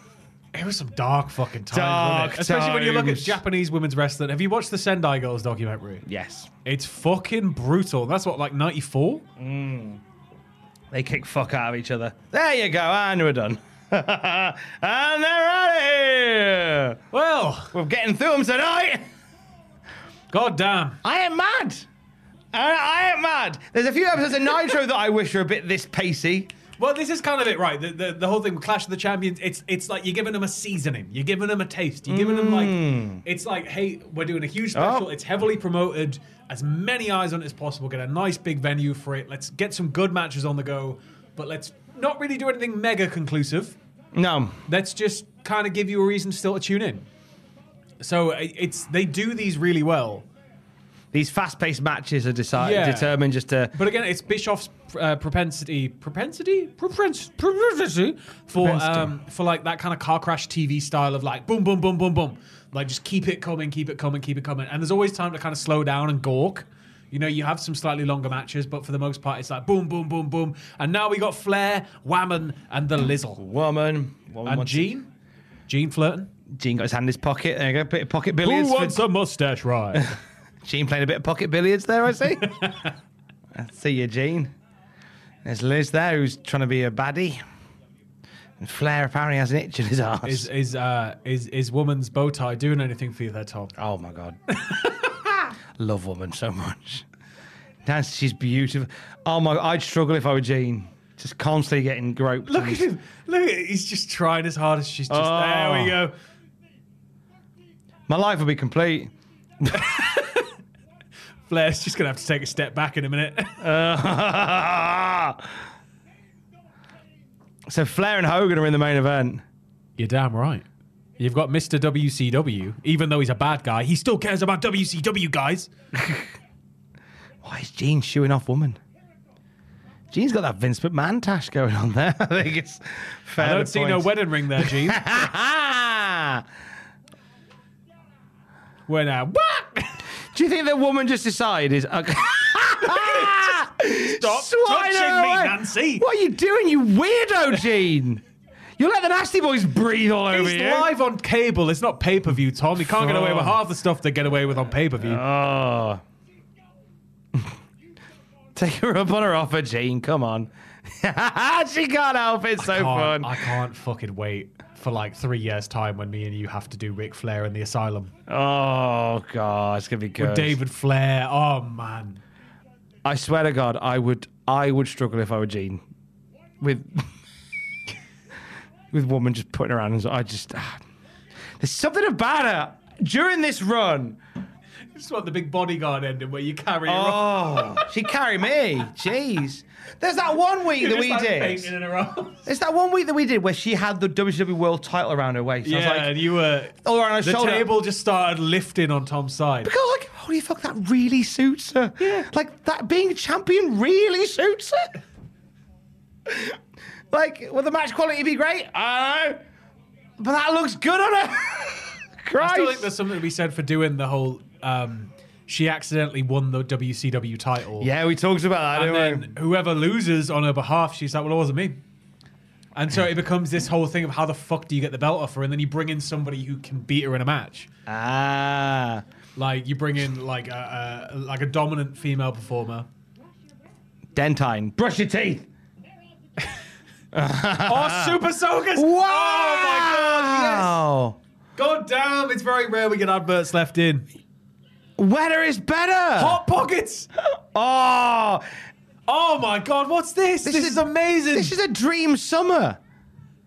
It was some dark fucking times,
Dark
wasn't it? Especially when you look at
times.
Japanese women's wrestling. Have you watched the Sendai Girls documentary?
Yes.
It's fucking brutal. That's what, like 94?
They kick fuck out of each other. There you go, and we're done. and they're out of here.
Well,
We're getting through them tonight.
goddamn.
I ain't mad. I, Uh, I ain't mad. There's a few episodes of Nitro that I wish were a bit this pacey.
Well, this is kind of it, right? The, the, the whole thing with Clash of the Champions, it's it's like you're giving them a seasoning, you're giving them a taste, you're giving them like it's like, hey, we're doing a huge special.
Oh.
It's heavily promoted, as many eyes on it as possible. Get a nice big venue for it. Let's get some good matches on the go, but let's not really do anything mega conclusive.
No.
Let's just kind of give you a reason still to tune in. So i- it's they do these really well,
These fast paced matches are decided,
Yeah.
determined just to.
but again, it's Bischoff's uh, propensity, propensity, Propens- propensity for
Propensity.
um, for like that kind of car crash TV style of like boom, boom, boom, boom, boom, like just keep it coming, keep it coming, keep it coming, and there's always time to kind of slow down and gawk. You know, you have some slightly longer matches, but for the most part, it's like boom, boom, boom, boom, and now we got Flair, Whammon, and the Lizzle,
Woman. woman
and
wants-
Gene, Gene flirting.
Gene got his hand in his pocket. There you go. Bit of pocket billiards. for-
a mustache ride?
Gene playing a bit of pocket billiards there, I see. I see you, Gene. There's Liz there who's trying to be a baddie. And Flair apparently has an itch in his arse.
is is uh is is woman's bow tie doing anything for you there, Tom?
Oh my god. Love woman so much. Nancy, she's beautiful. Oh my I'd struggle if I were Jean. Just constantly getting groped.
Look
and-
at him. Look at He's just trying as hard as she's just. There
Oh.
we go.
My life would be complete.
Flair's just going to have to take a step back in a minute.
so Flair and Hogan are in the main event.
You're damn right. You've got Mr. WCW. Even though he's a bad guy, he still cares about WCW guys.
Why is Jean shooing off woman? Jean's got that Vince McMahon tash going on there. I think it's fair.
I don't
to
see
point.
no wedding ring there, Gene. We're now. What?
Do you think the woman just decided is
Stop
Swine
touching
her
me,
away.
Nancy.
What are you doing, you weirdo, Gene? You let the nasty boys breathe all over
He's
you.
live on cable. It's not pay per view, Tom. You can't get away with
Oh.
half the stuff they get away with on pay per view.
Oh. Take her up on her offer, Gene. Come on. she can't help it. It's so
can't-
fun.
I can't fucking wait for like three years' time when me and you have to do Ric Flair in the asylum.
Oh god, it's gonna be good.
With David Flair. Oh man.
I swear to God, I would I would struggle if I were Gene with with woman just putting her hand. I just ah, There's something about her during this run.
Just want the big bodyguard ending where you carry her off.
Oh, she carry me. Jeez. There's that one week
You're
that
just,
we
like,
did.
fainting in her arms.
It's that one week that we did where she had the WWE World Title around her waist. I was
Yeah,
like,
and you were.
all right, on her
the
shoulder.
table just started lifting on Tom's side.
Because like, holy fuck, that really suits her. Yeah. Like that being champion really suits her. like, will the match quality be great? I don't know. But that looks good on her. Christ.
I still think there's something to be said for doing the whole. Um, she accidentally won the WCW title.
yeah, we talked about that,
And
didn't we?
then whoever loses on her behalf, she's like, well, it wasn't me. And so it becomes this whole thing of how the fuck do you get the belt off her? And then you bring in somebody who can beat her in a match.
Ah.
Like you bring in like a, a like a dominant female performer,
Dentine. Brush your teeth.
or Super Soakers.
Wow.
Oh my Oh god! Yes. God damn, it's very rare we get adverts left in.
Weather is better.
Hot pockets.
Oh,
Oh my god, what's this? This, is, amazing.
This is a dream summer.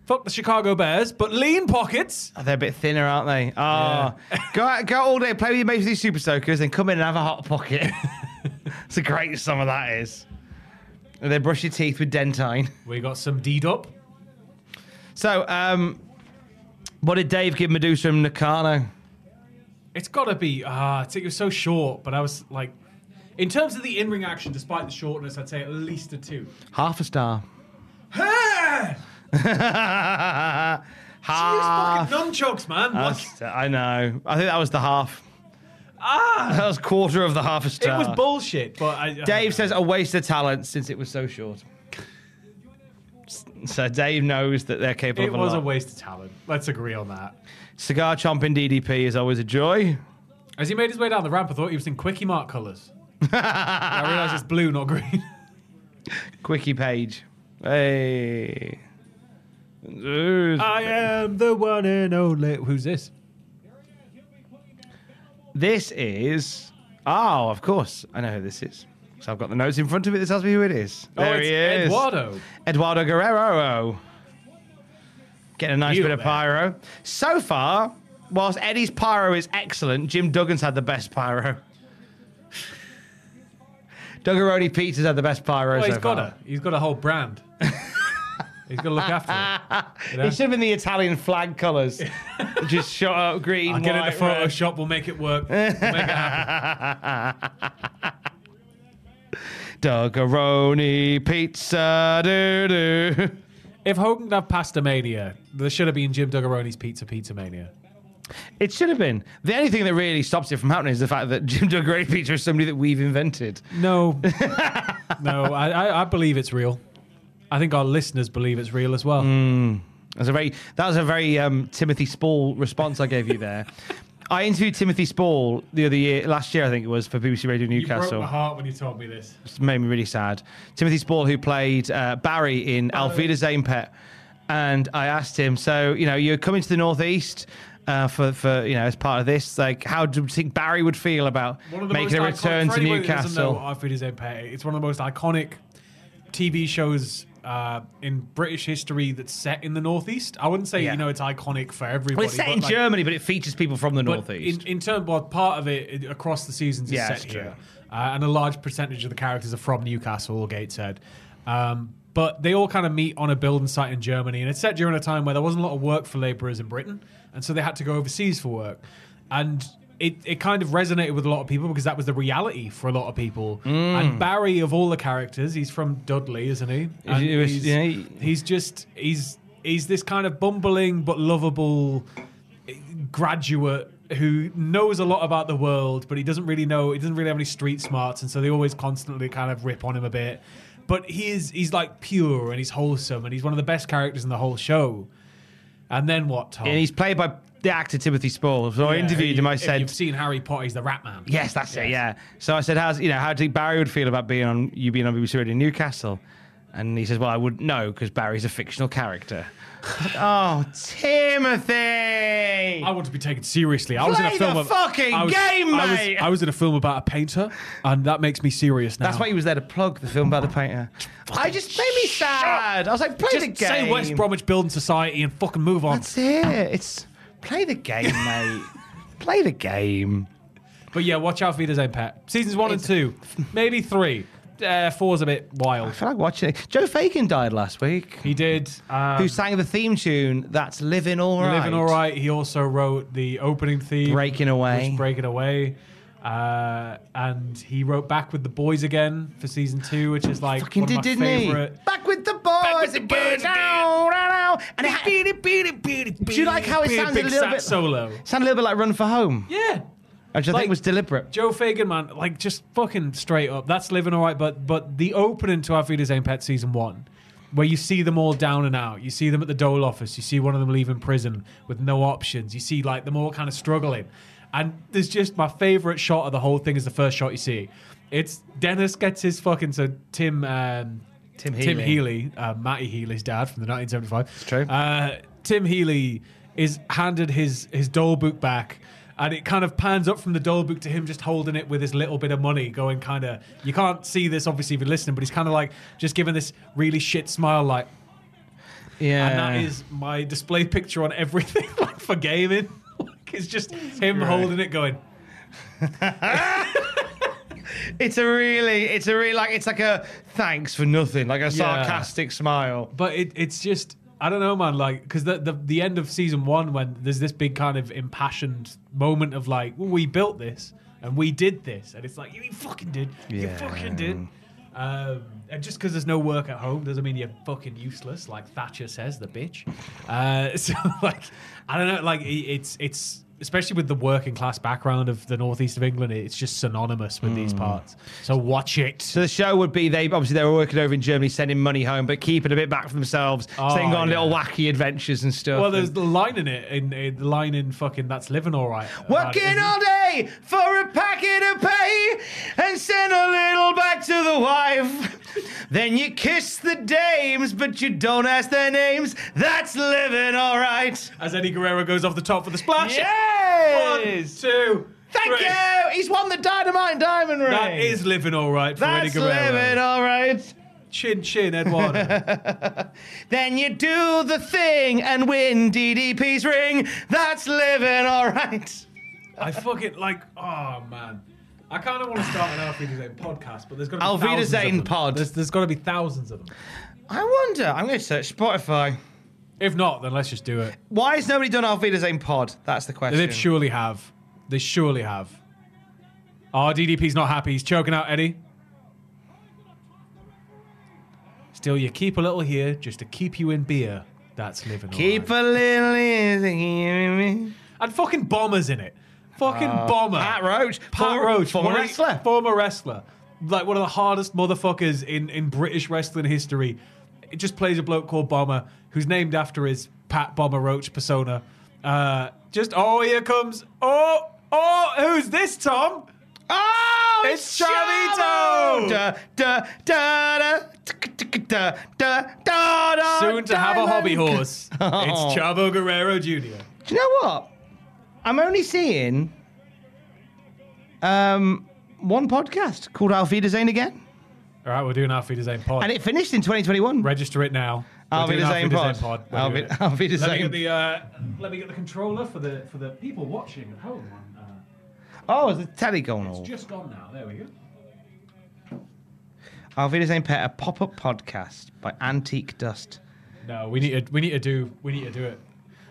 Fuck the Chicago Bears, but lean pockets.
Oh, they're a bit thinner, aren't they? Oh, go out, go out all day, play with your mates with these super soakers, then come in and have a hot pocket. it's a great summer that is. And then brush your teeth with dentine.
We got some D up.
So, um, what did Dave give Medusa and Nakano?
It's got to be. Ah, I think it was so short, but I was like, in terms of the in-ring action, despite the shortness, I'd say at least a two.
Half a star.
Hey!
half.
Use fucking nunchucks, man. Like,
Ah. That's- I know. I think that was the half. Ah, that was quarter of the half a
it
star.
was bullshit, but I, I don't know.
uh, Dave says a waste of talent since it was so short. So Dave knows that they're capable
it
of a
was a
lot.
waste of talent. Let's agree on that.
Cigar chomping DDP is always a joy.
As he made his way down the ramp, I thought he was in quickie mark colours. I realised it's blue, not green.
Quickie page. Hey. Ooh.
I am the one and only. Who's this?
This is. Oh, of course. I know who this is. So I've got the notes in front of me that tells me who it is. There
oh, it's
he is.
Eduardo.
Eduardo Guerrero. Getting a nice
You
bit of
there.
pyro. So far, whilst Eddie's pyro is excellent, Jim Duggan's had the best pyro. Duggaroni Pizza's had the best pyro
Well,
so
he's got
far.
a he's got a whole brand. he's got to look after it. You know?
It should have been the Italian flag colours. Just shot up green.
I'll get
white,
it to
red.
Photoshop. We'll make it work. We'll make it happen.
Duggaroni Pizza. Doo doo.
If Hogan could have Pasta Mania, there should have been Jim Duggaroni's Pizza Pizza Mania.
It should have been. The only thing that really stops it from happening is the fact that Jim Duggaroni Pizza is somebody that we've invented.
No, no, I, I, I believe it's real. I think our listeners believe it's real as well.
Mm, That's a very that was a very um, Timothy Spall response I gave you there. I interviewed Timothy Spall the other year, last year I think it was for BBC Radio
You broke my
Newcastle.
heart when you told me this.
It made me really sad. Timothy Spall, who played uh, Barry in Alvida Zane Pet, and I asked him, so you know you're coming to the northeast. Uh, for, for you know, as part of this, like, how do you think Barry would feel about making a
most iconic-
return
for
to
anybody that doesn't know
Newcastle?
what Our Food is Empire. It's one of the most iconic TV shows uh, in British history that's set in the Northeast. I wouldn't say
Yeah.
you know it's iconic for everybody.
Well, it's set
but
in
like-
Germany, but it features people from the
But
northeast.
in, in terms, well, part of it i- across the seasons is
Yeah,
set
it's true.
here, uh, and a large percentage of the characters are from Newcastle or Gateshead. Um, but they all kind of meet on a building site in Germany, and it's set during a time where there wasn't a lot of work for labourers in Britain, and so they had to go overseas for work, and. It, it kind of resonated with a lot of people because that was the reality for a lot of people.
Mm.
And Barry, of all the characters, he's from Dudley, isn't he? And
It was-
he's,
yeah, he-
he's just he's he's this kind of bumbling but lovable graduate who knows a lot about the world, but he doesn't really know. He doesn't really have any street smarts, and so they always constantly kind of rip on him a bit. But he is he's like pure and he's wholesome and he's one of the best characters in the whole show. And then what, Tom?
and he's played by the actor Timothy Spall. So I
Yeah,
interviewed him. I
if
said,
"You've seen Harry Potter? He's the Rat Man."
Yes, that's it. Yeah. So I said, "How's you know how do you think Barry would feel about being on you being on BBC Radio Newcastle?" And he says, "Well, I wouldn't know because Barry's a fictional character." oh, Timothy!
I want to be taken seriously. I was in a
Play
film.
the
of-
fucking
I was-
game,
I was-
mate!
I was in a film about a painter, and that makes me serious now.
That's why he was there to plug the film about the painter. I just made me sad. I was like, "Play the
Just
game."
say West Bromwich Building Society and fucking move on.
That's it. It's Play the game, mate. Play the game.
But yeah, watch out for Vida's Pet. Seasons one and two, maybe three. Uh, four's a bit wild.
I feel like watching it. Joe Fakin died last week.
He did. Um,
who sang the theme tune? That's living all right.
Living All Right. He also wrote the opening theme,
Breaking Away.
which Breaking Away. Uh, and he wrote back with the boys again for season two, which is like
Fucking
one
did,
of my
didn't
favorite.
he? Back with the boys. Back
with the boys,
And it had, do you like how it
Big-
sounded
big
a little
sax
bit?
solo.
Sounded a little bit like Run for Home,
Yeah,
which I
Like-
think was deliberate.
Joe Fagan, man, like just fucking straight up. That's living all right, but but the opening to Our Feeders Ain't Pet season one, where you see them all down and out. You see them at the dole office. You see one of them leaving prison with no options. You see like them all kind of struggling. And there's just my favorite shot of the whole thing is the first shot you see. It's Dennis gets his fucking so Tim um,
Tim
Tim
Healy.
Healy, uh, Matty Healy's dad from the 1975. It's
true.
uh, Tim Healy is handed his his dole book back, and it kind of pans up from the dole book to him just holding it with his little bit of money, going kind of. You can't see this obviously if you're listening, but he's kind of like just giving this really shit smile, like.
Yeah.
And that is my display picture on everything, like for gaming. like it's just him holding it, going.
It's a really, it's a really like, it's like a thanks for nothing, like a sarcastic smile.
But it, it's just I don't know, man. Like because the, the the end of season one when there's this big kind of impassioned moment of like, well, we built this and we did this, and it's like you fucking did, you
Yeah.
fucking did. Um, and just because there's no work at home doesn't mean you're fucking useless, like Thatcher says, the bitch. Uh, so like, I don't know, like it, it's it's especially with the working class background of the northeast of England, it's just synonymous with these parts. So watch it.
So the show would be they obviously they were working over in Germany, sending money home, but keeping a bit back for themselves,
Oh,
so they can go on
yeah.
little wacky adventures and stuff.
Well, there's the line in it, in, in the line in fucking that's living all right. about it,
Working
isn't
all
it?
day for a packet of pay and send a little back to the wife. then you kiss the dames, but you don't ask their names. That's living all right.
As Eddie Guerrero goes off the top for the splash. One,
Yes!
two,
Thank
three.
you! He's won the Dynamite Diamond Ring.
That is living all right for Eddie
That's
Guerrero.
living all right.
Chin chin, Eduardo.
Then you do the thing and win DDP's ring. That's living all right.
I fucking like. Oh man, I kind of want to start an Alfreda Zane podcast, but there's got to
Alfreda
be thousands of
Zane
them.
pod.
There's, there's got to be thousands of them.
I wonder. I'm going to search Spotify.
If not, then let's just do it.
Why has nobody done our Wiedersehen pod? That's the question.
They surely have. They surely have. Oh, DDP's not happy. He's choking out Eddie. Still, you keep a little here just to keep you in beer. That's living.
Keep
all right.
a little easy.
and fucking bombers in it. Fucking bomber.
Uh, Pat Roach.
Pat
Former-
Roach,
former
Maury-
wrestler.
former wrestler, like one of the hardest motherfuckers in in British wrestling history. It just plays a bloke called Bomber, who's named after his Pat Bomber Roach persona. Uh, just oh, here comes oh oh, who's this Tom?
Oh,
It's Chavito!
Da, da, da, da, da, da, da, da,
Soon to have a
diamond.
hobby horse.
Oh.
It's Chavo Guerrero Jr.
Do you know what? I'm only seeing um, one podcast called Auf Wiedersehen again.
All right, we're doing our feed design pod.
And it finished in 2021.
Register it now. We're
I'll be
doing
the
our
same
feed
pod.
design We're
I'll
doing
be-
it.
I'll be the
Let me
same.
get the uh, let me get the controller for the for the people watching at home. Uh,
Oh, is the telly going all?
just gone now. There we go.
Auf Wiedersehen Pet, a pop-up podcast by Antique Dust.
No, we need to we need to do we need to do it.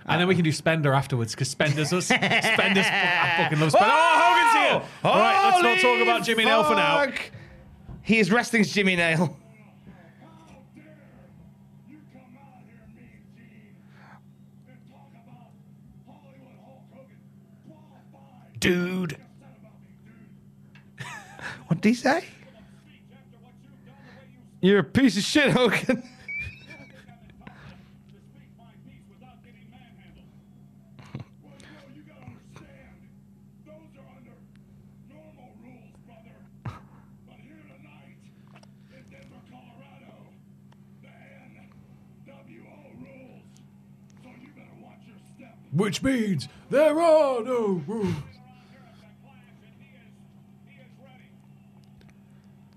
And then we can do Spender afterwards because Spender's us. Spender's. I fucking love Spender. Oh, Hogan's here. All right, let's not talk
Holy
about Jimmy Nail for now.
fuck. He is wrestling's Jimmy Nail.
Dude.
What did he say? You're a piece of shit, Hogan.
Which means there are no rules.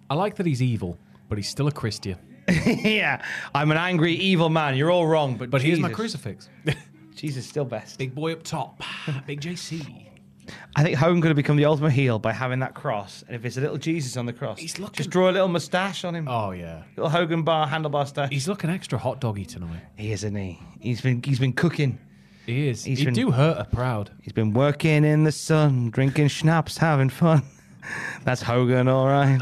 I like that he's evil, but he's still a Christian.
yeah, I'm an angry, evil man. You're all wrong, but
But here's my
Jesus.
crucifix.
Jesus, still best.
Big boy up top. Big JC.
I think Home could have become the ultimate heel by having that cross. And if it's a little Jesus on the cross,
He's looking-
just draw a little mustache on him.
Oh, yeah.
Little Hogan bar, handlebar stash.
He's looking extra hot doggy tonight.
He is, isn't he? He's been he's been cooking.
He is.
He's
he
been-
do hurt her proud.
He's been working in the sun, drinking schnapps, having fun. That's Hogan, all right.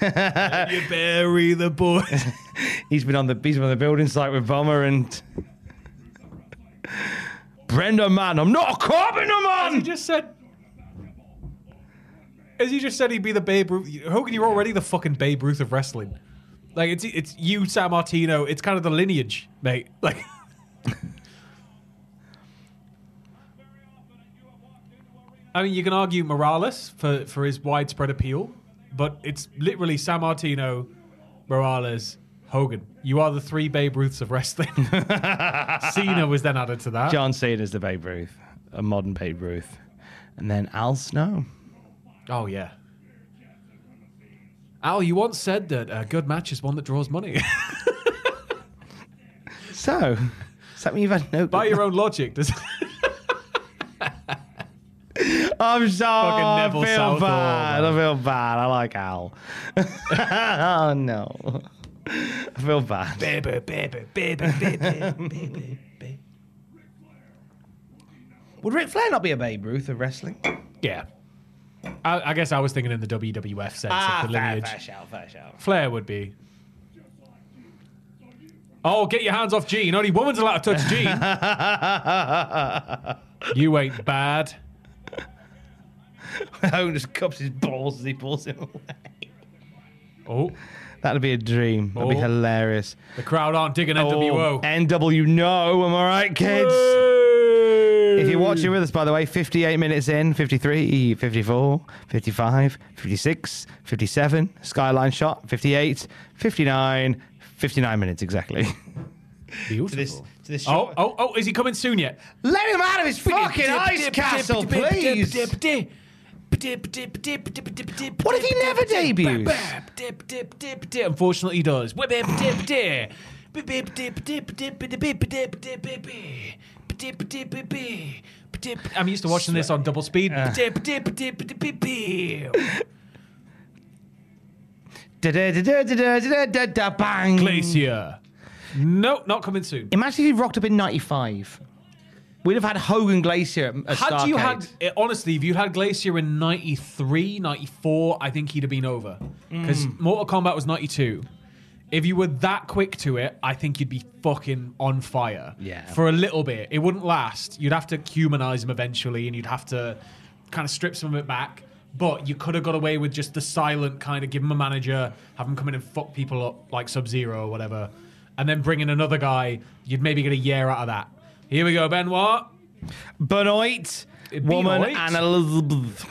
You bury the boy.
He's been on the he's been on the building site with Bomber and Brenda Man. I'm not a carpenter
As he
man.
just said. As you just said, he'd be the Babe Ruth. Hogan, you're already the fucking Babe Ruth of wrestling. Like it's it's you, San Martino. It's kind of the lineage, mate. Like I mean, you can argue Morales for, for his widespread appeal, but it's literally San Martino, Morales, Hogan. You are the three Babe Ruths of wrestling. Cena was then added to that.
John Cena's the Babe Ruth, a modern Babe Ruth, and then Al Snow.
Oh yeah. Al, you once said that a good match is one that draws money.
So, does that mean you've had no?
By your own logic, does
I'm sorry. I
Neville
feel
Southall,
bad.
man.
I feel bad. I like Al. oh no. I feel bad.
baby, baby, baby, baby.
Would Ric Flair not be a Babe Ruth of wrestling?
yeah. I, I guess I was thinking in the WWF sense of the lineage.
shout, Ah, fair shout.
Flair would be. Oh, get your hands off Gene. Only woman's allowed to touch Gene. you ain't bad.
Owen just cups his balls as he pulls him away.
Oh,
That'd be a dream. That'd be
Oh.
hilarious.
the crowd aren't digging NWO.
Oh, NW, no. Am I right, kids? If you're watching with us, by the way, 58 minutes in, 53, 54, 55, 56, 57, skyline shot, 58, 59, 59 minutes exactly.
Beautiful.
To this, to this
Oh,
shot.
oh, oh, is he coming soon yet?
Let him out of his fucking ice castle, please. What
What
if he never debuts?
Dip, dip, dip, dip. Unfortunately, he does. Whip, dip, dip, dip. Bip, bip, dip, dip, dip, dip, dip, dip, dip, dip, dip, dip, dip, dip, dip. I'm used to watching this on double speed. Dip, dip, dip, dip, dip, dip.
Da-da-da-da-da-da-da-da bang.
Glacier.
Hmm.
Nope, not coming soon.
Imagine if he rocked up in '95. We'd have had Hogan Glacier at, at
Had you had,
Starrcade.
eh, honestly, if you'd had Glacier in 93, 94, I think he'd have been over. Because Mortal Kombat was 92. If you were that quick to it, I think you'd be fucking on fire.
Yeah.
For a little bit. It wouldn't last. You'd have to humanize him eventually and you'd have to kind of strip some of it back. But you could have got away with just the silent kind of give him a manager, have him come in and fuck people up like Sub Zero or whatever, and then bring in another guy. You'd maybe get a year out of that. Here we go, Benoit.
Benoit,
Benoit.
woman, and Elizabeth.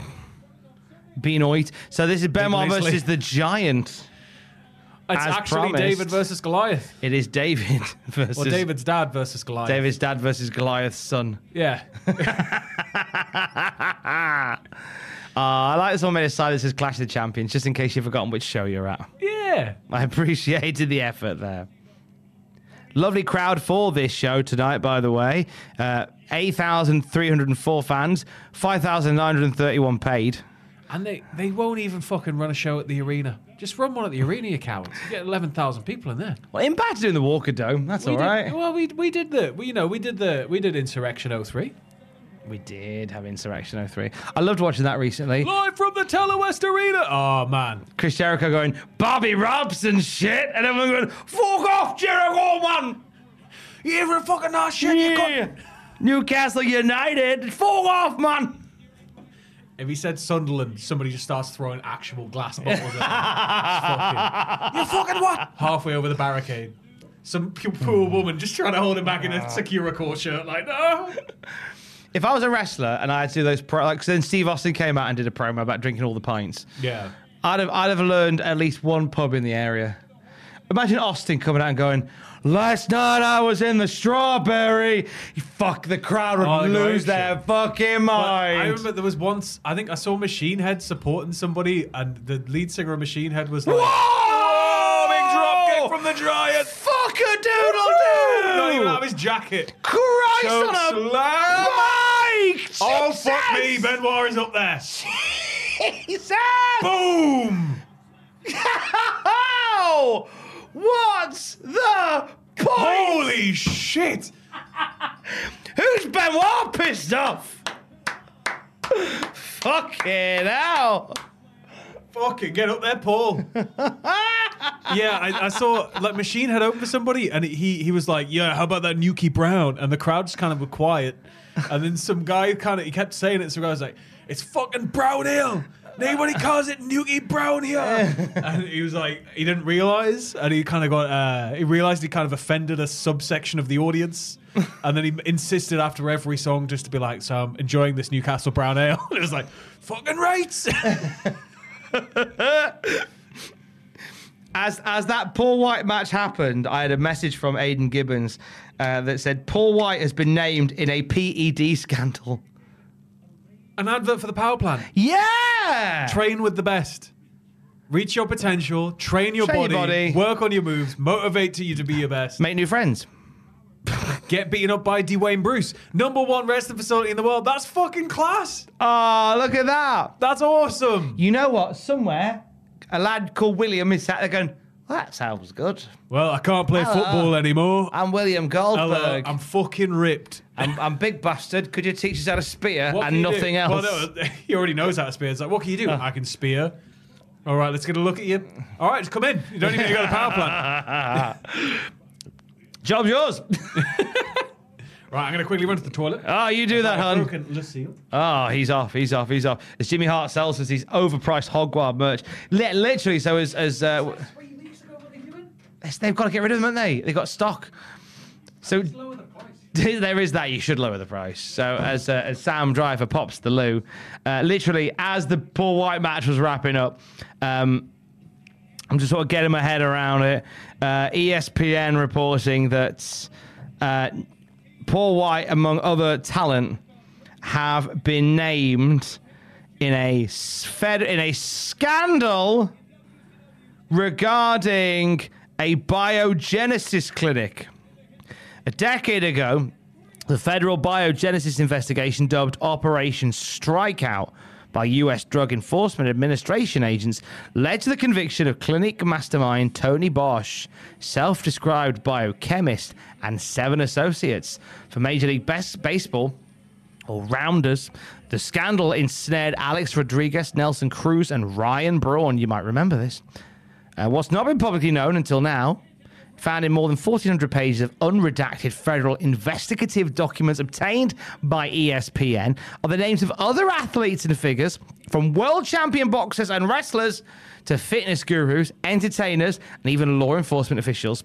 Benoit. So this is Benoit
Leslie.
versus the Giant.
It's
As
actually
promised.
David versus Goliath,
It is David versus
or David's dad versus Goliath.
David's dad versus Goliath's son.
yeah.
Uh, I like this one made a sign that says Clash of the Champions, just in case you've forgotten which show you're at.
yeah.
I appreciated the effort there. Lovely crowd for this show tonight, by the way. Uh, 8,304 fans, 5,931 paid.
And they, they won't even fucking run a show at the arena. Just run one at the arena, you cowards. You get 11,000 people in there.
Well, Impact's doing the Walker Dome. That's
We
all
did-
right.
Well, we, we did the, we, you know, we did the, we did Insurrection 03.
We did have Insurrection 03. I loved watching that recently.
Live from the Telewest Arena. Oh, man.
Chris Jericho going, Bobby Robs and shit. And everyone going, fuck off, Jericho, man.
You're a fucking ass shit. you
Yeah. Newcastle United, fuck off, man.
If he said Sunderland, somebody just starts throwing actual glass bottles at him. You fucking what? Halfway over the barricade. Some pu- poor woman just trying to hold him back in a Sakura Core shirt, like, no.
If I was a wrestler and I had to do those, pro- like, 'cause then Steve Austin came out and did a promo about drinking all the pints.
Yeah.
I'd have, I'd have learned at least one pub in the area. Imagine Austin coming out and going, Last night I was in the strawberry. Fuck, the crowd would
Oh, they'd go
lose
apeshit.
their fucking
But I
mind.
remember there was once, I think I saw Machine Head supporting somebody, and the lead singer of Machine Head was like, "Oh,
Whoa!
Big dropkick from the Giant.
Fuck Cock-a-doodle-doo! Not
Not even out of his jacket.
Christ
Choke
on a
slam.
mic!
Oh,
Jesus!
fuck me. Benoit is up there.
Jesus!
Boom.
Ow! What's the point?
Holy shit.
Who's Benoit pissed off? Fucking hell!
Fuck it, get up there, Paul. yeah, I, I saw like Machine had opened for somebody, and he he was like, "Yeah, how about that Nuki Brown?" And the crowd just kind of were quiet, and then some guy kind of he kept saying it. So I was like, "It's fucking Brown Hill." Nobody calls it Nuki Brown Hill. and he was like, he didn't realize, and he kind of got, uh, he realized he kind of offended a subsection of the audience. And then he insisted after every song just to be like, so I'm enjoying this Newcastle Brown Ale. and it was like, fucking right.
As as that Paul White match happened, I had a message from Aidan Gibbons uh, that said Paul White has been named in a PED scandal.
An advert for the power plant.
Yeah.
Train with the best. Reach your potential. Train your,
Train your
body,
body.
Work on your moves. Motivate to you to be your best.
Make new friends.
Get beaten up by Dwayne Bruce, number one wrestling facility in the world. That's fucking class.
Oh, look at that.
That's awesome.
You know what? Somewhere, a lad called William is sat there going, "That sounds good."
Well, I can't play football anymore.
I'm William
Hello,
Goldberg.
I'm fucking ripped.
I'm, I'm big bastard. Could you teach us how to spear
What can
and
you do?
nothing else? Ah.
Well, no, uh, he already knows how to spear. It's like, what can you do? I can spear. All right, let's get a look at you. All right, just come in. You don't even need to go to the power plant.
Job's yours.
Right, I'm going to quickly run to the toilet.
oh, you do that, hun.
Broken Lucille.
Oh, he's off. He's off. He's off. As Jimmy Hart sells us his overpriced hogwa merch. Li- literally, so as as uh, w- Yes, they've got to get rid of them, haven't they? They got stock. So there is that. You should lower the price. So as uh, as Sam Driver pops the loo, uh, literally as the Paul White match was wrapping up. Um, I'm just sort of getting my head around it. Uh, ESPN reporting that uh, Paul White, among other talent, have been named in a s- fed in a scandal regarding a biogenesis clinic. A decade ago, the federal biogenesis investigation, dubbed Operation Strikeout by U.S. Drug Enforcement Administration agents, led to the conviction of clinic mastermind Tony Bosch, self described biochemist, and seven associates for Major League Bas- Baseball or Rounders. The scandal ensnared Alex Rodriguez, Nelson Cruz, and Ryan Braun. You might remember this. Uh, what's not been publicly known until now, found in more than 1,400 pages of unredacted federal investigative documents obtained by E ESPN, are the names of other athletes and figures from world champion boxers and wrestlers to fitness gurus, entertainers, and even law enforcement officials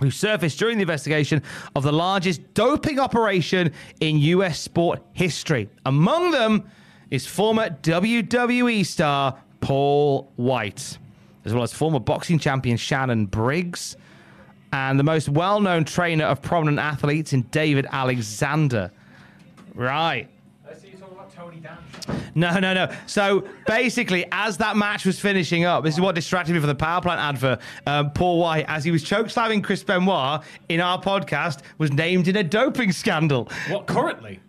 who surfaced during the investigation of the largest doping operation in US sport history. Among them is former WWE star Paul White, as well as former boxing champion Shannon Briggs, and the most well known trainer of prominent athletes in David Alexander. Right. No, no, no. So basically, as that match was finishing up, this is what distracted me from the power plant advert. Um, Paul White, as he was chokeslamming Chris Benoit in our podcast, was named in a doping scandal.
What currently?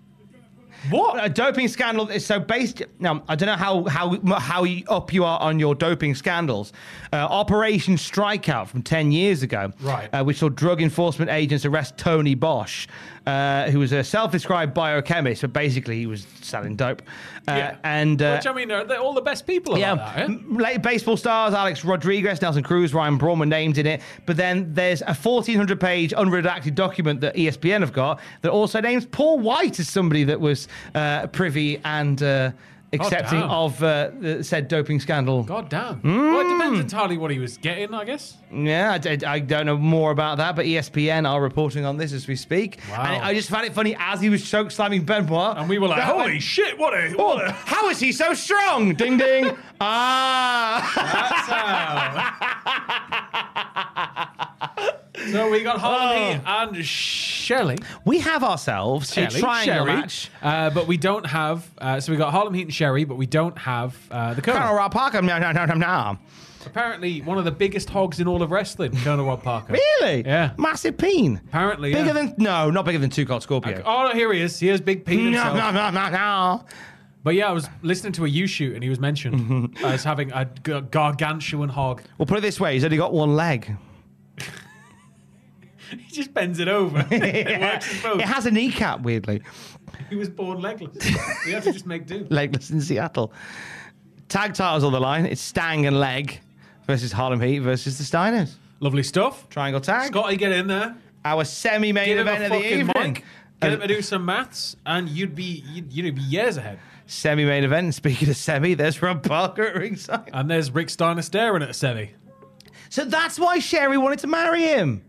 What a doping scandal is so based. Now I don't know how how how you- up you are on your doping scandals. Uh, Operation Strikeout from ten years ago,
Right.
uh, which saw drug enforcement agents arrest Tony Bosch, uh, who was a self-described biochemist, but basically he was selling dope. Uh, And uh,
Which, I mean, are they all the best people are
yeah,
like that, eh?
m- late baseball stars Alex Rodriguez, Nelson Cruz, Ryan Braun were named in it. But then there's a 1,400-page unredacted document that E ESPN have got that also names Paul White as somebody that was uh, privy and uh, accepting
Oh, damn.
of uh, the said doping scandal.
God damn. Well, it
Hmm.
depends entirely what he was getting, I guess.
Yeah, I, d- I don't know more about that, but E ESPN are reporting on this as we speak.
Wow.
And I just found it funny as he was choke slamming Benoit,
And we were like,
that
holy
went,
shit, what a. What
"Oh,
a
how is he so strong? Ding ding! ah." Oh.
so we got Harley and Shelley.
We have ourselves
Shelley,
a triangle
Sherry.
match.
Uh, but we don't have. Uh, so we got Harlem Heat and Sherry, but we don't have uh, the Colonel.
Colonel Rob Parker, nom, nom, nom, nom, nom.
Apparently, one of the biggest hogs in all of wrestling, Colonel Rob Parker.
Really?
Yeah.
Massive peen.
Apparently,
Bigger
yeah.
than no, not bigger than two colt scorpio.
Oh, no, here he is. Here's Big Pete
no,
himself.
no, no, no, no.
But yeah, I was listening to a U shoot and he was mentioned as having a g- gargantuan hog.
Well, put it this way: he's only got one leg.
He just bends it over. it works as both.
It has a kneecap, weirdly.
He was born legless. we have to just make do.
Legless in Seattle. Tag titles on the line. It's Stang and Leg versus Harlem Heat versus the Steiners.
Lovely stuff.
Triangle tag.
Scotty, get in there.
Our semi-main
Give him
event
a
of the
fucking
evening.
mic. Get him to do some maths, and you'd be you'd, you'd be years ahead.
Semi-main event. And Speaking of semi, there's Rob Parker at ringside.
And there's Rick Steiner staring at a semi.
So that's why Sherry wanted to marry him.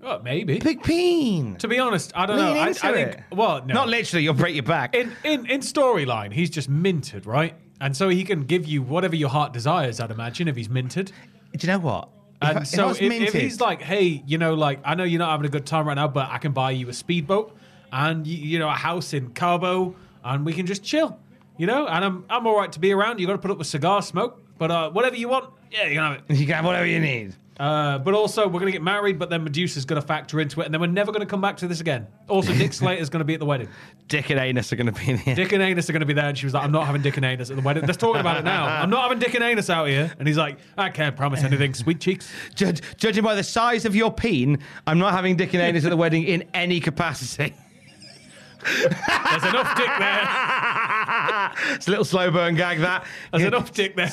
Oh, maybe.
Big Peen.
To be honest, I don't
Lean
know. I, I
into
think
it.
well, no.
Not literally. You'll break your back.
in in in storyline, he's just minted, right? And so he can give you whatever your heart desires. I'd imagine if he's minted.
Do you know what? If I-
And
if I
so
was
if, if
minted-
he's like, hey, you know, like I know you're not having a good time right now, but I can buy you a speedboat and you, you know a house in Cabo, and we can just chill, you know. And I'm I'm all right to be around. You got to put up with cigar smoke, but uh, whatever you want, yeah, you can have it.
you can have whatever you need.
Uh, but also, we're gonna get married, but then Medusa's gonna factor into it, and then we're never gonna come back to this again. Also, Dick Slater's gonna be at the wedding.
Dick and anus are going to be in the
Dick and Anus are going to be there. And she was like, I'm not having Dick and Anus at the wedding. They're talking about it now. I'm not having Dick and Anus out here. And he's like, I can't promise anything, sweet cheeks.
Judge, judging by the size of your peen, I'm not having Dick and anus at the wedding in any capacity.
There's enough dick there.
it's a little slow burn gag that.
There's enough dick there.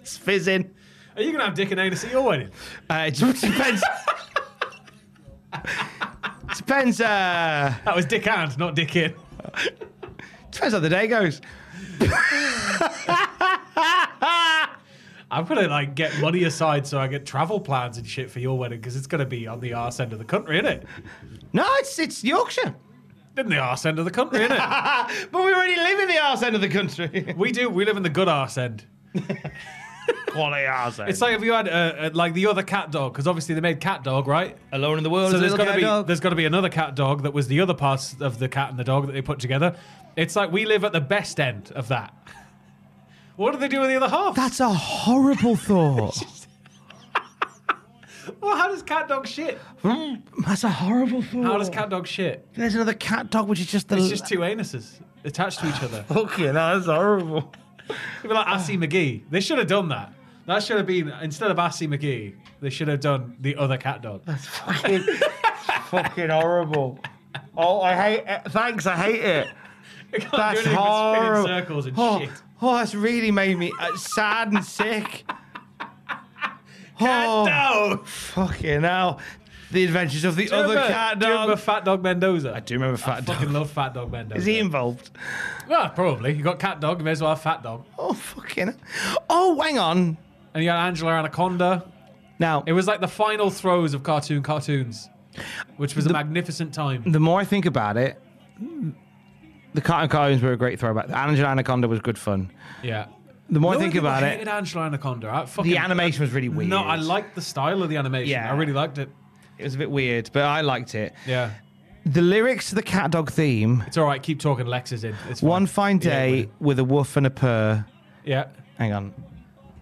It's fizzing.
Are you going to have Dick and Anus at your wedding?
Uh, it depends. depends. Uh,
That was Dick and, not Dick in.
depends how the day goes.
I'm going to like get money aside so I get travel plans and shit for your wedding because it's going to be on the arse end of the country, isn't it?
No, it's it's Yorkshire.
In the arse end of the country, isn't it?
But we already live in the arse end of the country.
We do. We live in the good arse end.
Quality arse end.
It's like if you had uh, uh, like the other cat dog because obviously they made cat dog, right?
alone in Oh, the world.
So
as a
there's
little
got
cat
to be
dog.
there's got to be another cat dog that was the other parts of the cat and the dog that they put together. It's like we live at the best end of that. What do they do with the other half?
That's a horrible thought.
well, how does cat dog shit?
That's a horrible thought.
How does cat dog shit?
There's another cat dog, which is just the.
It's just two anuses attached to each other.
Okay, no, that's horrible.
It'd be like Assy McGee. They should have done that. That should have been instead of Assy McGee, they should have done the other cat dog.
fucking, fucking horrible. Oh, I hate it. Thanks, I hate it.
They can't do
That's
anything but spin in
horrible.
circles and
oh,
shit.
oh, that's really made me uh, sad and sick. oh,
No.
fucking hell. The adventures of the
Do you
other
remember-
cat
Do you remember
dog.
Fat Dog Mendoza? I
Do you remember Fat
fucking
Dog?
love Fat Dog Mendoza.
Is he involved?
Well, probably. You got cat dog, you may as well have fat dog.
Oh, fucking. Oh, hang on.
And you got Angela Anaconda.
Now,
It was like the final throes of cartoon cartoons, which was a magnificent time.
the more I think about it, the cartoon cartoons were a great throwback. Angela Anaconda was good fun.
Yeah.
The more I
Loads of
think
people
about it,
hated Angela Anaconda. I fucking,
the animation was really weird.
No, I liked the style of the animation.
Yeah.
I really liked it.
It was a bit weird, but I liked it.
Yeah.
The lyrics to the cat dog theme
It's all right. Keep talking. Lex is in. It's fine.
One fine
Yeah,
day with a woof and a purr.
Yeah.
Hang on.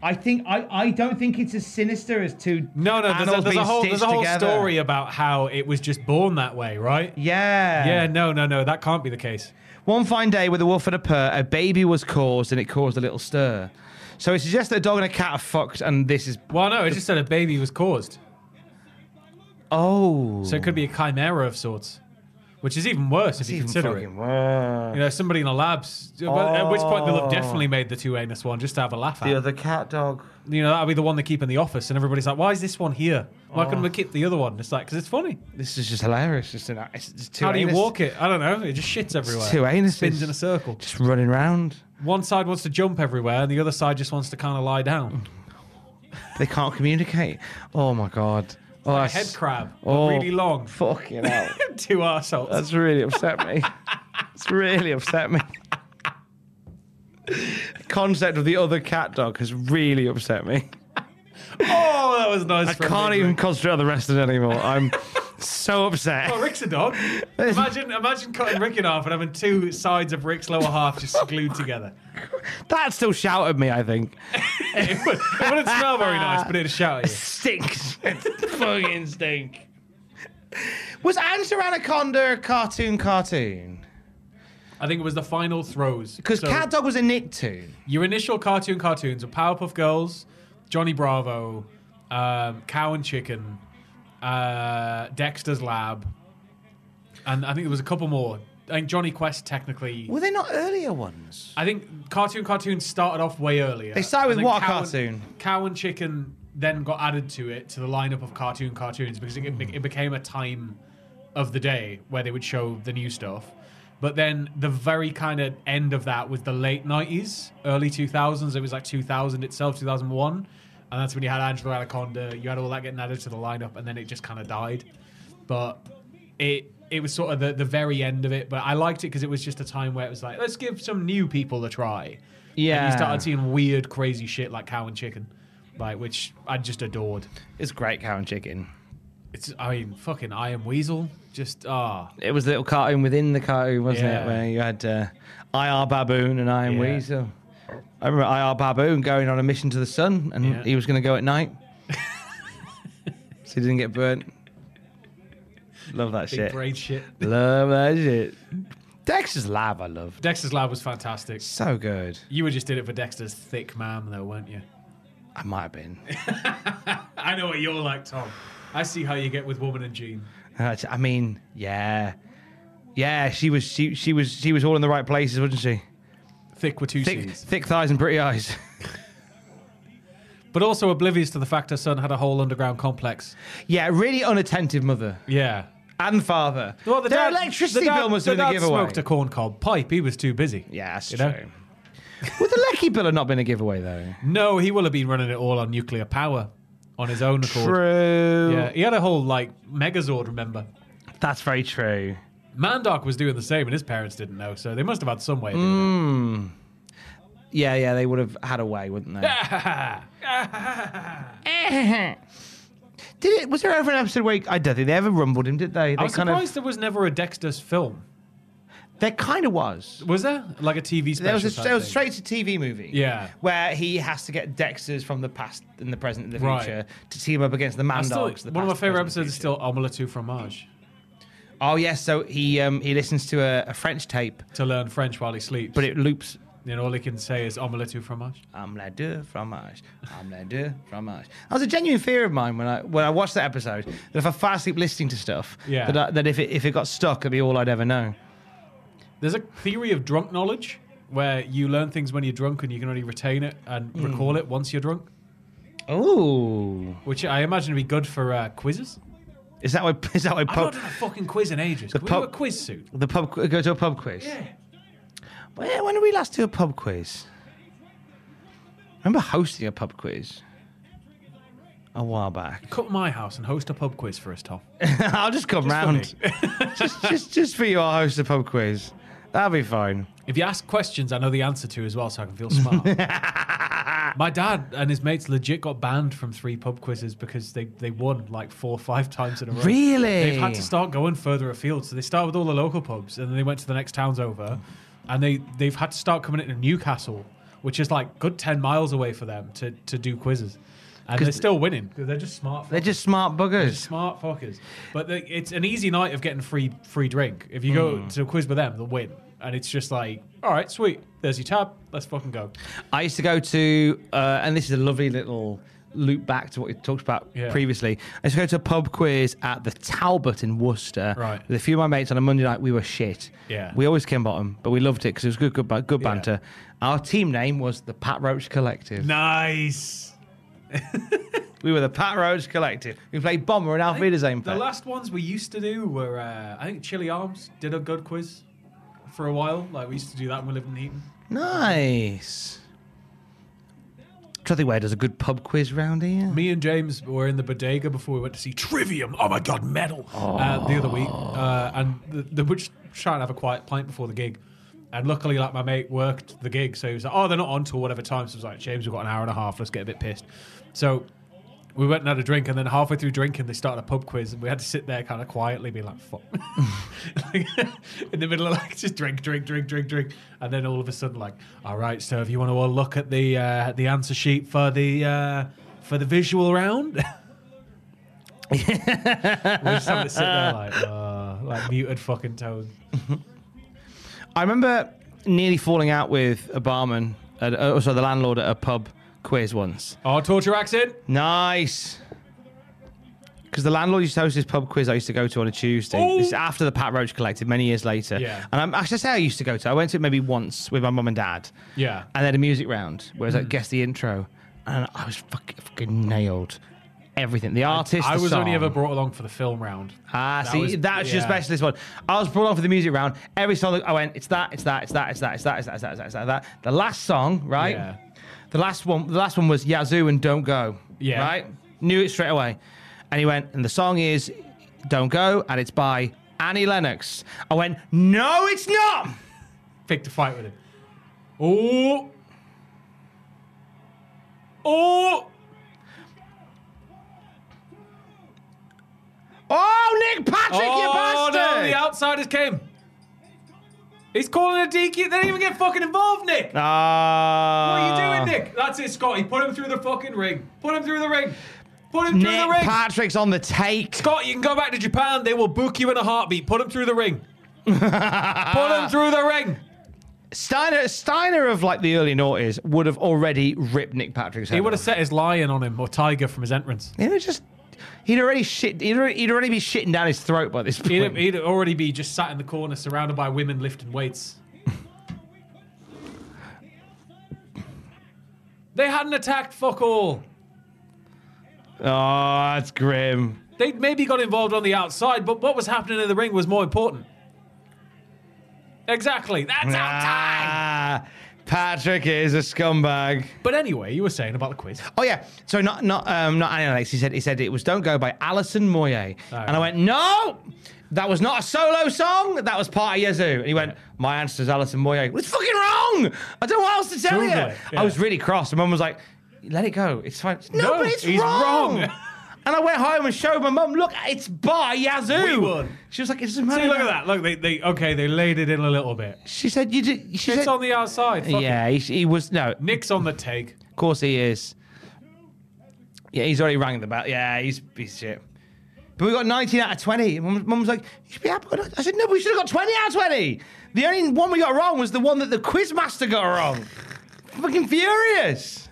I think I, I don't think it's as sinister as two.
No, no. There's a,
animals
there's a
being
whole there's a
stitched
whole
together.
story about how it was just born that way, right?
Yeah.
Yeah. No, no, no. That can't be the case.
One fine day with a wolf and a purr, a baby was caused and it caused a little stir. So it suggests that a dog and a cat are fucked and this is
Well, no. It just said a baby was caused.
Oh
So it could be a chimera of sorts, which is even worse if you consider it. You know, somebody in a labs. but At which point they'll have definitely made the two anus one just to have a laugh at.
Oh. The other cat dog.
You know, that'll be the one they keep in the office, and everybody's like, "Why is this one here? Why
Oh.
couldn't we keep the other one?" It's like because it's funny.
This is just hilarious. Just an, it's just two
How do you
anus-
walk it? I don't know. It just shits everywhere.
Two anuses.
Spins in a circle.
Just running around.
One side wants to jump everywhere, and the other side just wants to kind of lie down.
They can't communicate. Oh my god. Oh,
A
that's-
head crab, but
Oh.
really long.
Fucking hell.
Two arseholes.
That's really upset me. it's really upset me. The concept of the other cat dog has really upset me.
oh, that was nice.
I can't even concentrate on the rest of it anymore. I'm so upset.
Oh, Rick's a dog. Imagine, imagine cutting Rick in half and having two sides of Rick's lower half just glued together.
That still shouted me, I think.
It, would, it wouldn't smell very nice, but it'd shout at you.
Stinks. Fucking stink. Was Answer Anaconda a cartoon cartoon?
I think it was the final throws.
Because
So
Cat Dog was a Nicktoon.
your initial cartoon cartoons were Powerpuff Girls, Johnny Bravo, um, Cow and Chicken, uh, Dexter's Lab, and I think there was a couple more. I think Johnny Quest technically.
Were they not earlier ones?
I think cartoon cartoons started off way earlier.
They started with
And then
what
Cow and-
cartoon?
Cow and Chicken then got added to it to the lineup of cartoon cartoons because
Hmm.
it, it became a time of the day where they would show the new stuff. But then the very kind of end of that was the late nineties, early two thousands. It was like two thousand itself, two thousand one, and that's when you had Angela Anaconda. You had all that getting added to the lineup, and then it just kind of died. But it it was sort of the, the very end of it. But I liked it because it was just a time where it was like, let's give some new people a try. And
Yeah.
you started seeing weird, crazy shit like cow and chicken, like which I just adored.
It's great cow and chicken.
It's I mean, fucking I am Weasel. Just ah,
It was a little cartoon within the cartoon, wasn't
Yeah.
it? Where you had uh, IR Baboon and Iron
Yeah.
Weasel. I remember IR Baboon going on a mission to the sun, and
Yeah.
he was going to go at night, so he didn't get burnt. Love that
big
shit.
brain shit.
Love that shit. Dexter's Lab, I love.
Dexter's Lab was fantastic.
So good.
You were just in it for Dexter's thick man, though, weren't you?
I might have been.
I know what you're like, Tom. I see how you get with woman and Gene.
Uh, I mean, yeah, yeah. She was, she, she was, she was all in the right places, wasn't she?
Thick with two
Thick,
C's.
thick thighs and pretty eyes.
But also oblivious to the fact her son had a whole underground complex.
yeah, really unattentive mother.
Yeah.
and father.
Well, the
Their
dad,
electricity
the dad-
bill must
the
have been a
dad
giveaway.
smoked a corn cob pipe. He was too busy.
yeah, that's
You
true.
know?
Would the Lecky bill have not been a giveaway though?
No, he will have been running it all on nuclear power on his own accord.
True.
Yeah, he had a whole like Megazord. Remember,
That's very true.
Mandark was doing the same, and his parents didn't know, so they must have had some way. Of doing
Mm, Yeah, yeah, they would have had a way, wouldn't they? did it? Was there ever an episode where I don't think they ever rumbled him, did they?
it.
They
I was
kind
surprised there was never a Dexter's film.
of. There kind of was.
Was there like a TV special?
There was a,
type
there was a
thing?
straight to TV movie.
Yeah.
Where he has to get Dexters from the past and the present and the
Right.
future to team up against the
I
Mandogs.
still-
the
one of my
past, the
favorite
present, and
episodes
the
is
future.
still Omelette au fromage
Oh yes, so he um, he listens to a, a French tape,
to learn French while he sleeps.
but it loops
and all he can say is Omelette au fromage.
omelette de fromage, omelette de fromage. That was a genuine fear of mine when I when I watched that episode that if I fast sleep listening to stuff,
Yeah.
that, I, that if it if it got stuck, it'd be all I'd ever know.
There's a theory of drunk knowledge where you learn things when you're drunk and you can only retain it and recall it once you're drunk,
Oh,
which I imagine would be good for uh, quizzes.
is that why is that why
I've not
pub,
done a fucking quiz in ages.
The
Can we do
pub-
a quiz soon?
the pub qu- go to a pub quiz?
Yeah.
When, when did we last do a pub quiz? I remember hosting a pub quiz a while back.
Cut my house and host a pub quiz for us, Tom.
I'll just come round, just just just for you. I'll host a pub quiz. That'll be fine.
If you ask questions, I know the answer to as well, so I can feel smart. my dad and his mates legit got banned from three pub quizzes because they, they won like four or five times in a row.
Really?
They've had to start going further afield. So they start with all the local pubs and then they went to the next towns over and they, they've had to start coming into Newcastle, which is like good 10 miles away for them to, to do quizzes. And they're still winning because they're just smart.
They're just smart buggers.
smart fuckers. But the, it's an easy night of getting free free drink. If you go to a quiz with them, they'll win. And it's just like, all right, sweet. There's your tab. Let's fucking go.
I used to go to, uh, and this is a lovely little loop back to what we talked about
Yeah.
previously. I used to go to a pub quiz at the Talbot in Worcester
Right.
with a few of my mates on a Monday night. We were shit.
Yeah.
We always came bottom, but we loved it because it was good, good, ba- good banter. Our team name was the Pat Roach Collective.
Nice.
We were the Pat Roach Collective. We played Bomber and Alf Wiedersehen.
The
Pat.
last ones we used to do were, uh, I think Chili Arms did a good quiz for a while. Like we used to do that when we lived in Heaton.
Nice. Trying to think where does a good pub quiz round here?
Me and James were in the bodega before we went to see Trivium. Oh my god, metal! Uh, the other week, uh, and the, the we were just trying to have a quiet pint before the gig. And luckily, like my mate worked the gig, so he was like, "Oh, they're not on till whatever time." So I was like, "James, we've got an hour and a half. Let's get a bit pissed." So We went and had a drink, and then halfway through drinking, they started a pub quiz, and we had to sit there kind of quietly, being like, "Fuck," like, in the middle of like just drink, drink, drink, drink, drink, and then all of a sudden, like, "All right, so if you want to all look at the uh, the answer sheet for the uh, for the visual round." we just have to sit there like, uh, like muted fucking tone.
I remember nearly falling out with a barman, at, oh, sorry, the landlord at a pub quiz once.
Oh, torture accent.
Nice. Because the landlord used to host this pub quiz I used to go to on a Tuesday. This is after the Pat Roach Collective, many years later.
Yeah.
And I'm, I should say I used to go to. it. I went to it maybe once with my mum and dad.
Yeah.
And they had a music round where it was like, guess the intro. And I was fucking, fucking nailed. Everything. The artist,
I
the
was only
song.
ever brought along for the film round.
Ah,
That
see,
was-
that's your
yeah.
specialist one. I was brought on for the music round. Every song that I went, it's that, it's that, it's that, it's that, it's that, it's that, it's that, it's that, it's that, that. The last song, right?
Yeah.
The last one, the last one was Yazoo and Don't Go.
Yeah.
Right? Knew it straight away. And he went, and the song is Don't Go, and it's by Annie Lennox. I went, no, it's not.
Picked a fight with him. Oh. Oh.
Oh, Nick Patrick,
oh,
you
no,
bastard!
the outsiders came. He's calling a DQ. They didn't even get fucking involved, Nick.
Ah.
what are you doing, Nick? That's it, Scotty. Put him through the fucking ring. Put him through the ring. Put him through the
Nick
ring.
Patrick's on the take.
Scott, you can go back to Japan. They will book you in a heartbeat. Put him through the ring. Put him through the ring.
Steiner, Steiner of like the early noughties would have already ripped Nick Patrick's head.
He would
off.
have set his lion on him or tiger from his entrance.
He'd have just he'd already shit he'd already, he'd already be shitting down his throat by this
He'd,
point.
he'd already be just sat in the corner surrounded by women lifting weights. they hadn't attacked fuck all.
Oh, that's grim.
They maybe got involved on the outside, but what was happening in the ring was more important. Exactly. That's our time.
Ah, Patrick is a scumbag.
But anyway, you were saying about the quiz.
Oh yeah. So not not um not Annie Lennox. He said he said it was Don't Go by Alison Moyet. and I went, No! That was not a solo song. That was part of Yazoo. And he went, My answer's Alison Moyet. It's fucking wrong! I don't know what else to tell
Google
you.
it, yeah.
I was really cross. And mum was like, Let it go. It's fine. No,
No,
but it's
he's
wrong.
wrong.
and I went home and showed my mum, look, it's by Yazoo.
We won.
She was like, It doesn't matter.
See, look at that. Look, they, they okay, they laid it in a little bit.
She said, You did. She
It's
said,
on the outside. Fuck it.
Yeah, he, he was. No,
Nick's on the take.
Of course he is. Yeah, he's already rang the bell. Yeah, he's piece of shit. But we got 19 out of 20. Mum mum was like, you should be happy. with that." I said, no, but we should have got 20 out of 20. The only one we got wrong was the one that the quizmaster got wrong. Fucking furious.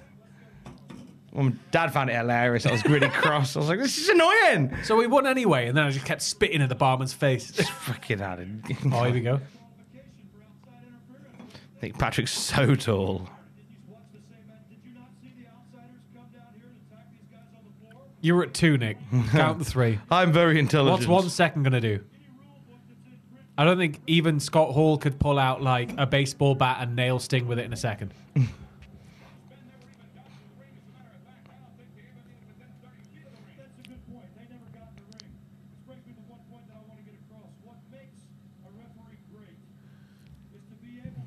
Mum- Dad found it hilarious. I was really cross. I was like, this is annoying.
So we won anyway, and then I just kept spitting in the barman's face.
Fucking hell.
oh, here we go.
I think Patrick's so tall.
You were at two, Nick. Count the three.
I'm very intelligent.
What's one second going to do? I don't think even Scott Hall could pull out like a baseball bat and nail Sting with it in a second.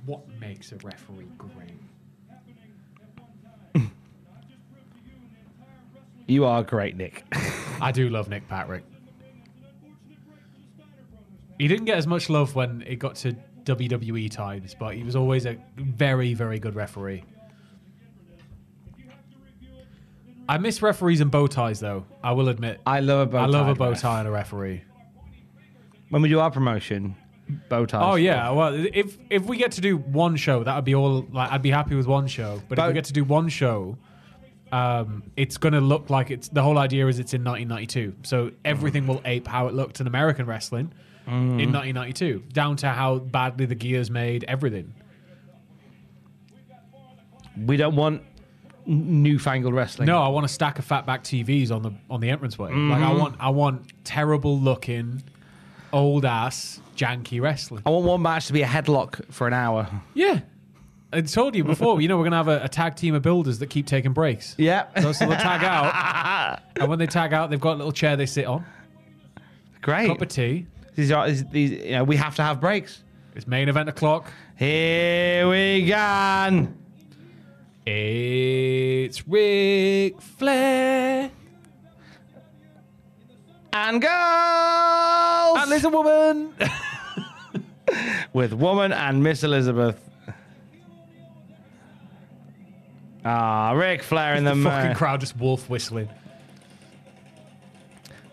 What makes a referee great?
You are great, Nick.
I do love Nick Patrick. He didn't get as much love when it got to WWE times, but he was always a very, very good referee. I miss referees and bow ties, though. I will admit,
I love a bow
I love a
tie,
bow
ref.
tie and a referee.
when we do our promotion, bow ties.
Oh yeah, well, if if we get to do one show, that would be all. Like, I'd be happy with one show. But if
Bow-
we get to do one show, um, it's gonna look like it's the whole idea is it's in 1992. So everything will ape how it looked in American wrestling in 1992, down to how badly the gears made everything.
We don't want n- newfangled wrestling.
No, I want a stack of fatback TVs on the on the entranceway. Like I want I want terrible looking, old ass janky wrestling.
I want one match to be a headlock for an hour.
Yeah. I told you before, you know, we're going to have a, a tag team of builders that keep taking breaks.
Yeah.
So, so they'll tag out. And when they tag out, they've got a little chair they sit on,
Great.
cup of tea.
These are these, these. You know, we have to have breaks.
It's main event o'clock.
Here we go.
It's Ric Flair.
and girls
And there's a woman.
with woman and Miss Elizabeth. Ah, Ric Flair in the,
the fucking
man.
crowd just wolf whistling.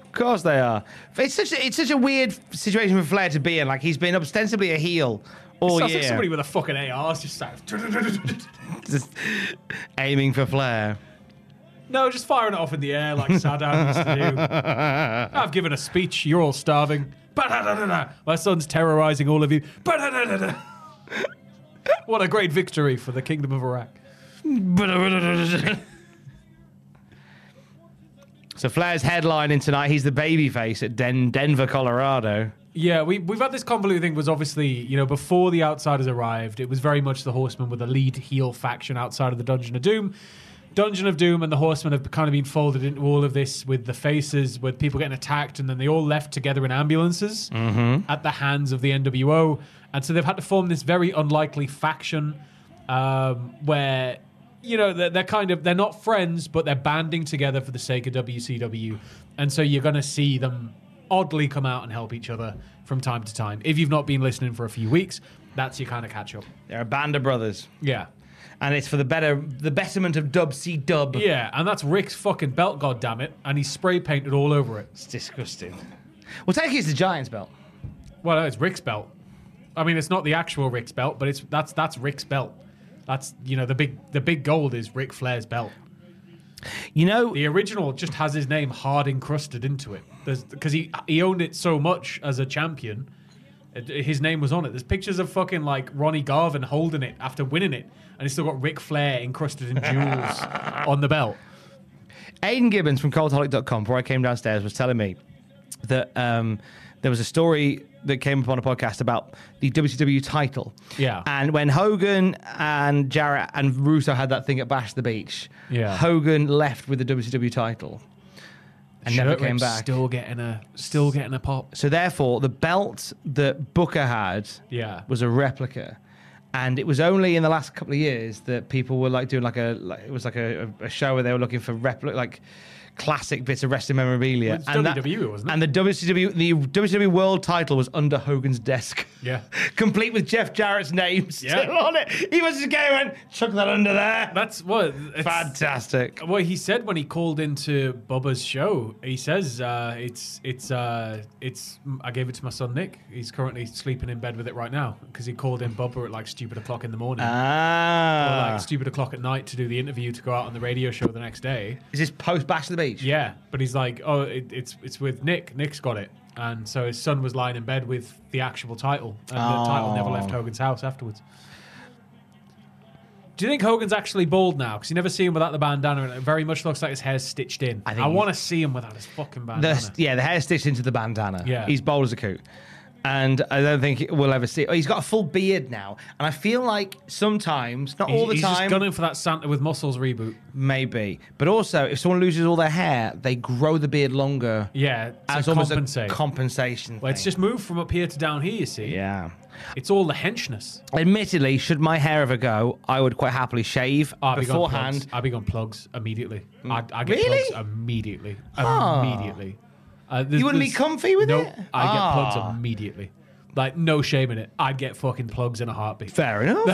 Of course they are. It's such a, it's such a weird situation for Flair to be in. Like he's been ostensibly a heel all
Sounds
year,
like somebody with a fucking AR is just like,
just aiming for Flair.
no, just firing it off in the air like Saddam used to do. I've given a speech. You're all starving. Ba-da-da-da-da. My son's terrorizing all of you. Ba-da-da-da-da. what a great victory for the Kingdom of Iraq.
so Flair's headlining tonight. He's the babyface at Den- Denver, Colorado.
Yeah, we, we've had this convoluted thing was obviously, you know, before the Outsiders arrived, it was very much the Horsemen were the lead heel faction outside of the Dungeon of Doom. Dungeon of Doom and the Horsemen have kind of been folded into all of this with the faces, with people getting attacked, and then they all left together in ambulances at the hands of the NWO. And so they've had to form this very unlikely faction um, where you know they're, they're kind of they're not friends but they're banding together for the sake of wcw and so you're going to see them oddly come out and help each other from time to time if you've not been listening for a few weeks that's your kind of catch up
They're a band of brothers,
yeah
and it's for the better, the betterment of Dub C Dub.
yeah and that's rick's fucking belt god damn it and he's spray painted all over it
It's disgusting. Well, technically, it's the Giants belt.
well no, it's rick's belt i mean it's not the actual rick's belt but it's that's that's rick's belt that's you know the big the big gold is rick flair's belt
You know,
The original just has his name hard encrusted into it because he he owned it so much as a champion. it- His name was on it. There's pictures of fucking like Ronnie Garvin holding it after winning it, and he's still got Ric Flair encrusted in jewels on the belt.
Aidan Gibbons from Coldholic.com, before I came downstairs, was telling me that um, there was a story that came up on a podcast about the WCW title.
Yeah.
And when Hogan and Jarrett and Russo had that thing at Bash the Beach,
Yeah.
Hogan left with the WCW title and never
Shirt
came
Rick's
back.
Still getting a still getting a pop.
So therefore, the belt that Booker had
Yeah.
was a replica. And it was only in the last couple of years that people were like doing like a like, it was like a, a show where they were looking for replica like classic bits of wrestling memorabilia.
Well, it's WWE, wasn't it?
And the WCW the WCW World Title was under Hogan's desk.
Yeah.
Complete with Jeff Jarrett's name still
Yeah.
on it. He was just going and chuck that under there.
That's what it's-
Fantastic.
What he said when he called into Bubba's show, he says uh, it's it's uh, it's. I gave it to my son Nick. He's currently sleeping in bed with it right now because he called in Bubba at like stupid o'clock in the morning, or
Ah.
like stupid o'clock at night to do the interview to go out on the radio show the next day.
Is this post Bash to the Beach?
Yeah, but he's like, oh, it, it's it's with Nick. Nick's got it, and so his son was lying in bed with the actual title, and the title never
Oh.
left Hogan's house afterwards. Do you think Hogan's actually bald now? Because you never see him without the bandana, and it very much looks like his hair's stitched in. I,
think he-
want to see him without his fucking bandana.
The, yeah, the hair stitched into the bandana.
Yeah.
He's bold as a coot. And I don't think we'll ever see. Oh, he's got a full beard now. And I feel like sometimes, not
He's-
all the
he's
time,
just gunning for that Santa with muscles reboot.
maybe, but also if someone loses all their hair, they grow the beard longer
Yeah, to
as almost
compensate.
a compensation.
well, it's
thing.
just moved from up here to down here. You see,
Yeah.
it's all the henchness.
Admittedly, should my hair ever go, I would quite happily shave
I'll Ah, be gone
beforehand. Mm.
plugs. I'll be gone plugs immediately. I, I get
Really?
plugs immediately.
Ah.
Immediately. Uh, there's-
You wouldn't be
there's-
comfy with
no,
it?
I get
Ah.
plugs immediately. Like no shame in it. I'd get fucking plugs in a heartbeat.
Fair enough.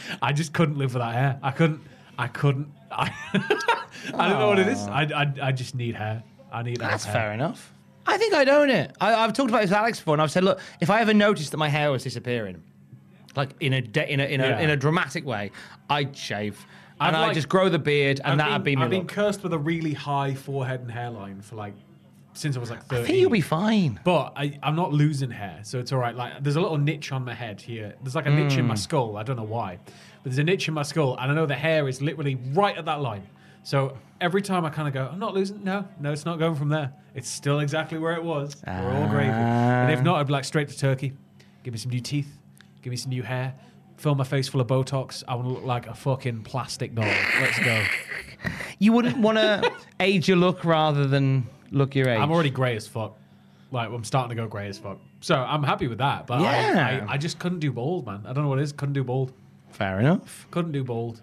I just couldn't live without hair. I couldn't. I couldn't. I, I don't know what it is. I, I, I just need hair. I need that
Ah. That's
hair.
fair enough. I think I'd own it. I, I've talked about this with Alex before, and I've said, look, if I ever noticed that my hair was disappearing, like in a de- in a in a,
Yeah.
in a dramatic way, I'd shave
I've
and I'd
like-
just grow the beard, and
I've
that'd
been,
be my
I've been
look.
cursed with a really high forehead and hairline for like since I was like 30.
I think you'll be fine.
But I, I'm not losing hair, so it's all right. Like, there's a little niche on my head here. There's like a niche in my skull. I don't know why, but there's a niche in my skull, and I know the hair is literally right at that line. So every time I kind of go, I'm not losing. No, no, it's not going from there. It's still exactly where it was. We're all gravy. And if not, I'd be like straight to Turkey. Give me some new teeth. Give me some new hair. Fill my face full of Botox. I want to look like a fucking plastic doll. Let's go.
You wouldn't want to age your look rather than look your age.
I'm already grey as fuck. Like I'm starting to go grey as fuck. So I'm happy with that. But
Yeah.
I, I, I just couldn't do bald, man. I don't know what it is. Couldn't do bald.
fair enough.
Couldn't do bald.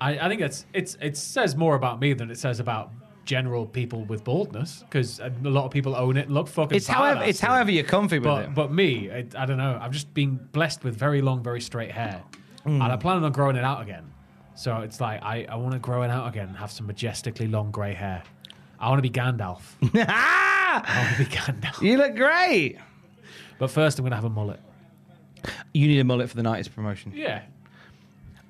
I, I think it's it's it says more about me than it says about general people with baldness because a lot of people own it. and Look fucking.
It's however
badass.
it's however you're comfy with
But
it.
but me, I, I don't know. I've just been blessed with very long, very straight hair,
Mm.
and I'm planning on growing it out again. So it's like I, I want to grow it out again and have some majestically long grey hair. I want to be Gandalf. I want to be Gandalf.
you look great.
But first, I'm gonna have a mullet.
You need a mullet for the night. It's promotion.
Yeah.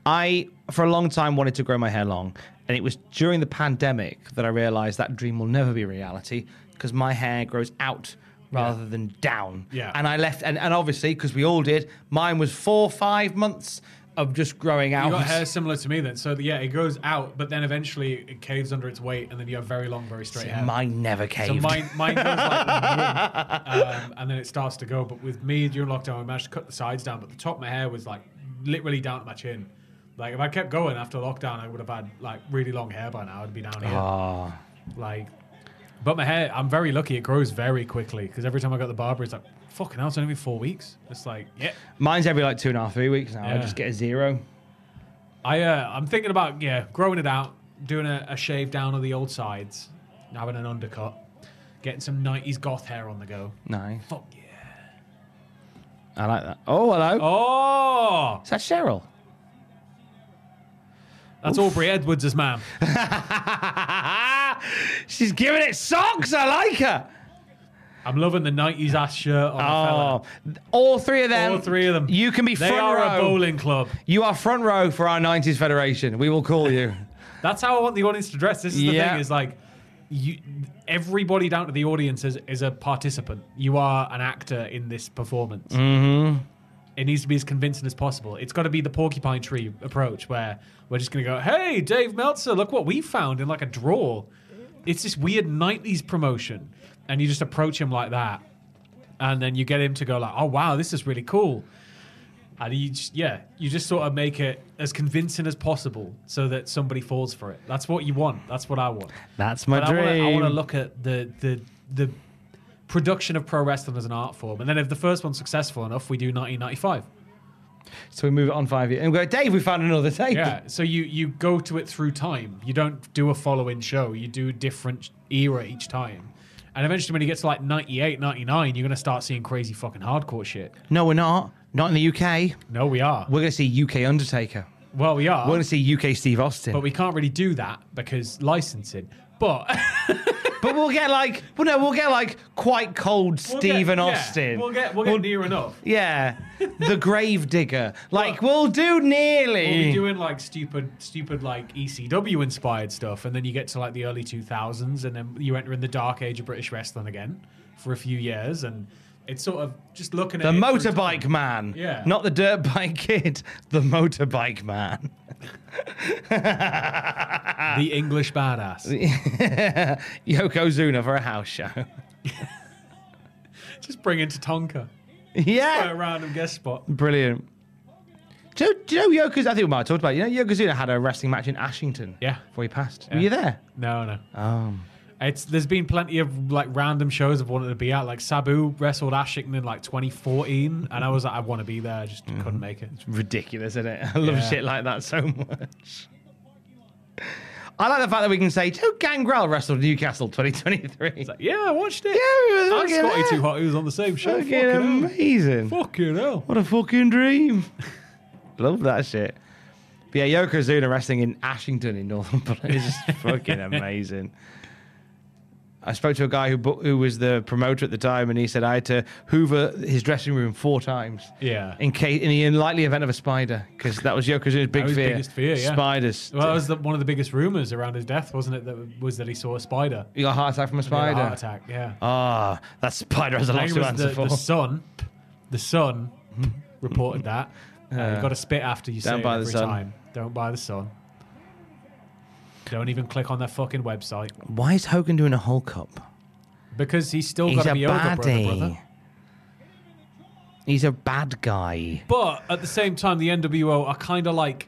I, for a long time, wanted to grow my hair long. And it was during the pandemic that I realized that dream will never be reality because my hair grows out rather than down.
Yeah.
And I left, and, and obviously, because we all did, mine was four, five months of just growing out.
You got hair similar to me then. So yeah, it goes out, but then eventually it caves under its weight, and then you have very long, very straight hair.
Mine never caved.
So mine, mine goes like that, um, and then it starts to go. But with me during lockdown, I managed to cut the sides down, but the top of my hair was like literally down to my chin. Like if I kept going after lockdown, I would have had like really long hair by now. I'd be down here.
Ah.
Like, but my hair, I'm very lucky. It grows very quickly because every time I go to the barber, it's like fucking hell. It's only been four weeks. It's like yeah.
Mine's every like two and a half, three weeks now. I
Yeah.
just get a zero.
I uh, I'm thinking about yeah, growing it out, doing a, a shave down of the old sides, having an undercut, getting some '90s goth hair on the go.
Nice.
Fuck yeah.
I like that. Oh, hello.
Oh,
Is that Cheryl?
that's Aubrey Edwards' ma'am.
She's giving it socks. I like her.
I'm loving the '90s ass shirt on the fella.
Oh, all three of them.
All three of them.
You can be
They
front
are
row.
a bowling club.
You are front row for our 90s Federation. We will call you.
That's how I want the audience to dress. This is the
Yeah.
thing: is like, you, everybody down to the audience is, is a participant. You are an actor in this performance. Mm-hmm. It needs to be as convincing as possible. It's got to be the porcupine tree approach, where we're just going to go, "Hey, Dave Meltzer, look what we found in like a drawer." It's this weird '90s promotion, and you just approach him like that, and then you get him to go like, "Oh wow, this is really cool." And you just, yeah, you just sort of make it as convincing as possible so that somebody falls for it. That's what you want. That's what I want.
That's my
But
dream.
I want to look at the the the production of pro wrestling as an art form, and then if the first one's successful enough, we do 1995.
so we move it on five years. And we go, Dave, we found another tape.
Yeah. So you you go to it through time. You don't do a following show. You do a different era each time. And eventually, when you get to like 98, 99, you're going to start seeing crazy fucking hardcore shit.
No, we're not. Not in the UK.
No, we are.
We're going to see UK Undertaker.
well, we are.
We're going to see UK Steve Austin.
but we can't really do that because licensing. But
But we'll get like, well, no, we'll get like quite cold
We'll
Steve and
get- yeah,
Austin.
we'll get we'll get near enough.
yeah. the Grave Digger. Like, we'll do nearly.
We'll be doing like stupid, stupid like ECW inspired stuff, and then you get to like the early two thousands, and then you enter in the dark age of British wrestling again for a few years, and it's sort of just looking at
the
it through
motorbike
time.
man.
Yeah.
Not the dirt bike kid. The motorbike man.
the English badass.
Yokozuna for a house show.
just bring into Tonka,
yeah.
a random guest spot.
Brilliant. Do, do you know Yokozuna? I think we might have talked about it. You know, Yokozuna had a wrestling match in Ashington.
Yeah.
Before he passed. Were you there?
No, no. Um. It's there's been plenty of like random shows I've wanted to be at. Like Sabu wrestled Ashington in like 2014, and I was like, I want to be there. I just
Mm-hmm.
couldn't make it.
Ridiculous, isn't it? I love
Yeah.
shit like that so much. I like the fact that we can say Joe Gangrel wrestled Newcastle 2023.
Yeah, I watched it.
Yeah, we were
And
looking
Scotty
there.
Too Hot, he was on the same show.
Fucking
Fucking, hell.
amazing.
Fucking hell.
What a fucking dream. love that shit. But yeah, Yokozuna wrestling in Ashington in Northumberland is just fucking amazing. I spoke to a guy who bu- who was the promoter at the time, and he said I had to hoover his dressing room four times.
Yeah.
In case in the unlikely event of a spider, because that was Yokozuna's big
That was
fear.
biggest fear, yeah.
Spiders.
Well, that was the, one of the biggest rumors around his death, wasn't it? That was that he saw a spider.
you got a heart attack from a
He had a
spider.
heart attack. Yeah.
Ah, that spider has a lot
I think
to
it was
answer
the,
for.
the sun. The sun reported that. Uh, you got to spit after you
Mm-hmm. Don't
say it
buy the
every
Sun.
time. Don't buy the sun. Don't even click on their fucking website
Why is Hogan doing a whole cup?
because he's still
He's
got to
a
be over, brother, brother.
baddie. He's a bad guy.
But at the same time, the NWO are kind of like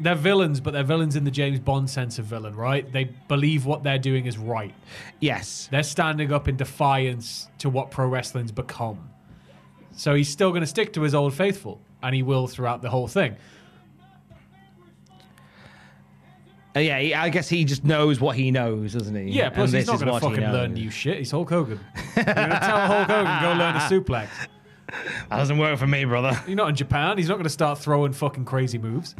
they're villains, but they're villains in the James Bond sense of villain, right? They believe what they're doing is right.
Yes.
They're standing up in defiance to what pro wrestling's become. So he's still going to stick to his old faithful, and he will throughout the whole thing.
Uh, yeah, he- I guess he just knows what he knows, doesn't he?
Yeah, plus
And this
he's not
is
going to
what he
fucking learn
knows.
new shit. He's Hulk Hogan. You're going to tell Hulk Hogan go learn a suplex.
That doesn't work for me, brother.
You're not in Japan. He's not going to start throwing fucking crazy moves.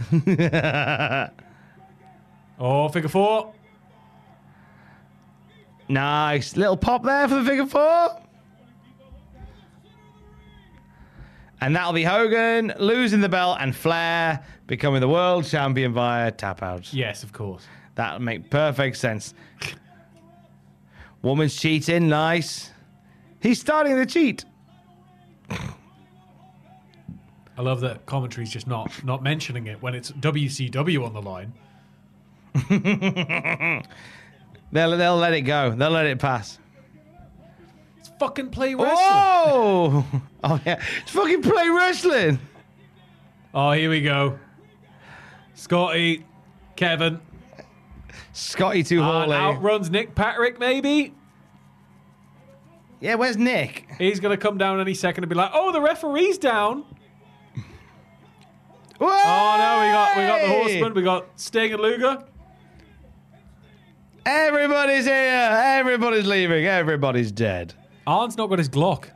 oh, figure four.
Nice little pop there for the figure four. And that'll be Hogan losing the belt and Flair becoming the world champion via tap out.
Yes, of course.
That'll make perfect sense. Woman's cheating. Nice. He's starting to cheat.
I love that commentary's just not not mentioning it when it's WCW on the line.
They'll, they'll let it go. They'll let it pass.
It's fucking play wrestling. Oh,
Oh! Oh, yeah. It's fucking play wrestling.
Oh, here we go. Scotty, Kevin,
Scotty too
and
Hawley.
outruns Nick Patrick. Maybe
yeah, where's Nick?
he's going to come down any second and be like, "Oh, the referee's down."
Oh, no,
Oh no, we got we got the horseman. We got Sting and Luger.
Everybody's here. Everybody's leaving. Everybody's dead.
Arn's not got his Glock.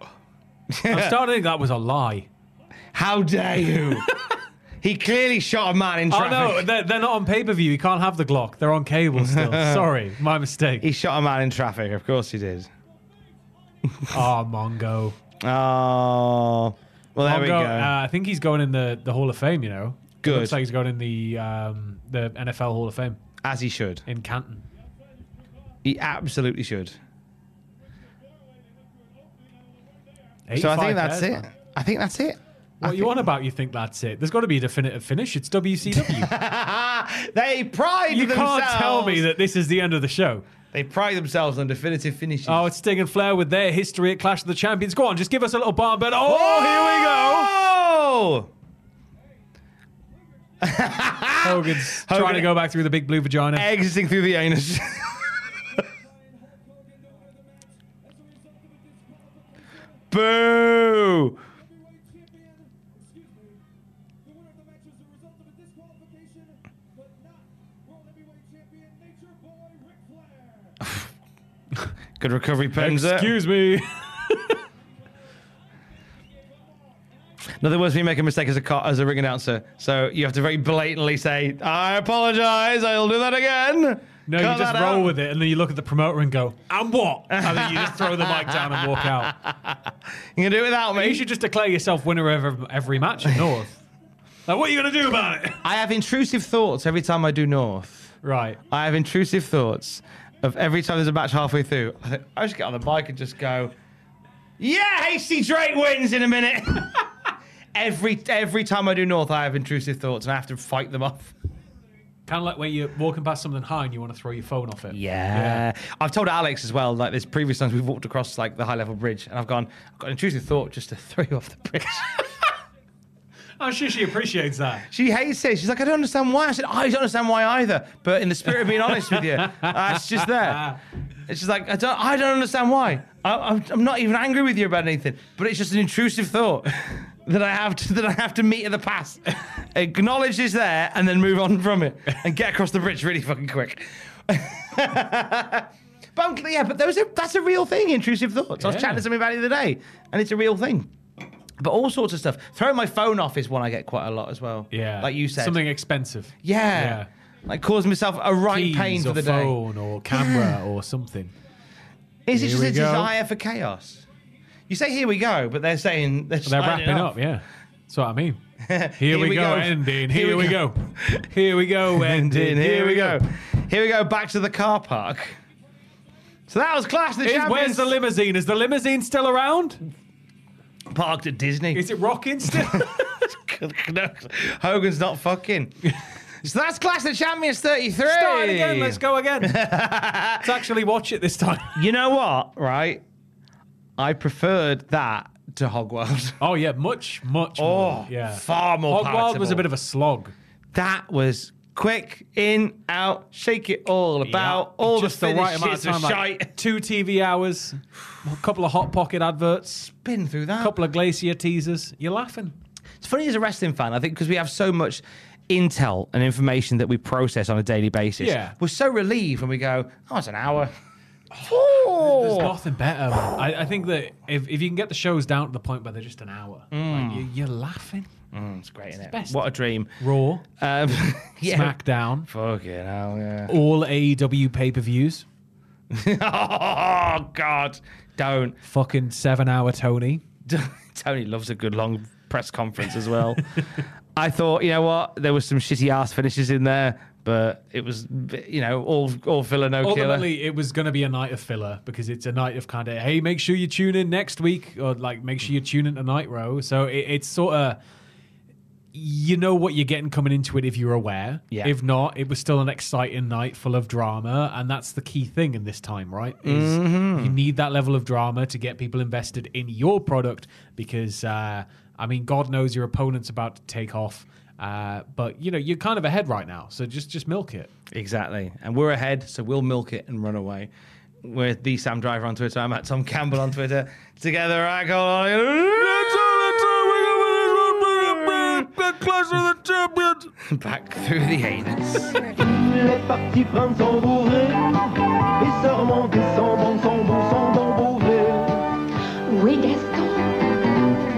I'm starting to think that was a lie.
How dare you? he clearly shot a man in
Oh
traffic.
no, they're, they're not on pay per view. You can't have the Glock. They're on cable still. Sorry, my
He
mistake.
shot a man in traffic. Of course he did.
Oh, Mongo.
Oh. Well, there
Mongo,
we go.
Uh, I think he's going in the, the Hall of Fame. You know, It
Good.
looks like he's going in the um, the NFL Hall of Fame
As he should.
in Canton.
He absolutely should. So I
85
think that's
pairs,
it.
man.
I think that's it.
What you on about? You think that's it? There's got to be a definitive finish. It's WCW.
They pride
you
themselves.
can't tell me that this is the end of the show.
They pride themselves on definitive finishes.
Oh, it's Sting and Flair with their history at Clash of the Champions. Go on, just give us a little bomb. But oh, here we
Oh!
go.
go.
Hogan's
Hogan-
trying to go back through the big blue vagina.
Exiting through the anus. Boo! Good recovery, Penza.
Excuse me.
In other words, we make a mistake as a co- as a ring announcer, so you have to very blatantly say, "I apologize. I'll do that again."
No, you just roll with it, and then you look at the promoter and go, "And what?" And then you just throw the mic down and walk out.
You can do it without me.
You should just declare yourself winner of ev- every match at North. Like, what are you gonna do about it?
I have intrusive thoughts every time I do North.
Right.
I have intrusive thoughts of every time there's a match halfway through. I, think, I just get on the bike and just go, "Yeah, Hasty Drake wins in a minute." every every time I do North, I have intrusive thoughts and I have to fight them off.
Kind of like when you're walking past something high and you want to throw your phone off it.
Yeah. I've told Alex as well, like there's previous times we've walked across like the high level bridge and I've gone, I've got an intrusive thought just to throw you off the bridge.
I'm sure she Oh, appreciates that.
she hates it. She's like, I don't understand why. I said, I don't understand why either. But in the spirit of being honest with you, that's just there. It's just like, I don't, I don't understand why. I, I'm, I'm not even angry with you about anything, but it's just an intrusive thought that I have to, that I have to meet in the past, acknowledge is there, and then move on from it and get across the bridge really fucking quick. But I'm- yeah, but those are, that's a real thing, intrusive thoughts. I was
Yeah.
chatting to somebody about it the other day, and it's a real thing. But all sorts of stuff. Throwing my phone off is one I get quite a lot as well.
Yeah.
Like you said.
something expensive.
Yeah. Like causing myself a right
Keys
pain for
or
the
phone or camera or something.
day. Is it
Here
just
we
a
go.
desire for chaos? You say here we go, but they're saying they're,
They're
signing
wrapping
off.
up. Yeah. That's what I mean. Here, we,
we
go,
go.
ending. Here, we go. Here we go,
And in,
ending.
here we go. Here we go back to the car park. So that was Clash of the
Is,
Champions.
where's the limousine? Is the limousine still around?
parked at Disney?
Is it rocking still?
No, Hogan's not fucking. so that's Clash of the Champions 33.
Start it again. Let's go again. Let's actually watch it this time.
You know what, right? I preferred that to Hogwild.
Oh yeah, much much
Oh,
more. Yeah,
far more
Hogwild was
palatable.
a bit of a slog.
That was quick, in, out, shake it all about,
Yeah.
all
just
the,
the
finishes
right amount of time.
are
like,
shite.
two TV hours, a couple of hot pocket adverts,
Been through that.
a couple of glacier teasers. You're laughing.
It's funny as a wrestling fan, I think, because we have so much intel and information that we process on a daily basis.
Yeah.
We're so relieved when we go, oh, it's an hour.
There's
Oh.
nothing better. man. I, I think that if, if you can get the shows down to the point where they're just an hour, like, you, you're laughing.
Mm, it's great, is it?
best.
What a dream.
Raw,
Um, yeah.
SmackDown,
Fucking hell, yeah.
all E AEW pay per views,
oh, God. Don't.
fucking seven hour Tony.
Tony loves a good long press conference as well. I thought, you know what? There was some shitty ass finishes in there, but it was, you know, all all filler, no killer.
Ultimately, it was going to be a night of filler because it's a night of kind of hey, make sure you tune in next week, or like make sure you tune in to Night Row. So it, it's sort of you know what you're getting coming into it if you're aware.
Yeah.
If not, it was still an exciting night full of drama, and that's the key thing in this time, right? Is
Mm-hmm.
you need that level of drama to get people invested in your product because uh, I mean, God knows your opponent's about to take off. Uh, but you know you're kind of ahead right now, so just just milk it.
Exactly. And we're ahead, so we'll milk it and run away. We're the Sam Driver on Twitter. I'm at Tom Campbell on Twitter. Together, I go on. Back through the anus.
Oui, Gaston.